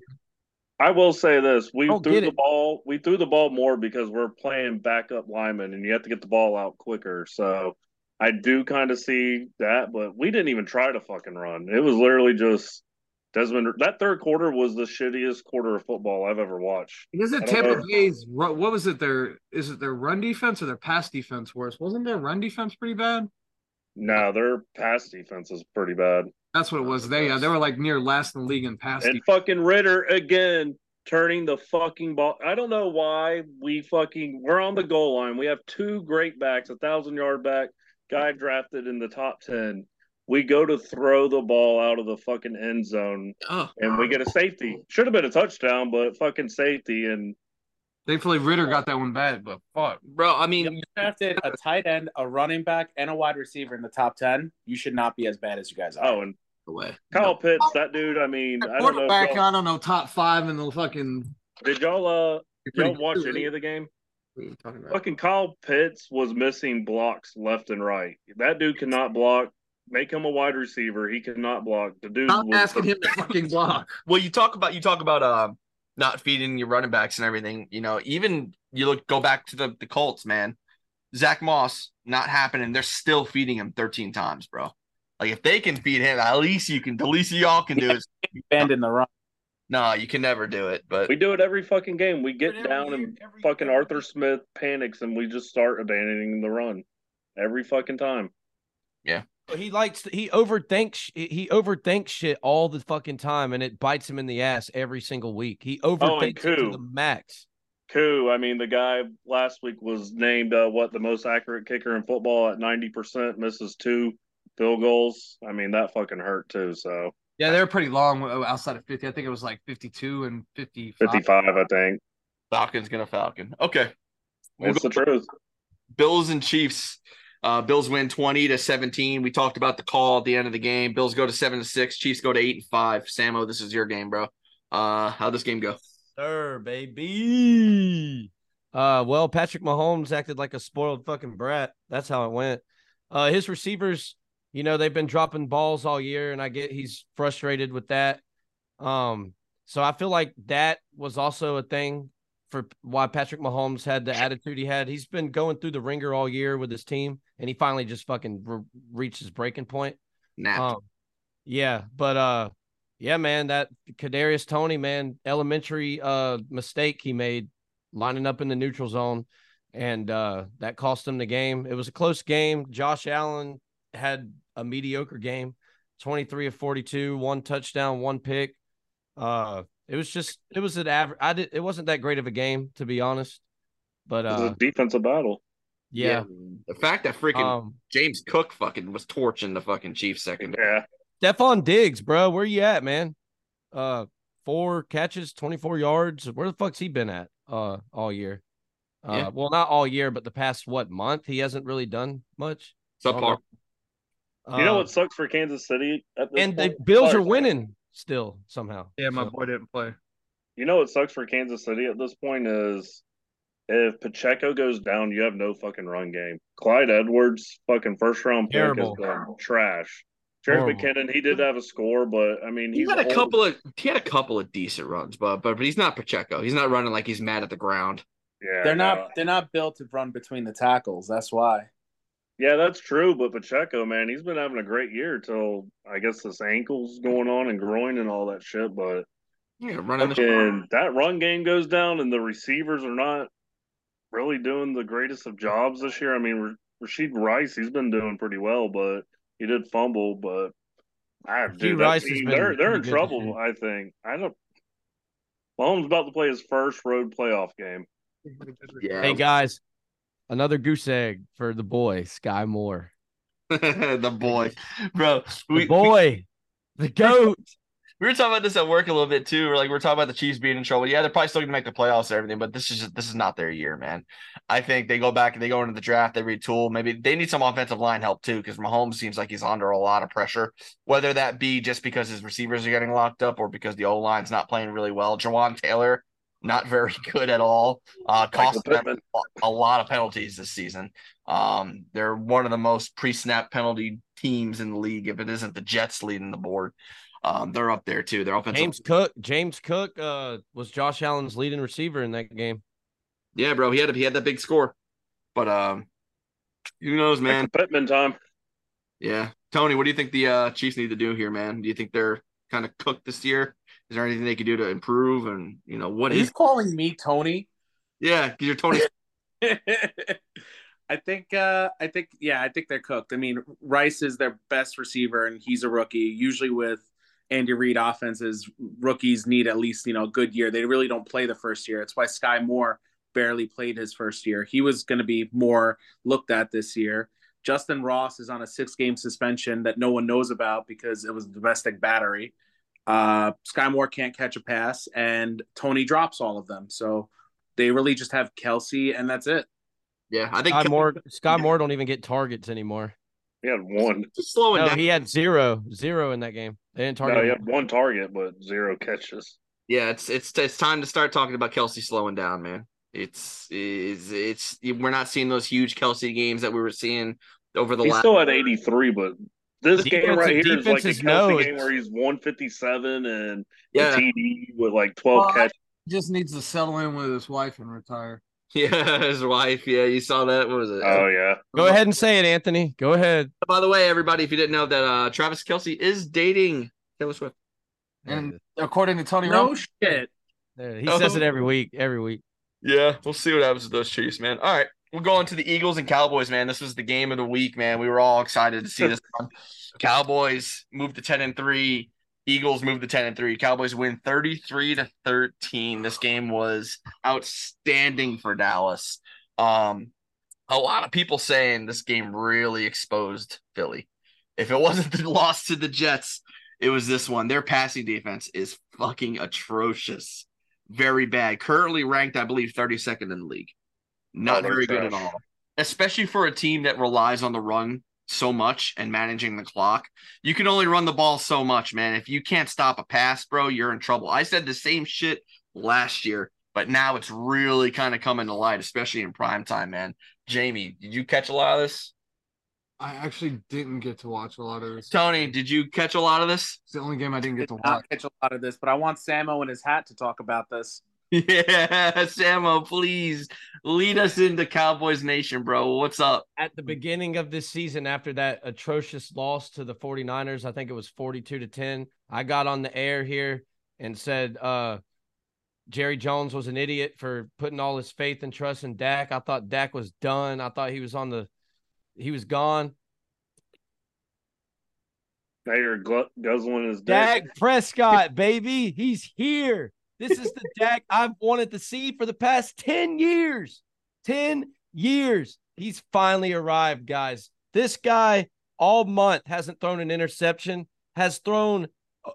Speaker 2: I will say this: we
Speaker 3: Don't
Speaker 2: threw
Speaker 3: get
Speaker 2: the
Speaker 3: it.
Speaker 2: ball, we threw the ball more because we're playing backup linemen, and you have to get the ball out quicker. So I do kind of see that, but we didn't even try to fucking run. It was literally just Desmond. That third quarter was the shittiest quarter of football I've ever watched.
Speaker 4: Is it
Speaker 2: I don't
Speaker 4: Tampa
Speaker 2: know.
Speaker 4: Bay's? ru- What was it? Their is it their run defense or their pass defense worse? Wasn't their run defense pretty bad?
Speaker 2: No, their pass defense is pretty bad.
Speaker 4: That's what it was. They yeah, they were like near last in the league in pass.
Speaker 2: And
Speaker 4: defense.
Speaker 2: fucking Ritter again turning the fucking ball. I don't know why we fucking we're on the goal line. We have two great backs, a thousand yard back guy drafted in the top ten. We go to throw the ball out of the fucking end zone
Speaker 4: Oh,
Speaker 2: and we get a safety. Should have been a touchdown, but fucking safety and
Speaker 4: thankfully Ritter got that one bad, but fuck,
Speaker 1: bro, I mean,
Speaker 5: You drafted a tight end, a running back, and a wide receiver in the top ten. You should not be as bad as you guys are.
Speaker 2: oh and
Speaker 4: away.
Speaker 2: Kyle Pitts, that dude, I mean, I don't know.
Speaker 4: quarterback,
Speaker 2: if y'all-
Speaker 4: I don't know, top five in the fucking.
Speaker 2: Did y'all uh y'all watch any of the game?
Speaker 4: What are you talking about?
Speaker 2: Fucking Kyle Pitts was missing blocks left and right. That dude cannot block. Make him a wide receiver. He cannot block. The dude.
Speaker 4: I'm
Speaker 2: was-
Speaker 4: asking him to fucking block.
Speaker 1: well, you talk about you talk about um not feeding your running backs and everything. You know, even you look go back to the the Colts, man. Zach Moss not happening. They're still feeding him 13 times, bro. Like if they can feed him, at least you can. The least y'all can do is
Speaker 5: Bend in the run.
Speaker 1: no. You can never do it, but
Speaker 2: We do it every fucking game. We get
Speaker 1: Every
Speaker 2: down
Speaker 1: year,
Speaker 2: and
Speaker 1: every
Speaker 2: fucking
Speaker 1: year.
Speaker 2: Arthur Smith panics and we just start abandoning the run every fucking time.
Speaker 3: he likes to- he overthinks he overthinks shit all the fucking time, and it bites him in the ass every single week. He overthinks it to
Speaker 2: Koo.
Speaker 3: the max.
Speaker 2: Coup. I mean, the guy last week was named uh, what the most accurate kicker in football at ninety percent, misses two field goals. I mean, that fucking hurt too. So
Speaker 4: Yeah, they were pretty long outside of 50. I think it was like 52 and 55.
Speaker 2: fifty-five, I think.
Speaker 1: Falcon's gonna Falcon. Okay, We'll
Speaker 2: It's the truth.
Speaker 1: Bills and Chiefs. Uh, Bills win 20 to 17. We talked about the call at the end of the game. Bills go to seven to six. Chiefs go to eight and five. Samo, this is your game, bro. Uh, how'd this game go?
Speaker 3: Sir, baby. Uh, well, Patrick Mahomes acted like a spoiled fucking brat. That's how it went. Uh, his receivers, you know, they've been dropping balls all year, and I get he's frustrated with that. Um, so I feel like that was also a thing for why Patrick Mahomes had the attitude he had. He's been going through the ringer all year with his team, and he finally just fucking re- reached his breaking point.
Speaker 1: Nap.
Speaker 3: Um, yeah, but uh, yeah, man, that Kadarius Tony, man, elementary uh mistake he made lining up in the neutral zone, and uh that cost him the game. It was a close game. Josh Allen had a mediocre game, twenty three of forty two, one touchdown, one pick. Uh, it was just it was an average. I did it wasn't that great of a game to be honest, but
Speaker 2: It's
Speaker 3: uh,
Speaker 2: a defensive battle.
Speaker 3: yeah.
Speaker 1: The fact that freaking
Speaker 3: Um,
Speaker 1: James Cook fucking was torching the fucking Chiefs second.
Speaker 2: Yeah.
Speaker 3: Stephon Diggs, bro, where you at, man? Uh, four catches, twenty four yards. Where the fuck's he been at? Uh, all year. Uh,
Speaker 1: Yeah.
Speaker 3: well, not all year, but the past what month he hasn't really done much.
Speaker 1: Subpar.
Speaker 3: Uh,
Speaker 2: You know what sucks for Kansas City? At this
Speaker 3: And the
Speaker 2: point?
Speaker 3: Bills
Speaker 2: Sorry.
Speaker 3: are winning still somehow.
Speaker 4: Yeah, my
Speaker 3: So,
Speaker 4: boy didn't play.
Speaker 2: You know what sucks for Kansas City at this point is If Pacheco goes down, you have no fucking run game. Clyde Edwards, fucking first round pick,
Speaker 3: Terrible.
Speaker 2: is gone. trash. Jared
Speaker 3: Horrible.
Speaker 2: McKinnon, he did have a score, but I mean,
Speaker 1: He
Speaker 2: he's
Speaker 1: had a
Speaker 2: old.
Speaker 1: couple of he had a couple of decent runs, but but, but he's not Pacheco. He's not running like he's mad at the ground.
Speaker 2: Yeah,
Speaker 5: They're
Speaker 2: no.
Speaker 5: not they're not built to run between the tackles. That's why.
Speaker 2: Yeah, that's true. But Pacheco, man, he's been having a great year till I guess this ankle's going on and groin and all that shit. But
Speaker 1: Yeah, running the
Speaker 2: and that run game goes down, and the receivers are not really doing the greatest of jobs this year. I mean, Ra- Rasheed Rice, he's been doing pretty well, but he did fumble. But I
Speaker 3: Rasheed
Speaker 2: dude, that
Speaker 3: Rice has
Speaker 2: team,
Speaker 3: been
Speaker 2: they're they're in
Speaker 3: pretty good this
Speaker 2: trouble. I think I don't. Mahomes about to play his first road playoff game.
Speaker 3: Hey
Speaker 1: yeah.
Speaker 3: guys, another goose egg for the boy Sky Moore.
Speaker 1: the boy, bro.
Speaker 3: The
Speaker 1: We, we-
Speaker 3: boy, the goat.
Speaker 1: we were talking about this at work a little bit too. We're like we are talking about the Chiefs being in trouble. Yeah, they're probably still gonna make the playoffs and everything, but this is just, this is not their year, man. I think they go back and they go into the draft, they retool. Maybe they need some offensive line help too, because Mahomes seems like he's under a lot of pressure. Whether that be just because his receivers are getting locked up or because the O line's not playing really well. Jawan Taylor, not very good at all. Uh cost them
Speaker 2: Pittman.
Speaker 1: a lot of penalties this season. Um, they're one of the most pre-snap penalty teams in the league. If it isn't the Jets leading the board, um, they're up there too. Their offensive,
Speaker 3: James Cook. James Cook uh, was Josh Allen's leading receiver in that game.
Speaker 1: yeah, bro. He had he had that big score, but um, who knows, man?
Speaker 2: Pittman time.
Speaker 1: Yeah, Tony, what do you think the uh, Chiefs need to do here, man? Do you think they're kind of cooked this year? Is there anything they could do to improve? And you know
Speaker 3: Hmm?
Speaker 1: what
Speaker 5: He's
Speaker 1: is?
Speaker 5: calling me Tony.
Speaker 1: Yeah, 'cause you're Tony.
Speaker 5: I think uh I think yeah, I think they're cooked. I mean, Rice is their best receiver and he's a rookie. Usually with Andy Reid offenses, rookies need at least, you know, a good year. They really don't play the first year. It's why Sky Moore barely played his first year. He was going to be more looked at this year. Justin Ross is on a six-game suspension that no one knows about because it was a domestic battery. Uh, Sky Moore can't catch a pass, and Tony drops all of them. So they really just have Kelsey, and that's it.
Speaker 1: Yeah, I think
Speaker 3: Sky
Speaker 1: Kel-
Speaker 3: Moore. Sky Moore don't even get targets anymore.
Speaker 2: He had one.
Speaker 1: he's slowing
Speaker 3: No,
Speaker 1: down.
Speaker 3: he had zero, zero in that game. They didn't target.
Speaker 2: No, he
Speaker 3: him.
Speaker 2: had one target, but zero catches.
Speaker 1: Yeah, it's it's it's time to start talking about Kelsey slowing down, man. It's is it's we're not seeing those huge Kelsey games that we were seeing over the
Speaker 2: He's
Speaker 1: last.
Speaker 2: still at 83, but this game
Speaker 3: Defense-
Speaker 2: right here is
Speaker 3: defense
Speaker 2: like the
Speaker 3: is
Speaker 2: Kelsey
Speaker 3: no,
Speaker 2: game
Speaker 3: it's-
Speaker 2: where he's 157 and
Speaker 1: yeah,
Speaker 2: the TD with like 12
Speaker 4: Well, I-
Speaker 2: catches.
Speaker 4: Just needs to settle in with his wife and retire.
Speaker 1: yeah, his wife. Yeah, you saw that. What was it?
Speaker 2: Oh yeah,
Speaker 3: Go ahead and say it, Anthony. Go ahead.
Speaker 1: By the way, everybody, if you didn't know that, uh, Travis Kelsey is dating Taylor Swift.
Speaker 4: And according to Tony
Speaker 5: No
Speaker 4: Romo,
Speaker 5: shit.
Speaker 3: There- He says it every week. Every week.
Speaker 1: Yeah, we'll see what happens with those Chiefs, man. All right, we're going to the Eagles and Cowboys, man. This was the game of the week, man. We were all excited to see this one. Cowboys moved to ten and three. Eagles moved to ten and three. Cowboys win thirty three to thirteen. This game was outstanding for Dallas. Um, a lot of people saying this game really exposed Philly. If it wasn't the loss to the Jets, it was this one. Their passing defense is fucking atrocious very bad. Currently ranked, I believe, 32nd in the league. Not
Speaker 2: Oh, they're
Speaker 1: very good at
Speaker 2: trash.
Speaker 1: all, especially for a team that relies on the run so much and managing the clock. You can only run the ball so much, man. If you can't stop a pass, bro, you're in trouble. I said the same shit last year, but now it's really kind of coming to light, especially in prime time, man. Jamie, did you catch a lot of this?
Speaker 4: I actually didn't get to watch a lot of this.
Speaker 1: Tony, did you catch a lot of this?
Speaker 4: It's the only game I didn't get
Speaker 5: Did
Speaker 4: to watch.
Speaker 5: not catch a lot of this, but I want Samo and his hat to talk about this.
Speaker 1: Yeah, Samo, please lead us into Cowboys Nation, bro. What's up?
Speaker 3: at the
Speaker 4: Hmm.
Speaker 3: beginning of this season after that atrocious loss to the 49ers i think it was 42 to 10 i got on the air here and said uh jerry jones was an idiot for putting all his faith and trust in dak i thought dak was done i thought he was on the he was gone
Speaker 2: now you're glu- guzzling his dick.
Speaker 3: dak prescott baby he's here this is the dak i've wanted to see for the past 10 years 10 years. He's finally arrived, guys. This guy all month hasn't thrown an interception, has thrown uh,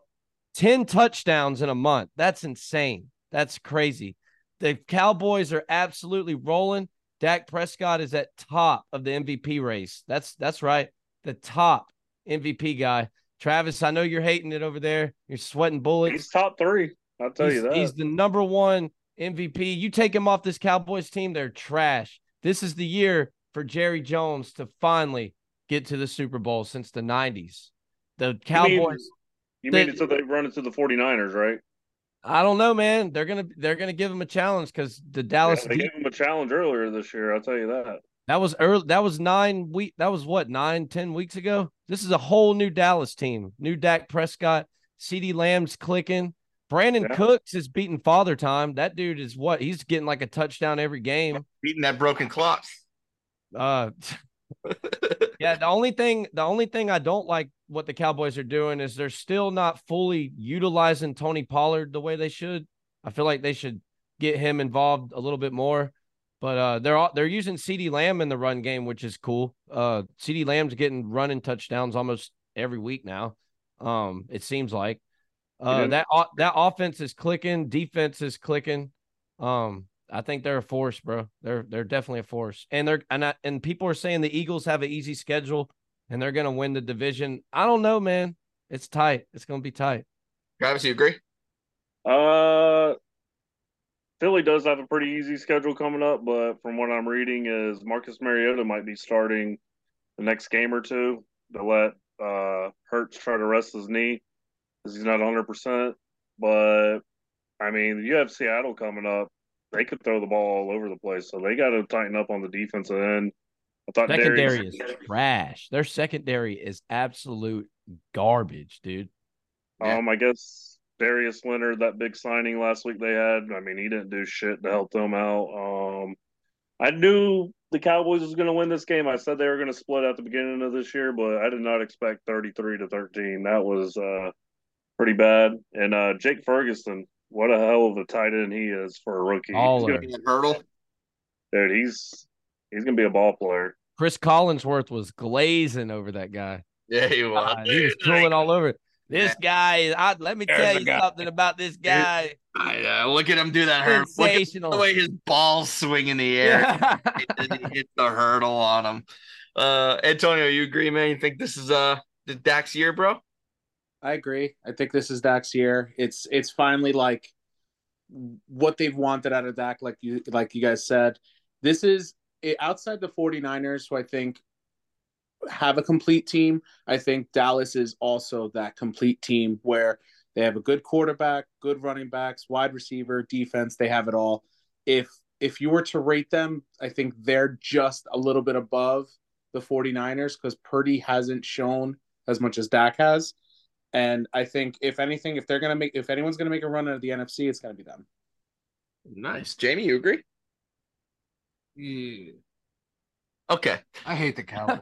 Speaker 3: 10 touchdowns in a month. That's insane. That's crazy. The Cowboys are absolutely rolling. Dak Prescott is at top of the MVP race. That's that's right. The top MVP guy. Travis, I know you're hating it over there. You're sweating bullets
Speaker 2: He's top three. I'll tell
Speaker 3: he's,
Speaker 2: you that.
Speaker 3: he's the number one MVP. You take him off this Cowboys team, they're trash. This is the year for Jerry Jones to finally get to the Super Bowl since the 90s. The Cowboys
Speaker 2: You
Speaker 3: They-
Speaker 2: mean until they run into the 49ers, right?
Speaker 3: I don't know, man. They're gonna they're gonna give him a challenge because the Dallas
Speaker 2: Yeah, they
Speaker 3: D-
Speaker 2: gave him a challenge earlier this year. I'll tell you that.
Speaker 3: that was early that was nine week that was what nine ten weeks ago. This is a whole new Dallas team. New Dak Prescott, C.D. Lamb's clicking. Brandon
Speaker 2: Yeah.
Speaker 3: Cooks is beating father time. That dude is what he's getting like a touchdown every game.
Speaker 1: beating that broken clock.
Speaker 3: Uh, yeah. The only thing, the only thing I don't like what the Cowboys are doing is they're still not fully utilizing Tony Pollard the way they should. I feel like they should get him involved a little bit more. But uh, they're all, they're using Ceedee Lamb in the run game, which is cool. Uh, Ceedee Lamb's getting running touchdowns almost every week now. Um, it seems like uh,
Speaker 2: Mhm.
Speaker 3: that o- that offense is clicking, defense is clicking. Um, I think they're a force, bro. They're they're definitely a force, and they're and I, and people are saying the Eagles have an easy schedule and they're gonna win the division. I don't know, man. It's tight. It's gonna be tight.
Speaker 1: Travis, you agree?
Speaker 2: Uh, Philly does have a pretty easy schedule coming up, but from what I'm reading, is Marcus Mariota might be starting the next game or two to let uh Hertz try to rest his knee because he's not 100. percent But I mean, you have Seattle coming up; they could throw the ball all over the place, so they got to tighten up on the defensive end. I thought
Speaker 3: Secondary
Speaker 2: Darius,
Speaker 3: is trash. Their secondary is absolute garbage, dude.
Speaker 2: um, I guess Darius Leonard, that big signing last week they had. I mean, he didn't do shit to help them out. Um, I knew the Cowboys was going to win this game. I said they were going to split at the beginning of this year, but I did not expect 33 to 13. That was uh, pretty bad. And uh, Jake Ferguson, what a hell of a tight end he is for a rookie. He's
Speaker 3: Baller.
Speaker 2: gonna,
Speaker 1: Being Hurdle.
Speaker 2: dude, he's he's going to be a ball player.
Speaker 3: Chris Collinsworth was glazing over that guy.
Speaker 1: Yeah, he was.
Speaker 3: Uh, he was throwing all over it. This guy, I, let me
Speaker 5: There's
Speaker 3: tell
Speaker 5: the
Speaker 3: you
Speaker 5: guy.
Speaker 3: something about this guy.
Speaker 1: I, uh, look at him do that hurdle. Look at the
Speaker 3: Sensational.
Speaker 1: way his balls swing in the air.
Speaker 3: Yeah.
Speaker 1: and then he hit the hurdle on him. Uh, Antonio, you agree, man? You think this is uh the Dax year, bro?
Speaker 5: I agree. I think this is Dak's year. It's it's finally like what they've wanted out of Dak, like you like you guys said. This is eh, outside the 49ers, who I think have a complete team. I think Dallas is also that complete team where they have a good quarterback, good running backs, wide receiver, defense. They have it all. If if you were to rate them, I think they're just a little bit above the 49ers because Purdy hasn't shown as much as Dak has. And I think if anything, if they're gonna make if anyone's gonna make a run out of the NFC, it's gonna be them.
Speaker 1: Nice, Jamie. You agree?
Speaker 4: Yeah.
Speaker 1: Okay.
Speaker 4: I hate the Cowboys.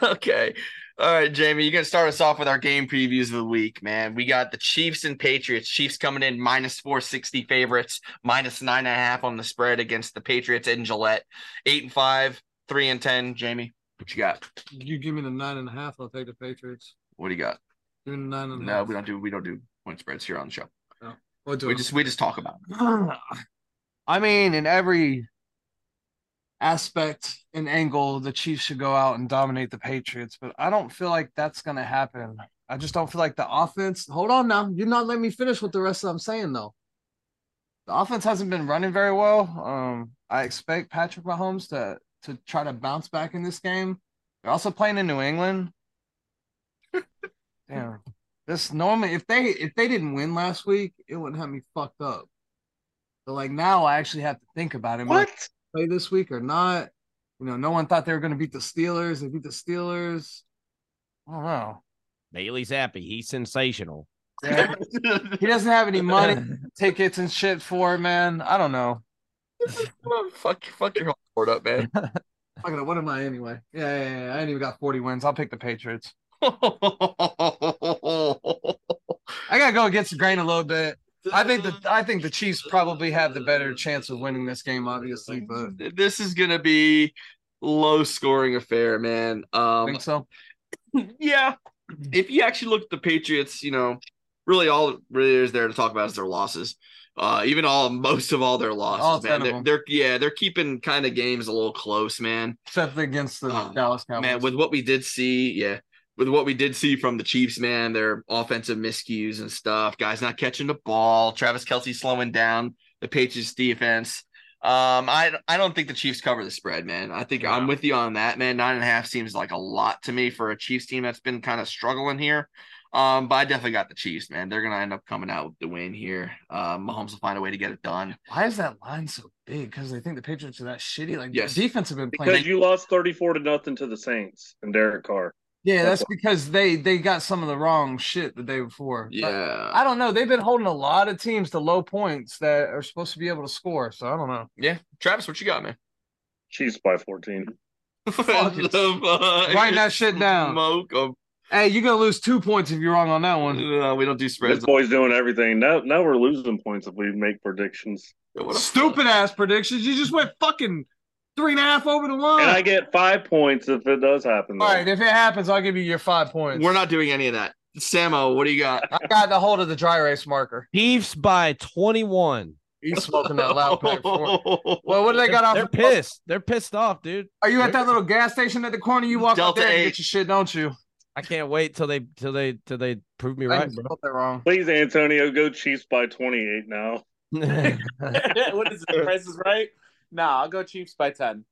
Speaker 1: okay. All right, Jamie, you're gonna start us off with our game previews of the week, man. We got the Chiefs and Patriots. Chiefs coming in minus four sixty favorites, minus nine and a half on the spread against the Patriots and Gillette. Eight and five, three and ten. Jamie, what you got?
Speaker 4: you give me the nine and a half, I'll take the Patriots.
Speaker 1: What do you got?
Speaker 4: Give me the nine and a
Speaker 1: No,
Speaker 4: half.
Speaker 1: we don't do we don't do point spreads here on the show.
Speaker 4: We'll do
Speaker 1: We
Speaker 4: it.
Speaker 1: just we just talk about. It.
Speaker 4: I mean, in every aspect and angle, the Chiefs should go out and dominate the Patriots, but I don't feel like that's going to happen. I just don't feel like the offense. Hold on now. You're not letting me finish what the rest of I'm saying, though. The offense hasn't been running very well. Um, I expect Patrick Mahomes to to try to bounce back in this game. They're also playing in New England. Damn. This normally if they if they didn't win last week, it wouldn't have me fucked up. But like now I actually have to think about it. Am I play this week or not. You know, no one thought they were going to beat the Steelers. They beat the Steelers. I don't know.
Speaker 3: Bailey's happy. He's sensational.
Speaker 4: Yeah. he doesn't have any money, tickets and shit for it, man. I don't know.
Speaker 1: fuck, fuck your whole board up, man.
Speaker 4: Fuck it, what am I anyway? Yeah, yeah, yeah. I ain't even got 40 wins. I'll pick the Patriots. I gotta go against the grain a little bit. I think the I think the Chiefs probably have the better chance of winning this game, obviously, but
Speaker 1: this is gonna be low scoring affair, man.
Speaker 4: I
Speaker 1: Um,
Speaker 4: think so.
Speaker 1: yeah. If you actually look at the Patriots, you know, really all that really is there to talk about is their losses. Uh, even all most of all their losses,
Speaker 4: All ten
Speaker 1: man.
Speaker 4: of
Speaker 1: They're,
Speaker 4: them.
Speaker 1: they're yeah, they're keeping kind of games a little close, man.
Speaker 4: Except against the
Speaker 1: Oh,
Speaker 4: Dallas Cowboys.
Speaker 1: Man, with what we did see, yeah. with what we did see from the Chiefs, man, their offensive miscues and stuff, guys not catching the ball, Travis Kelsey slowing down the Patriots defense. Um, I I don't think the Chiefs cover the spread, man. I think I'm with you on that, man. Nine and a half seems like a lot to me for a Chiefs team that's been kind of struggling here. Um, but I definitely got the Chiefs, man. They're gonna end up coming out with the win here. Um, Mahomes will find a way to get it done.
Speaker 4: Why is that line so big? Because they think the Patriots are that shitty. Like
Speaker 1: Yes.
Speaker 4: the defense have been playing.
Speaker 2: Because you lost 34 to nothing to the Saints and Derek Carr.
Speaker 4: yeah, that's because they they got some of the wrong shit the day before. But
Speaker 1: Yeah,
Speaker 4: I don't know. They've been holding a lot of teams to low points that are supposed to be able to score. So I don't know.
Speaker 1: yeah. Travis, what you got, man?
Speaker 2: Chiefs by 14.
Speaker 4: Fuck it.
Speaker 1: fuck?
Speaker 4: Write that shit
Speaker 1: uh,
Speaker 4: down.
Speaker 1: Smoke 'em.
Speaker 4: Hey, you're gonna lose two points if you're wrong on that one.
Speaker 1: No, Uh, we don't do
Speaker 2: This
Speaker 1: spreads.
Speaker 2: boy's doing everything. Now, now we're losing points if we make predictions.
Speaker 1: What a-
Speaker 4: Stupid ass predictions. You just went fucking three and a half over the line.
Speaker 2: And I get five points if it does happen. though.
Speaker 4: All right, if it happens, I'll give you your five points.
Speaker 1: We're not doing any of that. Samo, what do you got?
Speaker 4: I got the hold of the dry erase marker.
Speaker 3: Chiefs by 21.
Speaker 4: He's smoking that loud pack. Well, what do they got off?
Speaker 3: They're
Speaker 4: the-
Speaker 3: pissed. They're pissed off, dude.
Speaker 4: Are you at that little gas station at the corner? You walk up
Speaker 1: Delta
Speaker 4: there and
Speaker 1: eight.
Speaker 4: get your shit, don't you?
Speaker 3: I can't wait till they till they till they prove me
Speaker 4: I
Speaker 3: right, bro.
Speaker 4: spelled that wrong.
Speaker 2: Please, Antonio, go Chiefs by 28 now.
Speaker 5: what is it? The price is right. Nah, I'll go Chiefs by ten.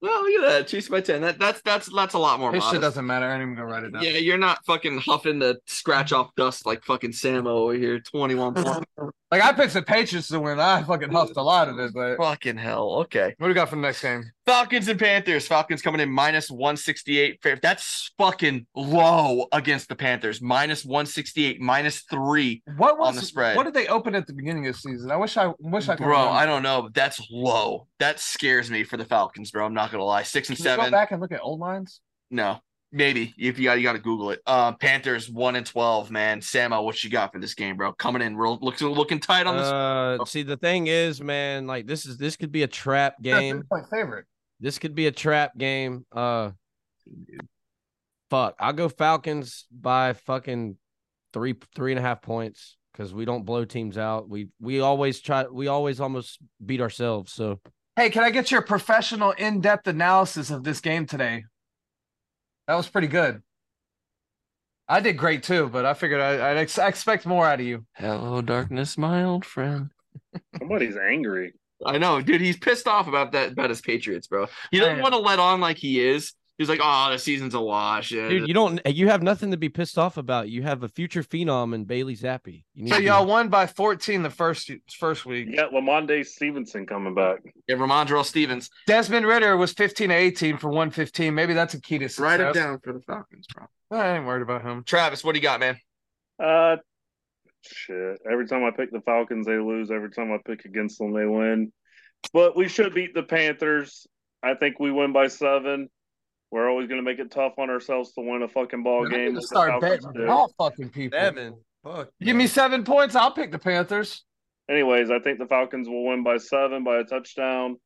Speaker 1: Well, look at that. Chiefs by ten. That that's that's that's a lot more.
Speaker 4: This shit
Speaker 1: modest.
Speaker 4: doesn't matter. I ain't even gonna write it down.
Speaker 1: Yeah, you're not fucking huffing the scratch off dust like fucking Samo over here. Twenty one points.
Speaker 4: Like I picked the Patriots to win. I fucking huffed a lot of it, but what
Speaker 1: fucking hell. Okay.
Speaker 4: do we got for the next game?
Speaker 1: Falcons and Panthers. Falcons coming in minus one sixty eight. That's fucking low against the Panthers. Minus one sixty eight. Minus three.
Speaker 4: What was
Speaker 1: On the spread.
Speaker 4: What did they open at the beginning of the season? I wish I wish I could.
Speaker 1: Bro,
Speaker 4: remember.
Speaker 1: I don't know. But that's low. That scares me for the Falcons, bro. I'm not gonna lie. Six and
Speaker 4: Can we
Speaker 1: seven.
Speaker 4: Go back and look at old lines.
Speaker 1: No, maybe if you got you got to Google it. Uh, Panthers one and twelve, man. Samo, what you got for this game, bro? Coming in real, looking looking tight on this.
Speaker 3: uh, see, the thing is, man, like this is this could be a trap game.
Speaker 4: My favorite.
Speaker 3: This could be a trap game. Uh, fuck, I'll go Falcons by fucking three three and a half points because we don't blow teams out. We we always try. We always almost beat ourselves. So
Speaker 4: Hey, can I get your professional in-depth analysis of this game today? That was pretty good. I did great too, but I figured I, I'd ex- I expect more out of you.
Speaker 1: Hello, darkness, my old friend.
Speaker 2: Somebody's angry.
Speaker 1: I know, dude. He's pissed off about that about his Patriots, bro. He doesn't
Speaker 4: Man.
Speaker 1: want to let on like he is. He's like, oh, the season's a wash. Yeah.
Speaker 3: Dude, you don't. You have nothing to be pissed off about. You have a future phenom in Bailey Zappi. You
Speaker 4: So
Speaker 3: to-
Speaker 4: y'all won by 14 the first first
Speaker 2: You
Speaker 4: week.
Speaker 2: got Lamonde Stevenson coming back.
Speaker 1: yeah, Ramondre Stevens.
Speaker 4: Desmond Ritter was 15 to 18 for 115. Maybe that's a key to success.
Speaker 1: Write it down for the Falcons, bro.
Speaker 4: I ain't worried about him.
Speaker 1: Travis, what do you got, man?
Speaker 2: Uh, shit. Every time I pick the Falcons, they lose. Every time I pick against them, they win. But we should beat the Panthers. I think we win by seven. We're always going to make it tough on ourselves to win a fucking ball
Speaker 4: I
Speaker 2: game. like
Speaker 4: need to
Speaker 2: the
Speaker 4: start
Speaker 2: Falcons
Speaker 4: betting
Speaker 2: do.
Speaker 4: on all fucking people.
Speaker 3: Fuck.
Speaker 4: Give me seven points. I'll pick the Panthers.
Speaker 2: Anyways, I think the Falcons will win by seven by a touchdown.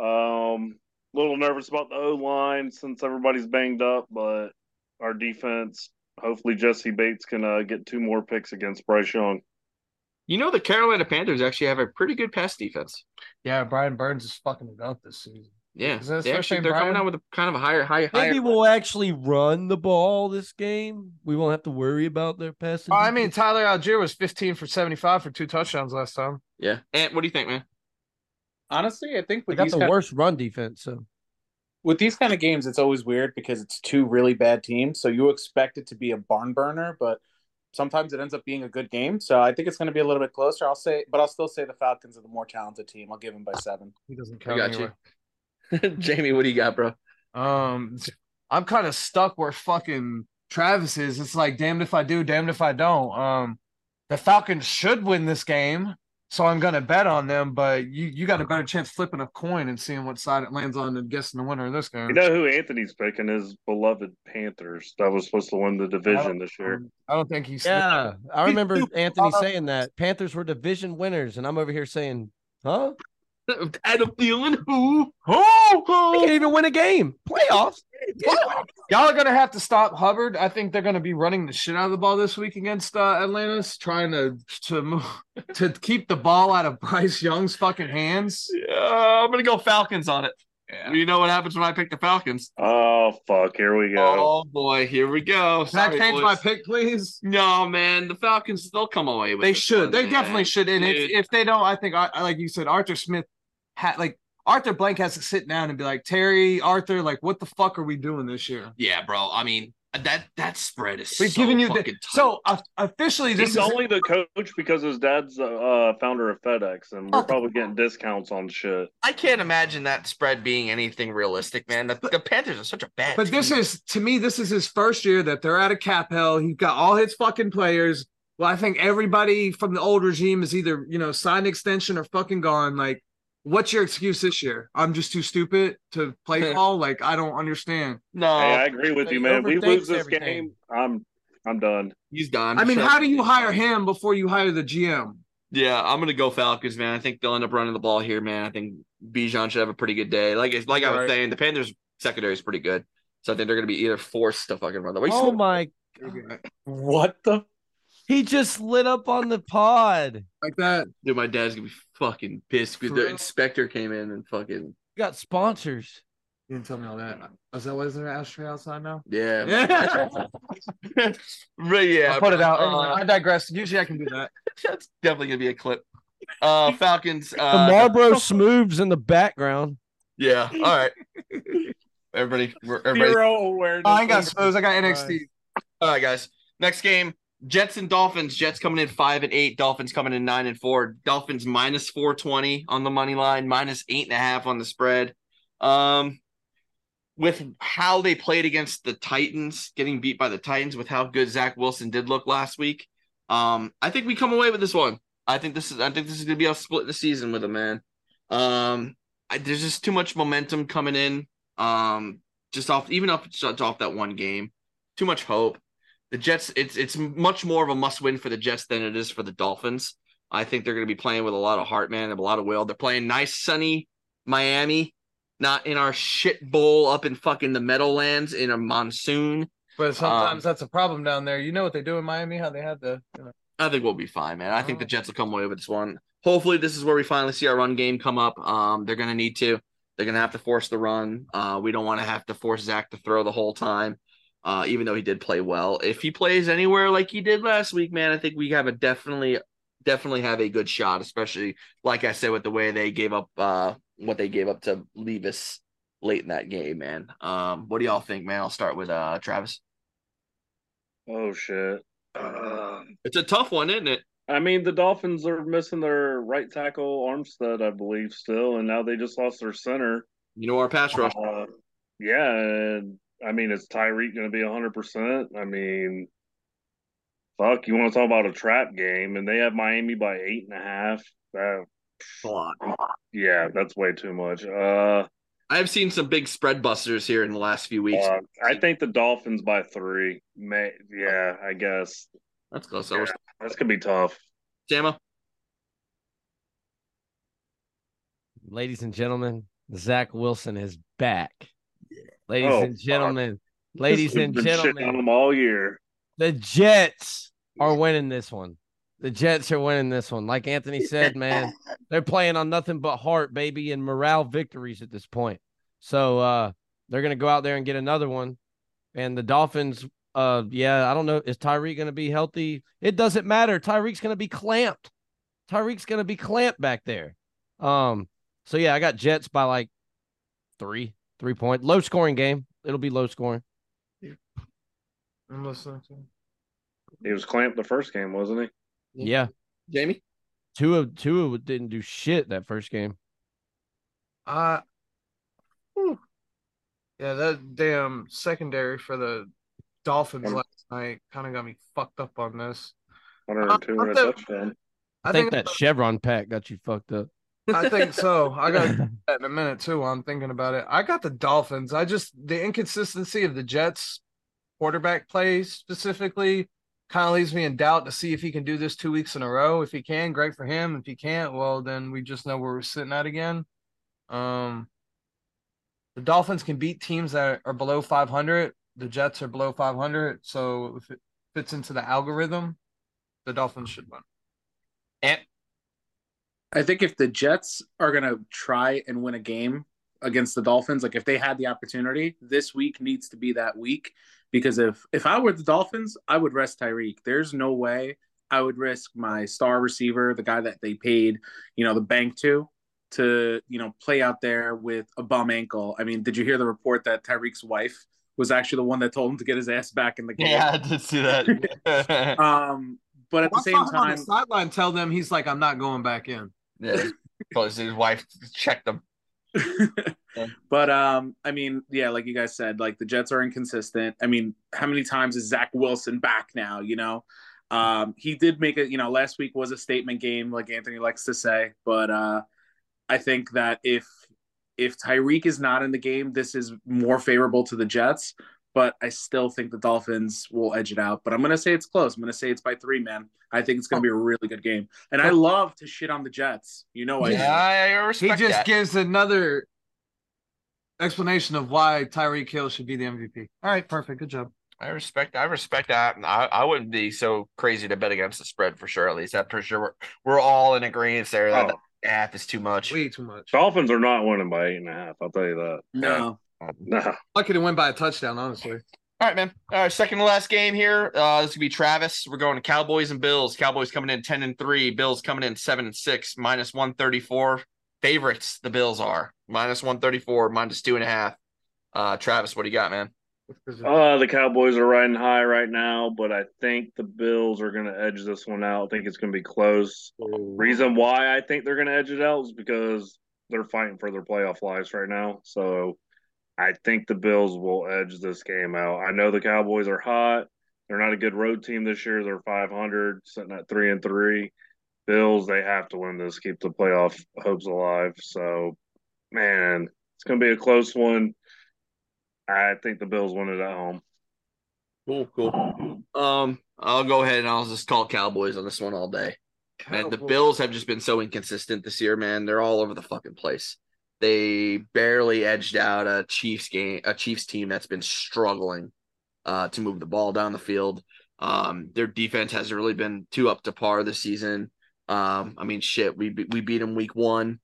Speaker 2: Um, little nervous about the O line since everybody's banged up, but our defense. Hopefully, Jesse Bates can uh, get two more picks against Bryce Young.
Speaker 1: You know the Carolina Panthers actually have a pretty good pass defense.
Speaker 4: Yeah, Brian Burns is fucking it up this season.
Speaker 1: Yeah,
Speaker 4: Is that
Speaker 1: they
Speaker 4: fair
Speaker 1: actually,
Speaker 4: saying,
Speaker 1: they're coming
Speaker 4: Brian?
Speaker 1: out with a kind of a higher, high, higher.
Speaker 3: Maybe we'll actually run the ball this game. We won't have to worry about their passing.
Speaker 4: Oh, I mean, Tyler Algier was 15 for 75 for two touchdowns last time.
Speaker 1: Yeah. And what do you think, man?
Speaker 5: Honestly, I think
Speaker 3: they
Speaker 5: with
Speaker 3: got
Speaker 5: these
Speaker 3: the
Speaker 5: kind-
Speaker 3: worst run defense. So
Speaker 5: with these kind of games, it's always weird because it's two really bad teams. So you expect it to be a barn burner, but sometimes it ends up being a good game. So I think it's going to be a little bit closer. I'll say, but I'll still say the Falcons are the more talented team. I'll give them by seven.
Speaker 4: He doesn't
Speaker 1: I
Speaker 4: count
Speaker 1: got
Speaker 4: anyway.
Speaker 1: you. Jamie, what do you got, bro?
Speaker 4: Um, I'm kind of stuck where fucking Travis is. It's like damned if I do, damned if I don't. Um, the Falcons should win this game, so I'm gonna bet on them. But you you got a better chance flipping a coin and seeing what side it lands on and guessing the winner of this game.
Speaker 2: You know who Anthony's picking? His beloved Panthers that was supposed to win the division this year.
Speaker 4: I don't think he's
Speaker 3: yeah, I remember Anthony
Speaker 4: Uh,
Speaker 3: saying that Panthers were division winners, and I'm over here saying, "Huh?
Speaker 1: Adam Thielen, who?
Speaker 4: Oh,
Speaker 3: They
Speaker 4: oh.
Speaker 3: can't even win a game. Playoffs?
Speaker 4: y'all are gonna have to stop Hubbard. I think they're gonna be running the shit out of the ball this week against uh, Atlantis, trying to to move to keep the ball out of Bryce Young's fucking hands.
Speaker 1: Yeah, I'm gonna go Falcons on it.
Speaker 4: Yeah.
Speaker 1: You know what happens when I pick the Falcons?
Speaker 2: Oh fuck! Here we go.
Speaker 1: Oh boy, here we go.
Speaker 4: Can I
Speaker 1: Sorry,
Speaker 4: change
Speaker 1: boys.
Speaker 4: my pick, please?
Speaker 1: No, man, the Falcons they'll come away with.
Speaker 4: They
Speaker 1: this
Speaker 4: should.
Speaker 1: one,
Speaker 4: They
Speaker 1: man.
Speaker 4: definitely should. And if,
Speaker 1: Dude.
Speaker 4: if they don't, I think, I, I- like you said, Arthur Smith had like Arthur Blank has to sit down and be like, Terry, Arthur, like, what the fuck are we doing this year?
Speaker 1: Yeah, bro. I mean that that spread is.
Speaker 4: We've
Speaker 1: so
Speaker 4: given you
Speaker 1: fucking
Speaker 4: the,
Speaker 1: tight.
Speaker 4: so uh, officially
Speaker 2: He's
Speaker 4: this is
Speaker 2: only the coach because his dad's uh, founder of FedEx, and we're probably getting discounts on shit.
Speaker 1: I can't imagine that spread being anything realistic, man. The, the Panthers are such a bad.
Speaker 4: But this
Speaker 1: team.
Speaker 4: is to me, this is his first year that they're out of cap hell. He's got all his fucking players. Well, I think everybody from the old regime is either, you know, signed extension or fucking gone. Like, what's your excuse this year? I'm just too stupid to play ball. Like, I don't understand.
Speaker 1: no.
Speaker 2: hey, I agree with you,
Speaker 3: he
Speaker 2: man. We lose
Speaker 3: overthinks
Speaker 2: this
Speaker 3: everything.
Speaker 2: game, I'm I'm done.
Speaker 1: he's done.
Speaker 4: I mean,
Speaker 1: Shut
Speaker 4: how
Speaker 1: up.
Speaker 4: do you hire him before you hire the GM?
Speaker 1: Yeah, I'm gonna go Falcons, man. I think they'll end up running the ball here, man. I think Bijan should have a pretty good day. Like it's like I was
Speaker 5: Right.
Speaker 1: saying, the Panthers secondary is pretty good, so I think they're gonna be either forced to fucking run the. Wait,
Speaker 3: Oh my!
Speaker 5: What the?
Speaker 3: He just lit up on the pod.
Speaker 4: Like that.
Speaker 1: dude, my dad's gonna be fucking pissed.
Speaker 4: For
Speaker 1: The
Speaker 4: real?
Speaker 1: inspector came in and fucking
Speaker 3: Got sponsors.
Speaker 4: You didn't tell me all that. Is that why is there an ashtray outside now?
Speaker 1: yeah.
Speaker 4: Yeah.
Speaker 1: but yeah,
Speaker 4: I put it out.
Speaker 1: uh,
Speaker 4: Anyway, I digress. Usually I can do that.
Speaker 1: that's definitely gonna be a clip. Uh, Falcons.
Speaker 3: The
Speaker 1: Uh,
Speaker 3: Marlboro Smooves in the background.
Speaker 1: yeah. All right. Everybody, we're, everybody
Speaker 5: Zero awareness.
Speaker 4: Oh, I ain't got smooths. I got NXT.
Speaker 1: All right, guys. Next game: Jets and Dolphins. Jets coming in five and eight. Dolphins coming in nine and four. Dolphins minus four twenty on the money line, minus eight and a half on the spread. Um, with how they played against the Titans, getting beat by the Titans, with how good Zach Wilson did look last week, um, I think we come away with this one. I think this is. I think this is gonna be a split the season with a man. Um, I, there's just too much momentum coming in. Um, just off, even off, just off that one game too much hope. The Jets, it's it's much more of a must win for the Jets than it is for the Dolphins. I think they're going to be playing with a lot of heart, man, and a lot of will. They're playing nice, sunny Miami, not in our shit bowl up in fucking the Meadowlands in a monsoon.
Speaker 3: Um,
Speaker 4: But sometimes that's a problem down there. You know what they do in Miami? How they have the. You know.
Speaker 1: I think we'll be fine, man. I think the Jets will come away with this one. Hopefully, this is where we finally see our run game come up. Um, they're going to need to. They're going to have to force the run. Uh, we don't want to have to force Zach to throw the whole time, uh, even though he did play well. If he plays anywhere like he did last week, man, I think we have a definitely, definitely have a good shot. Especially like I said, with the way they gave up, uh, what they gave up to Levis late in that game, man. Um, what do y'all think, man? I'll start with uh, Travis.
Speaker 2: Oh shit. Uh,
Speaker 1: It's a tough one, isn't it?
Speaker 2: I mean, the Dolphins are missing their right tackle Armstead, I believe, still, and now they just lost their center.
Speaker 1: You know our pass rush.
Speaker 2: Uh, yeah, and I mean, is Tyreek going to be hundred percent? I mean, fuck, you want to talk about a trap game, and they have Miami by eight and a half. That,
Speaker 1: A lot.
Speaker 2: yeah, that's way too much. Uh,
Speaker 1: I've seen some big spread busters here in the last few weeks.
Speaker 2: uh, I think the Dolphins by three. May, yeah, I guess
Speaker 1: That's close.
Speaker 2: yeah. that's gonna be tough.
Speaker 1: Jama,
Speaker 3: Ladies and gentlemen, Zach Wilson is back. Ladies
Speaker 2: Oh,
Speaker 3: and gentlemen, ladies
Speaker 2: We've
Speaker 3: and
Speaker 2: been shitting on
Speaker 3: gentlemen,
Speaker 2: them all year.
Speaker 3: the Jets are winning this one. The Jets are winning this one. Like Anthony said, man, they're playing on nothing but heart, baby, and morale victories at this point. So uh they're gonna go out there and get another one. And the Dolphins, uh yeah, I don't know. Is Tyreek gonna be healthy? It doesn't matter. Tyreek's gonna be clamped. Tyreek's gonna be clamped back there. Um, so yeah, I got Jets by like three, three point. Low scoring game. It'll be low scoring.
Speaker 4: I'm listening to.
Speaker 2: He was clamped the first game, wasn't he?
Speaker 1: Yeah.
Speaker 3: Yeah.
Speaker 1: Jamie,
Speaker 3: Two of two didn't do shit that first game.
Speaker 4: Uh, whew. yeah, that damn secondary for the Dolphins
Speaker 2: Um,
Speaker 4: last night kind of got me fucked up on this.
Speaker 2: 102 and a
Speaker 4: Uh,
Speaker 2: touchdown.
Speaker 3: I, think, that Chevron pack got you fucked up.
Speaker 4: I think so. I got that in a minute too. While I'm thinking about it, I got the Dolphins. I just the inconsistency of the Jets quarterback play specifically kind of leaves me in doubt to see if he can do this two weeks in a row. If he can, great for him. If he can't, well then we just know where we're sitting at again. Um, the Dolphins can beat teams that are below 500. The Jets are below 500, so if it fits into the algorithm, the Dolphins should win.
Speaker 5: I think if the Jets are going to try and win a game, against the Dolphins. Like if they had the opportunity, this week needs to be that week because if if I were the Dolphins, I would rest Tyreek. There's no way I would risk my star receiver, the guy that they paid, you know, the bank to to, you know, play out there with a bum ankle. I mean, did you hear the report that Tyreek's wife was actually the one that told him to get his ass back in the game?
Speaker 1: Yeah, I did see that.
Speaker 5: Um, but at
Speaker 4: Well, I saw
Speaker 5: the same
Speaker 4: him on
Speaker 5: time,
Speaker 4: the sideline tell them he's like, I'm not going back in.
Speaker 1: yeah, because his wife checked him.
Speaker 5: but um, I mean, yeah, like you guys said, like the Jets are inconsistent. I mean, how many times is Zach Wilson back now? You know, um, he did make it. You know, last week was a statement game, like Anthony likes to say. But uh, I think that if if Tyreek is not in the game, this is more favorable to the Jets. But I still think the Dolphins will edge it out. But I'm gonna say it's close. I'm gonna say it's by three, man. I think it's gonna be a really good game. And I love to shit on the Jets. You know, I do.
Speaker 1: Yeah, I
Speaker 4: He
Speaker 1: respect
Speaker 4: just
Speaker 1: that.
Speaker 4: gives another explanation of why Tyreek Hill should be the MVP. All right, perfect. Good job.
Speaker 1: I respect. I respect that. And I, I wouldn't be so crazy to bet against the spread for sure. At least that for sure. We're, we're all in agreement there that
Speaker 2: Oh.
Speaker 1: the half is too much.
Speaker 4: Way too much.
Speaker 2: Dolphins are not winning by eight and a half. I'll tell you that.
Speaker 5: No.
Speaker 2: Nah.
Speaker 4: Lucky to win by a touchdown, honestly.
Speaker 1: All right, man. All right, second to last game here. Uh, this could be Travis. We're going to Cowboys and Bills. Cowboys coming in ten and three. Bills coming in seven and six. Minus one thirty four. Favorites. The Bills are minus one thirty four. Minus two and a half. Uh, Travis, what do you got, man?
Speaker 2: Uh, the Cowboys are riding high right now, but I think the Bills are going to edge this one out. I think it's going to be close. Reason why I think they're going to edge it out is because they're fighting for their playoff lives right now. So I think the Bills will edge this game out. I know the Cowboys are hot. They're not a good road team this year. They're 500, sitting at 3 and 3. Bills, they have to win this, keep the playoff hopes alive. So, man, it's going to be a close one. I think the Bills win it at home.
Speaker 1: Cool, cool. Um, I'll go ahead and I'll just call Cowboys on this one all day. Man, the Bills have just been so inconsistent this year, man. They're all over the fucking place. They barely edged out a Chiefs game, a Chiefs team that's been struggling uh, to move the ball down the field. Um, their defense hasn't really been too up to par this season. Um, I mean, shit, we be- we beat them week one.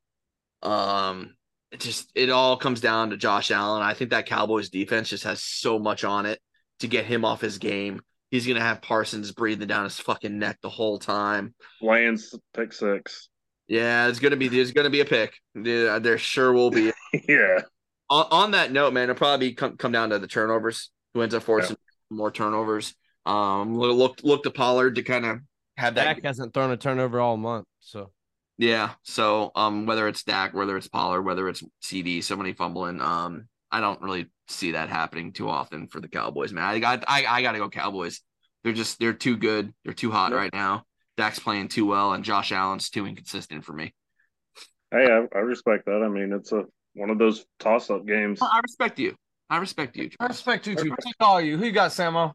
Speaker 1: Um, it just it all comes down to Josh Allen. I think that Cowboys defense just has so much on it to get him off his game. He's gonna have Parsons breathing down his fucking neck the whole time.
Speaker 2: Lions pick six.
Speaker 1: Yeah, it's gonna be there's gonna be a pick. There, there sure will be.
Speaker 2: yeah.
Speaker 1: on, on that note, man, it'll probably come come down to the turnovers. Who ends up forcing more turnovers? Um, look look, look to Pollard to kind of have that.
Speaker 3: Dak hasn't thrown a turnover all month, so
Speaker 1: Yeah. So um, whether it's Dak, whether it's Pollard, whether it's CD, somebody fumbling. Um, I don't really see that happening too often for the Cowboys, man. I got I, I gotta go Cowboys. They're just they're too good. They're too hot right now. Dak's playing too well, and Josh Allen's too inconsistent for me.
Speaker 2: Hey, I, I respect that. I mean, it's a one of those toss up games.
Speaker 1: I respect you. I respect you.
Speaker 4: I respect you two. I call you. Who you got, Samo?
Speaker 3: uh,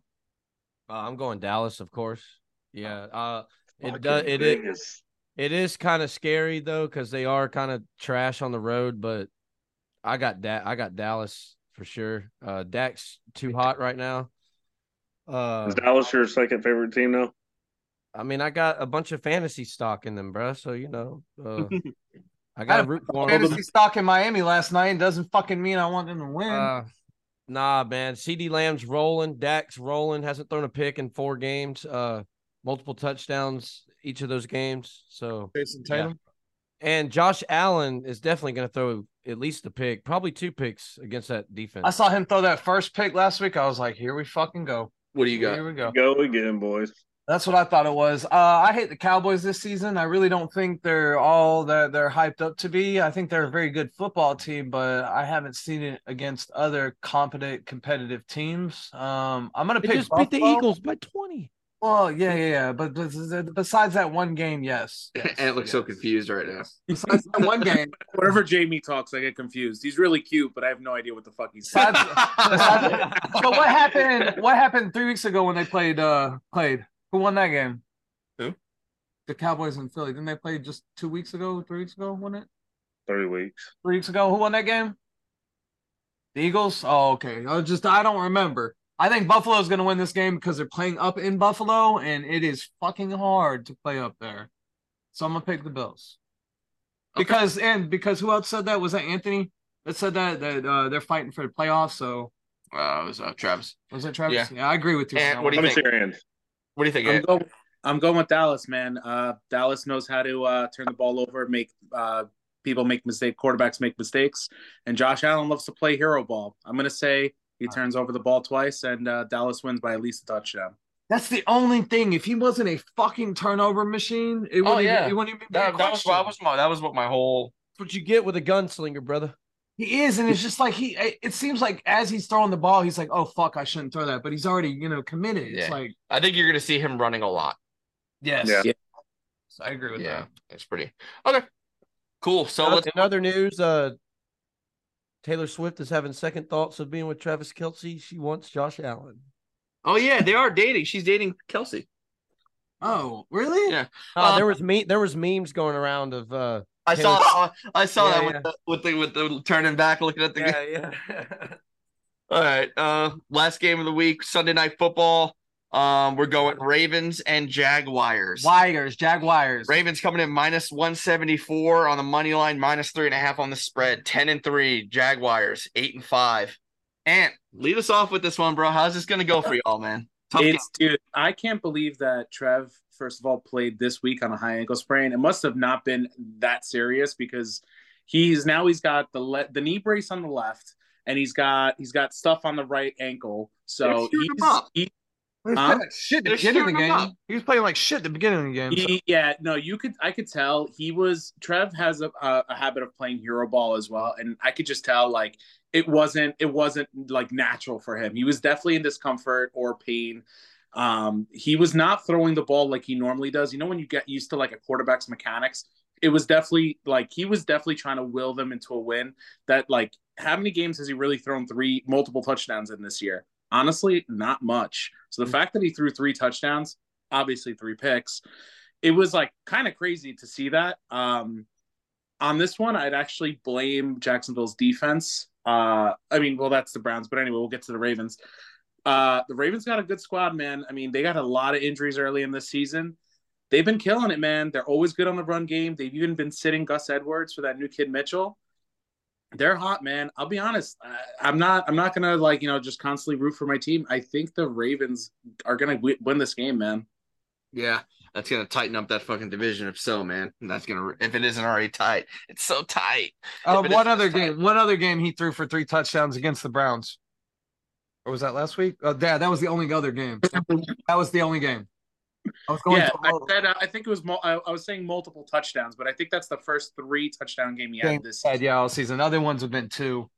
Speaker 3: I'm going Dallas, of course. Yeah, uh, it
Speaker 2: Fucking
Speaker 3: does. It is.
Speaker 2: Vegas.
Speaker 3: It is kind of scary though, because they are kind of trash on the road. But I got that. I got Dallas for sure. Uh, Dak's too hot right now. Uh,
Speaker 2: Is Dallas your second favorite team now?
Speaker 3: I mean, I got a bunch of fantasy stock in them, bro. So you know, uh, I got to root
Speaker 1: Oh,
Speaker 3: for 'em.
Speaker 4: Fantasy stock in Miami last night doesn't fucking mean I want them to win.
Speaker 3: Uh, nah, man. CD Lamb's rolling. Dak's rolling. Hasn't thrown a pick in four games. Uh, multiple touchdowns each of those games. So
Speaker 4: Jason
Speaker 3: Tatum? and Josh Allen is definitely going to throw at least a pick, probably two picks against that defense.
Speaker 4: I saw him throw that first pick last week. I was like, here we fucking go.
Speaker 1: What do you got?
Speaker 4: Here we go.
Speaker 2: Go again, boys.
Speaker 4: That's what I thought it was. Uh, I hate the Cowboys this season. I really don't think they're all that they're hyped up to be. I think they're a very good football team, but I haven't seen it against other competent, competitive teams. Um, I'm gonna
Speaker 3: They
Speaker 4: pick
Speaker 3: just beat the
Speaker 4: Buffalo.
Speaker 3: Eagles by twenty.
Speaker 4: Well, yeah, yeah, yeah. But, but besides that one game, yes. yes
Speaker 1: Ant looks so
Speaker 4: yes.
Speaker 1: confused right now.
Speaker 4: Besides that one game,
Speaker 5: Whenever Jamie talks, I get confused. He's really cute, but I have no idea what the fuck he's saying.
Speaker 4: besides, but what happened? What happened three weeks ago when they played? Uh, played who won that game?
Speaker 1: Who?
Speaker 4: The Cowboys and Philly. Didn't they play just two weeks ago? Three weeks ago, wasn't it?
Speaker 2: Three weeks.
Speaker 4: Three weeks ago, who won that game? The Eagles. Oh, okay. I just I don't remember. I think Buffalo's going to win this game because they're playing up in Buffalo, and it is fucking hard to play up there. So I'm gonna pick the Bills
Speaker 1: Okay.
Speaker 4: because and because who else said that was that Anthony? It said that that uh, they're fighting for the playoffs. So
Speaker 1: Uh, it was uh, Travis.
Speaker 4: was it Travis? Yeah, I agree with you. on
Speaker 1: And
Speaker 4: that
Speaker 1: what do
Speaker 4: one.
Speaker 2: Let
Speaker 1: you
Speaker 2: me see your hand.
Speaker 1: What do you think?
Speaker 5: I'm
Speaker 1: Ed?
Speaker 5: going, I'm going with Dallas, man. Uh, Dallas knows how to uh, turn the ball over, make uh, people make mistake, quarterbacks make mistakes, and Josh Allen loves to play hero ball. I'm gonna say he turns over the ball twice, and uh, Dallas wins by at least a touchdown.
Speaker 4: That's the only thing. If he wasn't a fucking turnover machine, it
Speaker 1: Oh,
Speaker 4: wouldn't.
Speaker 1: yeah.
Speaker 4: even, it wouldn't even be a
Speaker 1: that, that was
Speaker 4: question.
Speaker 1: what I was my, that was what my whole
Speaker 3: That's what you get with a gunslinger, brother.
Speaker 4: He is, and it's just like he. I- It seems like as he's throwing the ball, he's like, "Oh fuck, I shouldn't throw that," but he's already, you know, committed. It's
Speaker 1: Yeah.
Speaker 4: like,
Speaker 1: I think you're gonna see him running a lot.
Speaker 4: yes,
Speaker 2: Yeah.
Speaker 5: Yeah.
Speaker 4: I agree with
Speaker 1: Yeah,
Speaker 4: that.
Speaker 1: it's pretty okay. Cool. So let's
Speaker 3: in other news, uh, Taylor Swift is having second thoughts of being with Travis Kelsey. She wants Josh Allen.
Speaker 1: Oh yeah, they are dating. She's dating Kelsey.
Speaker 4: Oh, really?
Speaker 1: Yeah.
Speaker 3: Uh,
Speaker 1: Uh,
Speaker 3: there was me. There was memes going around of uh,
Speaker 1: I
Speaker 3: Taylor-
Speaker 1: saw. I saw
Speaker 3: Yeah,
Speaker 1: that with,
Speaker 3: yeah.
Speaker 1: the, with the with the turning back, looking at the. game.
Speaker 3: yeah.
Speaker 1: All right. Uh, last game of the week, Sunday night football. Um, we're going Ravens and Jaguars.
Speaker 4: Wires, Jaguars.
Speaker 1: Ravens coming in minus one seventy four on the money line, minus three and a half on the spread. Ten and three. Jaguars eight and five. And lead us off with this one, bro. How's this gonna go for y'all, man? Tough game.
Speaker 5: It's dude, I can't believe that Trev first of all played this week on a high ankle sprain. It must have not been that serious because he's now he's got the le- the knee brace on the left and he's got he's got stuff on the right ankle. So
Speaker 1: They're shooting him
Speaker 5: he's
Speaker 1: up.
Speaker 5: he,
Speaker 4: He was
Speaker 5: Huh?
Speaker 4: playing like shit at the
Speaker 1: They're
Speaker 4: beginning
Speaker 1: shooting him
Speaker 4: of the game.
Speaker 1: up.
Speaker 4: He was playing like shit at the beginning of the game.
Speaker 5: He- yeah, no, you could. I could tell he was. Trev has a, a, a habit of playing hero ball as well, and I could just tell like it wasn't. It wasn't like natural for him. He was definitely in discomfort or pain. Um, he was not throwing the ball like he normally does. You know, when you get used to like a quarterback's mechanics, it was definitely like he was definitely trying to will them into a win. That like, how many games has he really thrown three multiple touchdowns in this year? Honestly, not much. So the fact that he threw three touchdowns, obviously three picks, it was like kind of crazy to see that. Um, on this one, I'd actually blame Jacksonville's defense. Uh, I mean, well, that's the Browns, but anyway, we'll get to the Ravens. Uh, the Ravens got a good squad, man. I mean, they got a lot of injuries early in this season. They've been killing it, man. They're always good on the run game. They've even been sitting Gus Edwards for that new kid Mitchell. They're hot, man. I'll be honest. I, I'm not. I'm not gonna like you know just constantly root for my team. I think the Ravens are gonna w- win this game, man.
Speaker 1: Yeah, that's gonna tighten up that fucking division if so, man. That's gonna if it isn't already tight. It's so tight.
Speaker 4: Uh,
Speaker 1: but
Speaker 4: one
Speaker 1: it's-
Speaker 4: other game. One other game he threw for three touchdowns against the Browns. Or was that last week? Oh, yeah, that was the only other game. that was the only game. I was going
Speaker 5: yeah, I
Speaker 4: to
Speaker 5: said uh, I think it was. Mul- I, I was saying multiple touchdowns, but I think that's the first three touchdown game he
Speaker 4: Game
Speaker 5: had this
Speaker 4: said
Speaker 5: season.
Speaker 4: yeah all season. Other ones have been two.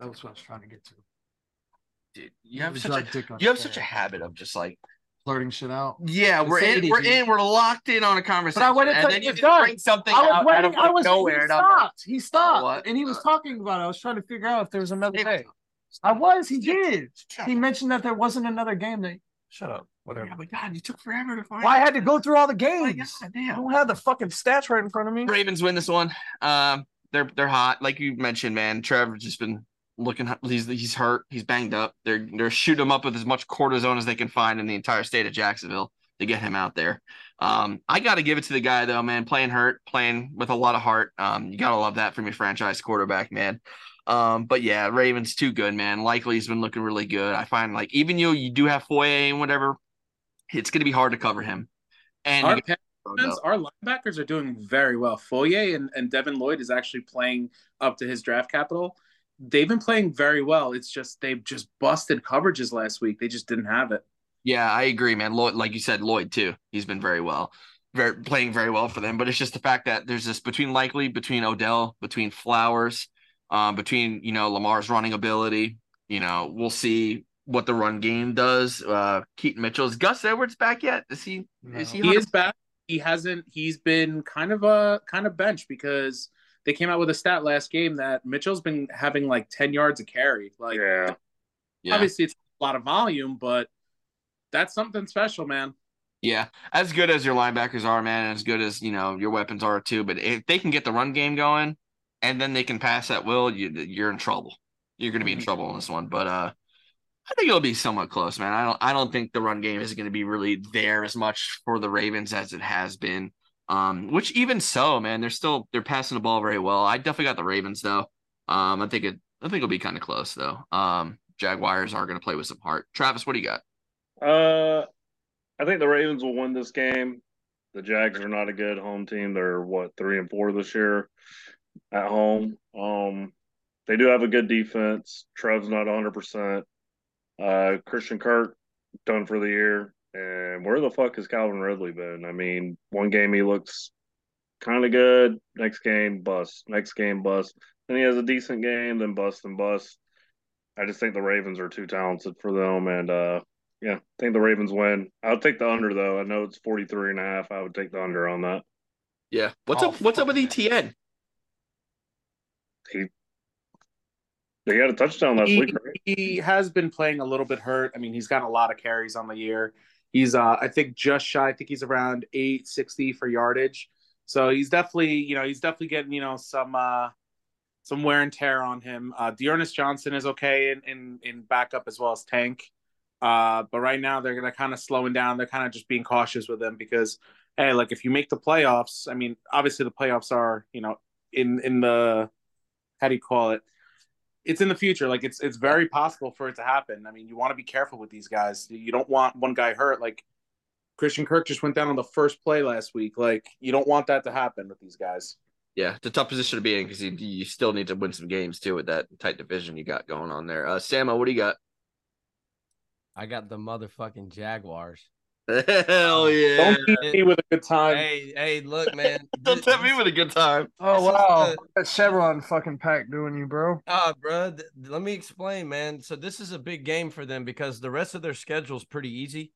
Speaker 4: That was what I was trying to get to.
Speaker 1: Dude, you have
Speaker 4: It was
Speaker 1: such
Speaker 4: like
Speaker 1: a
Speaker 4: dick on
Speaker 1: you have
Speaker 4: the
Speaker 1: such a
Speaker 4: fan,
Speaker 1: habit of just like
Speaker 4: flirting shit out.
Speaker 1: yeah, we're
Speaker 4: It's
Speaker 1: in, we're
Speaker 4: 80s.
Speaker 1: in, we're locked in on a conversation.
Speaker 4: wouldn't
Speaker 1: and
Speaker 4: touch
Speaker 1: then you
Speaker 4: your
Speaker 1: just
Speaker 4: gun.
Speaker 1: bring something
Speaker 4: I was
Speaker 1: out, out
Speaker 4: waiting.
Speaker 1: of
Speaker 4: I was.
Speaker 1: nowhere,
Speaker 4: he
Speaker 1: and I'm like,
Speaker 4: stopped. He stopped,
Speaker 1: what
Speaker 4: and he was
Speaker 1: the-
Speaker 4: talking about. it. I was trying to figure out if there was another
Speaker 1: It-
Speaker 4: day. I was. He did. He mentioned that there wasn't another game. That shut up. Whatever.
Speaker 1: yeah, but God, you took forever to find.
Speaker 4: Well, I had to go through all the
Speaker 1: Oh My
Speaker 4: games.
Speaker 1: God,
Speaker 4: I
Speaker 1: damn.
Speaker 4: don't have the fucking stats right in front of me.
Speaker 1: Ravens win this one. Um, they're they're hot, like you mentioned, man. Trevor's just been looking. hot- He's he's hurt. He's banged up. They're they're shooting him up with as much cortisone as they can find in the entire state of Jacksonville to get him out there. Um, I got to give it to the guy though, man. Playing hurt, playing with a lot of heart. Um, you gotta love that from your franchise quarterback, man. Um, but yeah, Ravens too good, man. Likely's been looking really good. I find like even you you do have Foye and whatever, it's gonna be hard to cover him. And
Speaker 5: Our
Speaker 1: you
Speaker 5: pass
Speaker 1: got-
Speaker 5: defense, our linebackers are doing very well. Foyer and, and Devin Lloyd is actually playing up to his draft capital. They've been playing very well. It's just they've just busted coverages last week. They just didn't have it.
Speaker 1: Yeah, I agree, man. Lloyd, like you said, Lloyd too. He's been very well, very playing very well for them. But it's just the fact that there's this between Likely, between Odell, between Flowers, um, between you know Lamar's running ability. You know, we'll see what the run game does. Uh, Keaton Mitchell is Gus Edwards back yet? Is he? Is he?
Speaker 5: He is back. He hasn't. He's been kind of a kind of bench because they came out with a stat last game that Mitchell's been having like ten yards a carry. Like
Speaker 2: Yeah.
Speaker 1: Yeah.
Speaker 5: obviously it's a lot of volume, but that's something special, man.
Speaker 1: Yeah, as good as your linebackers are, man, and as good as you know your weapons are too. But if they can get the run game going, and then they can pass at will, you you're in trouble. You're going to be in
Speaker 5: Mhm.
Speaker 1: trouble in this one. But uh, I think it'll be somewhat close, man. I don't I don't think the run game is going to be really there as much for the Ravens as it has been. Um, which even so, man, they're still they're passing the ball very well. I definitely got the Ravens though. Um, I think it. I think it'll be kind of close though. Um, Jaguars are going to play with some heart. Travis, what do you got?
Speaker 2: Uh, I think the Ravens will win this game. The Jags are not a good home team. They're what three and four this year at home. Um, they do have a good defense. Trev's not 100. percent Uh, Christian Kirk done for the year. And where the fuck has Calvin Ridley been? I mean, one game he looks kind of good. Next game, bust. Next game, bust. Then he has a decent game, then bust and bust. I just think the Ravens are too talented for them. And uh, yeah, I think the Ravens win. I'll take the under, though. I know it's 43 and a half. I would take the under on that.
Speaker 1: Yeah. What's
Speaker 4: Oh,
Speaker 1: up? What's up with E
Speaker 4: fuck.
Speaker 1: ETN?
Speaker 2: They got a touchdown last
Speaker 5: he,
Speaker 2: week, right?
Speaker 5: he has been playing a little bit hurt. I mean, he's got a lot of carries on the year. He's uh I think just shy. I think he's around 860 for yardage. So he's definitely, you know, he's definitely getting, you know, some uh some wear and tear on him. Uh Dearness Johnson is okay in in, in backup as well as tank. Uh but right now they're gonna kind of slowing down. They're kind of just being cautious with him because hey, like if you make the playoffs, I mean, obviously the playoffs are, you know, in in the how do you call it? it's in the future. Like it's it's very possible for it to happen. I mean, you want to be careful with these guys. You don't want one guy hurt. Like Christian Kirk just went down on the first play last week. Like you don't want that to happen with these guys.
Speaker 1: Yeah, it's a tough position to be in because you, you still need to win some games too with that tight division you got going on there. Uh, Samo, what do you got?
Speaker 3: I got the motherfucking Jaguars.
Speaker 1: Hell yeah!
Speaker 5: Don't beat me with a good time.
Speaker 3: Hey, hey, look, man.
Speaker 1: Don't
Speaker 3: thi-
Speaker 1: hit me with a good time.
Speaker 4: Oh
Speaker 3: This is
Speaker 4: wow,
Speaker 3: the-
Speaker 4: that Chevron fucking pack doing you, bro.
Speaker 3: Ah, bro, let me explain, man. So this is a big game for them because the rest of their schedule's pretty easy.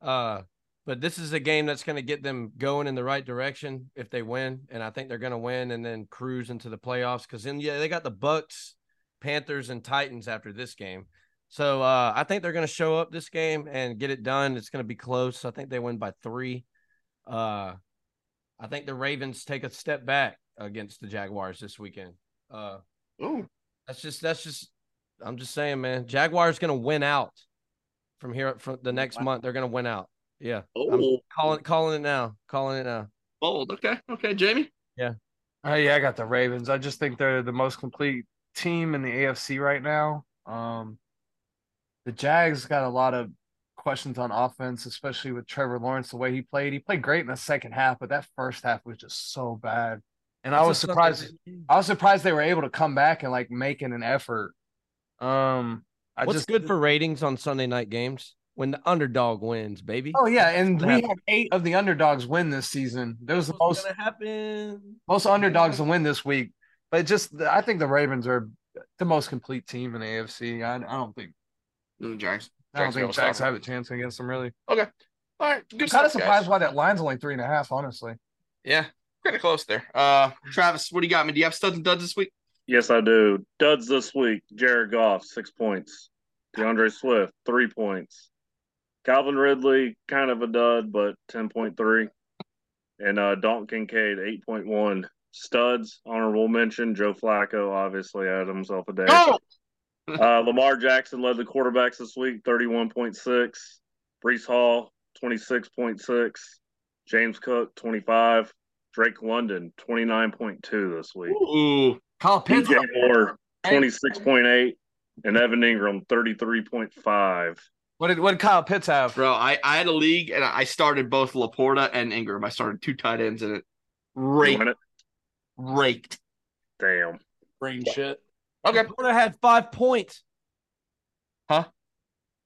Speaker 3: Uh, but this is a game that's going to get them going in the right direction if they win, and I think they're going to win and then cruise into the playoffs because then yeah, they got the Bucks, Panthers, and Titans after this game. So uh, I think they're going to show up this game and get it done. It's going to be close. I think they win by three. Uh, I think the Ravens take a step back against the Jaguars this weekend. Uh,
Speaker 1: Ooh.
Speaker 3: that's just that's just I'm just saying, man. Jaguars gonna win out from here from the next month. They're gonna win out. Yeah.
Speaker 1: Oh,
Speaker 3: Calling calling it now. Calling it now.
Speaker 1: bold. Okay, okay, Jamie.
Speaker 4: Oh yeah, I got the Ravens. I just think they're the most complete team in the AFC right now. Um, the Jags got a lot of questions on offense, especially with Trevor Lawrence. The way he played, he played great in the second half, but that first half was just so bad. And I was surprised. I was surprised they were able to come back and like making an effort. Um, I
Speaker 3: What's
Speaker 4: just
Speaker 3: good for ratings on Sunday night games when the underdog wins, baby?
Speaker 4: Oh yeah, and we
Speaker 3: Yeah.
Speaker 4: had eight of the underdogs win this season. There was the
Speaker 3: What's
Speaker 4: most
Speaker 3: gonna happen?
Speaker 4: most underdogs to win this week. But just I think the Ravens are the most complete team in the AFC. I, I don't think
Speaker 1: Mm, Jags.
Speaker 4: I don't
Speaker 1: Jags
Speaker 4: think
Speaker 1: gonna stop
Speaker 4: Jacks
Speaker 1: them.
Speaker 4: have a chance against them really.
Speaker 1: All right, good
Speaker 4: I'm kind of
Speaker 1: stuff, guys.
Speaker 4: surprised why that line's only three and a half, honestly.
Speaker 1: Yeah, kind of close there. Uh, Travis, what do you got? Man, do you have studs and duds this week?
Speaker 2: Yes, I do. Duds this week. Jared Goff, six points. DeAndre Swift, three points. Calvin Ridley, kind of a dud, but 10.3. And uh, Dalton Kincaid, 8.1. Studs, honorable mention. Joe Flacco, obviously, had himself a day.
Speaker 1: No.
Speaker 2: Uh, Lamar Jackson led the quarterbacks this week, 31.6. Brees Hall, 26.6. James Cook, 25. Drake London, 29.2 this week.
Speaker 1: Ooh.
Speaker 4: Kyle Pitts,
Speaker 2: PJ Moore, 26.8. And Evan Ingram, 33.5.
Speaker 4: what did what did Kyle Pitts have?
Speaker 1: Bro, I, I had a league and I started both Laporta and Ingram. I started two tight ends in it. Raked,
Speaker 2: Win it?
Speaker 1: raked.
Speaker 2: Damn.
Speaker 5: Brain shit.
Speaker 1: Okay.
Speaker 3: Laporta had five points.
Speaker 1: Huh?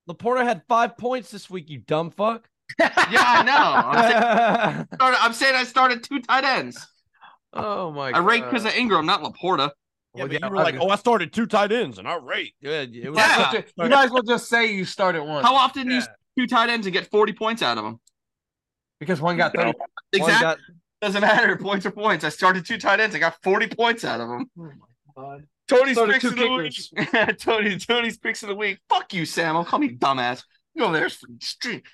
Speaker 3: Laporta had five points this week, you dumb fuck.
Speaker 1: Yeah, I know. I'm saying,
Speaker 3: oh
Speaker 1: I started- I'm saying I started two tight ends.
Speaker 3: my
Speaker 1: I
Speaker 4: uh,
Speaker 1: raked because of Ingram, not Laporta.
Speaker 3: Yeah,
Speaker 4: Well,
Speaker 3: but
Speaker 4: yeah,
Speaker 3: you were
Speaker 4: I
Speaker 3: like,
Speaker 4: mean-
Speaker 3: oh, I started two tight ends and I raked. Yeah, it was
Speaker 1: Yeah.
Speaker 4: You might as well ju- You might as well just say you started one
Speaker 1: How often do you start two tight ends and get 40 points out of them?
Speaker 4: because one got
Speaker 2: No.
Speaker 4: thirty.
Speaker 3: One
Speaker 1: Exactly.
Speaker 3: got-
Speaker 1: Doesn't matter. Points are points. I started two tight ends. I got 40 points out of them. Tony's
Speaker 4: Started
Speaker 1: picks
Speaker 4: two
Speaker 1: of the week. Tony, Tony's picks of the week. Fuck you, Sam. I'll call me dumbass. You over there street.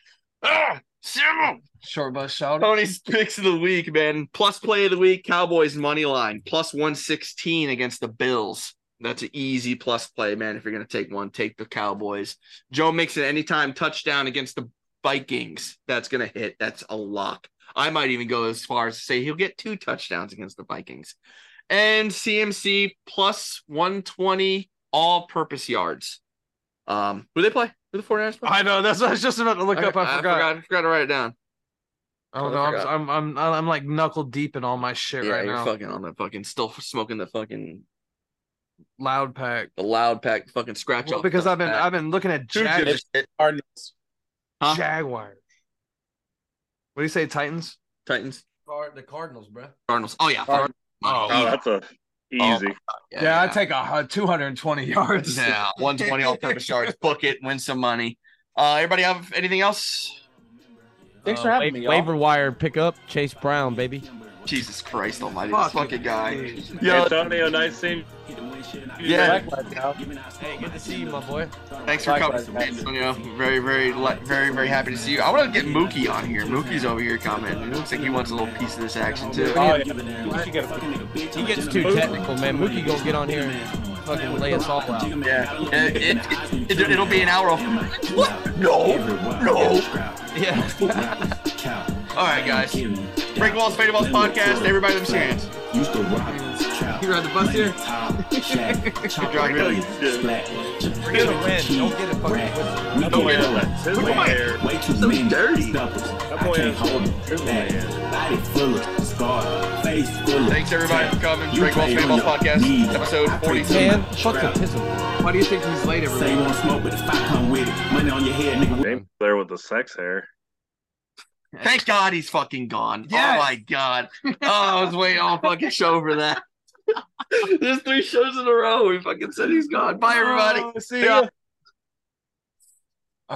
Speaker 1: Ah, Sam.
Speaker 4: Short bus shout.
Speaker 1: Tony's picks of the week, man. Plus play of the week, Cowboys money line plus one sixteen against the Bills. That's an easy plus play, man. If you're gonna take one, take the Cowboys. Joe Mixon anytime touchdown against the Vikings. That's gonna hit. That's a lock. I might even go as far as to say he'll get two touchdowns against the Vikings. And CMC plus 120 all purpose yards. Um, who they play? Who the 49ers play?
Speaker 4: I know. That's what I was just about to look up. I, forgot. I
Speaker 1: I forgot to write it down.
Speaker 4: don't know. Oh, I'm,
Speaker 1: forgot.
Speaker 4: I'm I'm I'm like knuckle deep in all my shit
Speaker 1: Yeah,
Speaker 4: right
Speaker 1: you're
Speaker 4: now.
Speaker 1: fucking on the fucking still smoking the fucking
Speaker 4: Loud pack.
Speaker 1: the loud pack fucking scratch
Speaker 4: Well,
Speaker 1: off.
Speaker 4: because
Speaker 1: the
Speaker 4: I've been
Speaker 1: back.
Speaker 4: I've been looking at
Speaker 5: Two
Speaker 4: Jag-
Speaker 5: good- Cardinals.
Speaker 1: huh?
Speaker 4: Jaguars. What do you say, Titans?
Speaker 1: Titans,
Speaker 3: the Cardinals, bro.
Speaker 1: Cardinals. Oh yeah,
Speaker 5: Cardinals.
Speaker 1: Money.
Speaker 2: Oh, that's a easy.
Speaker 4: Yeah, I take a hu- 220 yards.
Speaker 1: Yeah, 120 all purpose yards. Book it, win some money. Uh, everybody have anything else?
Speaker 5: Thanks for having me, y'all.
Speaker 3: Um, Waiver wire pick up Chase Brown, baby.
Speaker 1: Jesus Christ almighty, this
Speaker 4: Fuck.
Speaker 1: fucking guy. Yo,
Speaker 2: Antonio, nice seeing
Speaker 1: yeah,
Speaker 3: Hey, good to see you, my boy.
Speaker 1: thanks for coming, Antonio. Very, very, li- very, very happy to see you. I want to get Mookie on here. Mookie's over here commenting. It looks like he wants a little piece of this action, too.
Speaker 5: Oh, yeah. We should get a-
Speaker 3: He gets too technical, man. Mookie gonna get on here and fucking lay us all out.
Speaker 1: Yeah, it, it, it, it'll be an hour off. What? No, no.
Speaker 3: Yeah.
Speaker 1: All right, guys. Break Walls, Fade Walls podcast. Everybody, them hands.
Speaker 6: Used to rock.
Speaker 4: You ride the bus here?
Speaker 1: Drive really
Speaker 6: We're
Speaker 3: We're gonna win. Don't get it fucking twisted.
Speaker 6: We
Speaker 2: you.
Speaker 6: don't
Speaker 2: Way
Speaker 6: get
Speaker 2: to
Speaker 6: it.
Speaker 2: left. His
Speaker 6: We
Speaker 2: way
Speaker 6: might.
Speaker 2: there.
Speaker 6: Way too many
Speaker 1: dirty.
Speaker 6: doubles. I
Speaker 2: boy
Speaker 6: can't
Speaker 2: is
Speaker 6: hold him back. Body full of scars, face full of
Speaker 1: Thanks, everybody, for coming.
Speaker 6: You
Speaker 1: Break Walls,
Speaker 6: play
Speaker 1: Fade Walls
Speaker 6: on your
Speaker 1: podcast,
Speaker 6: knees.
Speaker 1: episode
Speaker 6: I pray to
Speaker 1: 42.
Speaker 3: Man,
Speaker 6: you.
Speaker 3: fuck the piss of-
Speaker 4: Why do you think he's late every
Speaker 6: Say you
Speaker 4: week?
Speaker 6: want smoke, but if I come with it, money on your head, nigga. we-
Speaker 2: James there with the sex hair.
Speaker 1: Thank God he's fucking gone.
Speaker 4: Yes.
Speaker 1: Oh my God. Oh, I was waiting all fucking show for that. There's three shows in a row. We fucking said he's gone. Bye, everybody.
Speaker 4: Oh, see ya.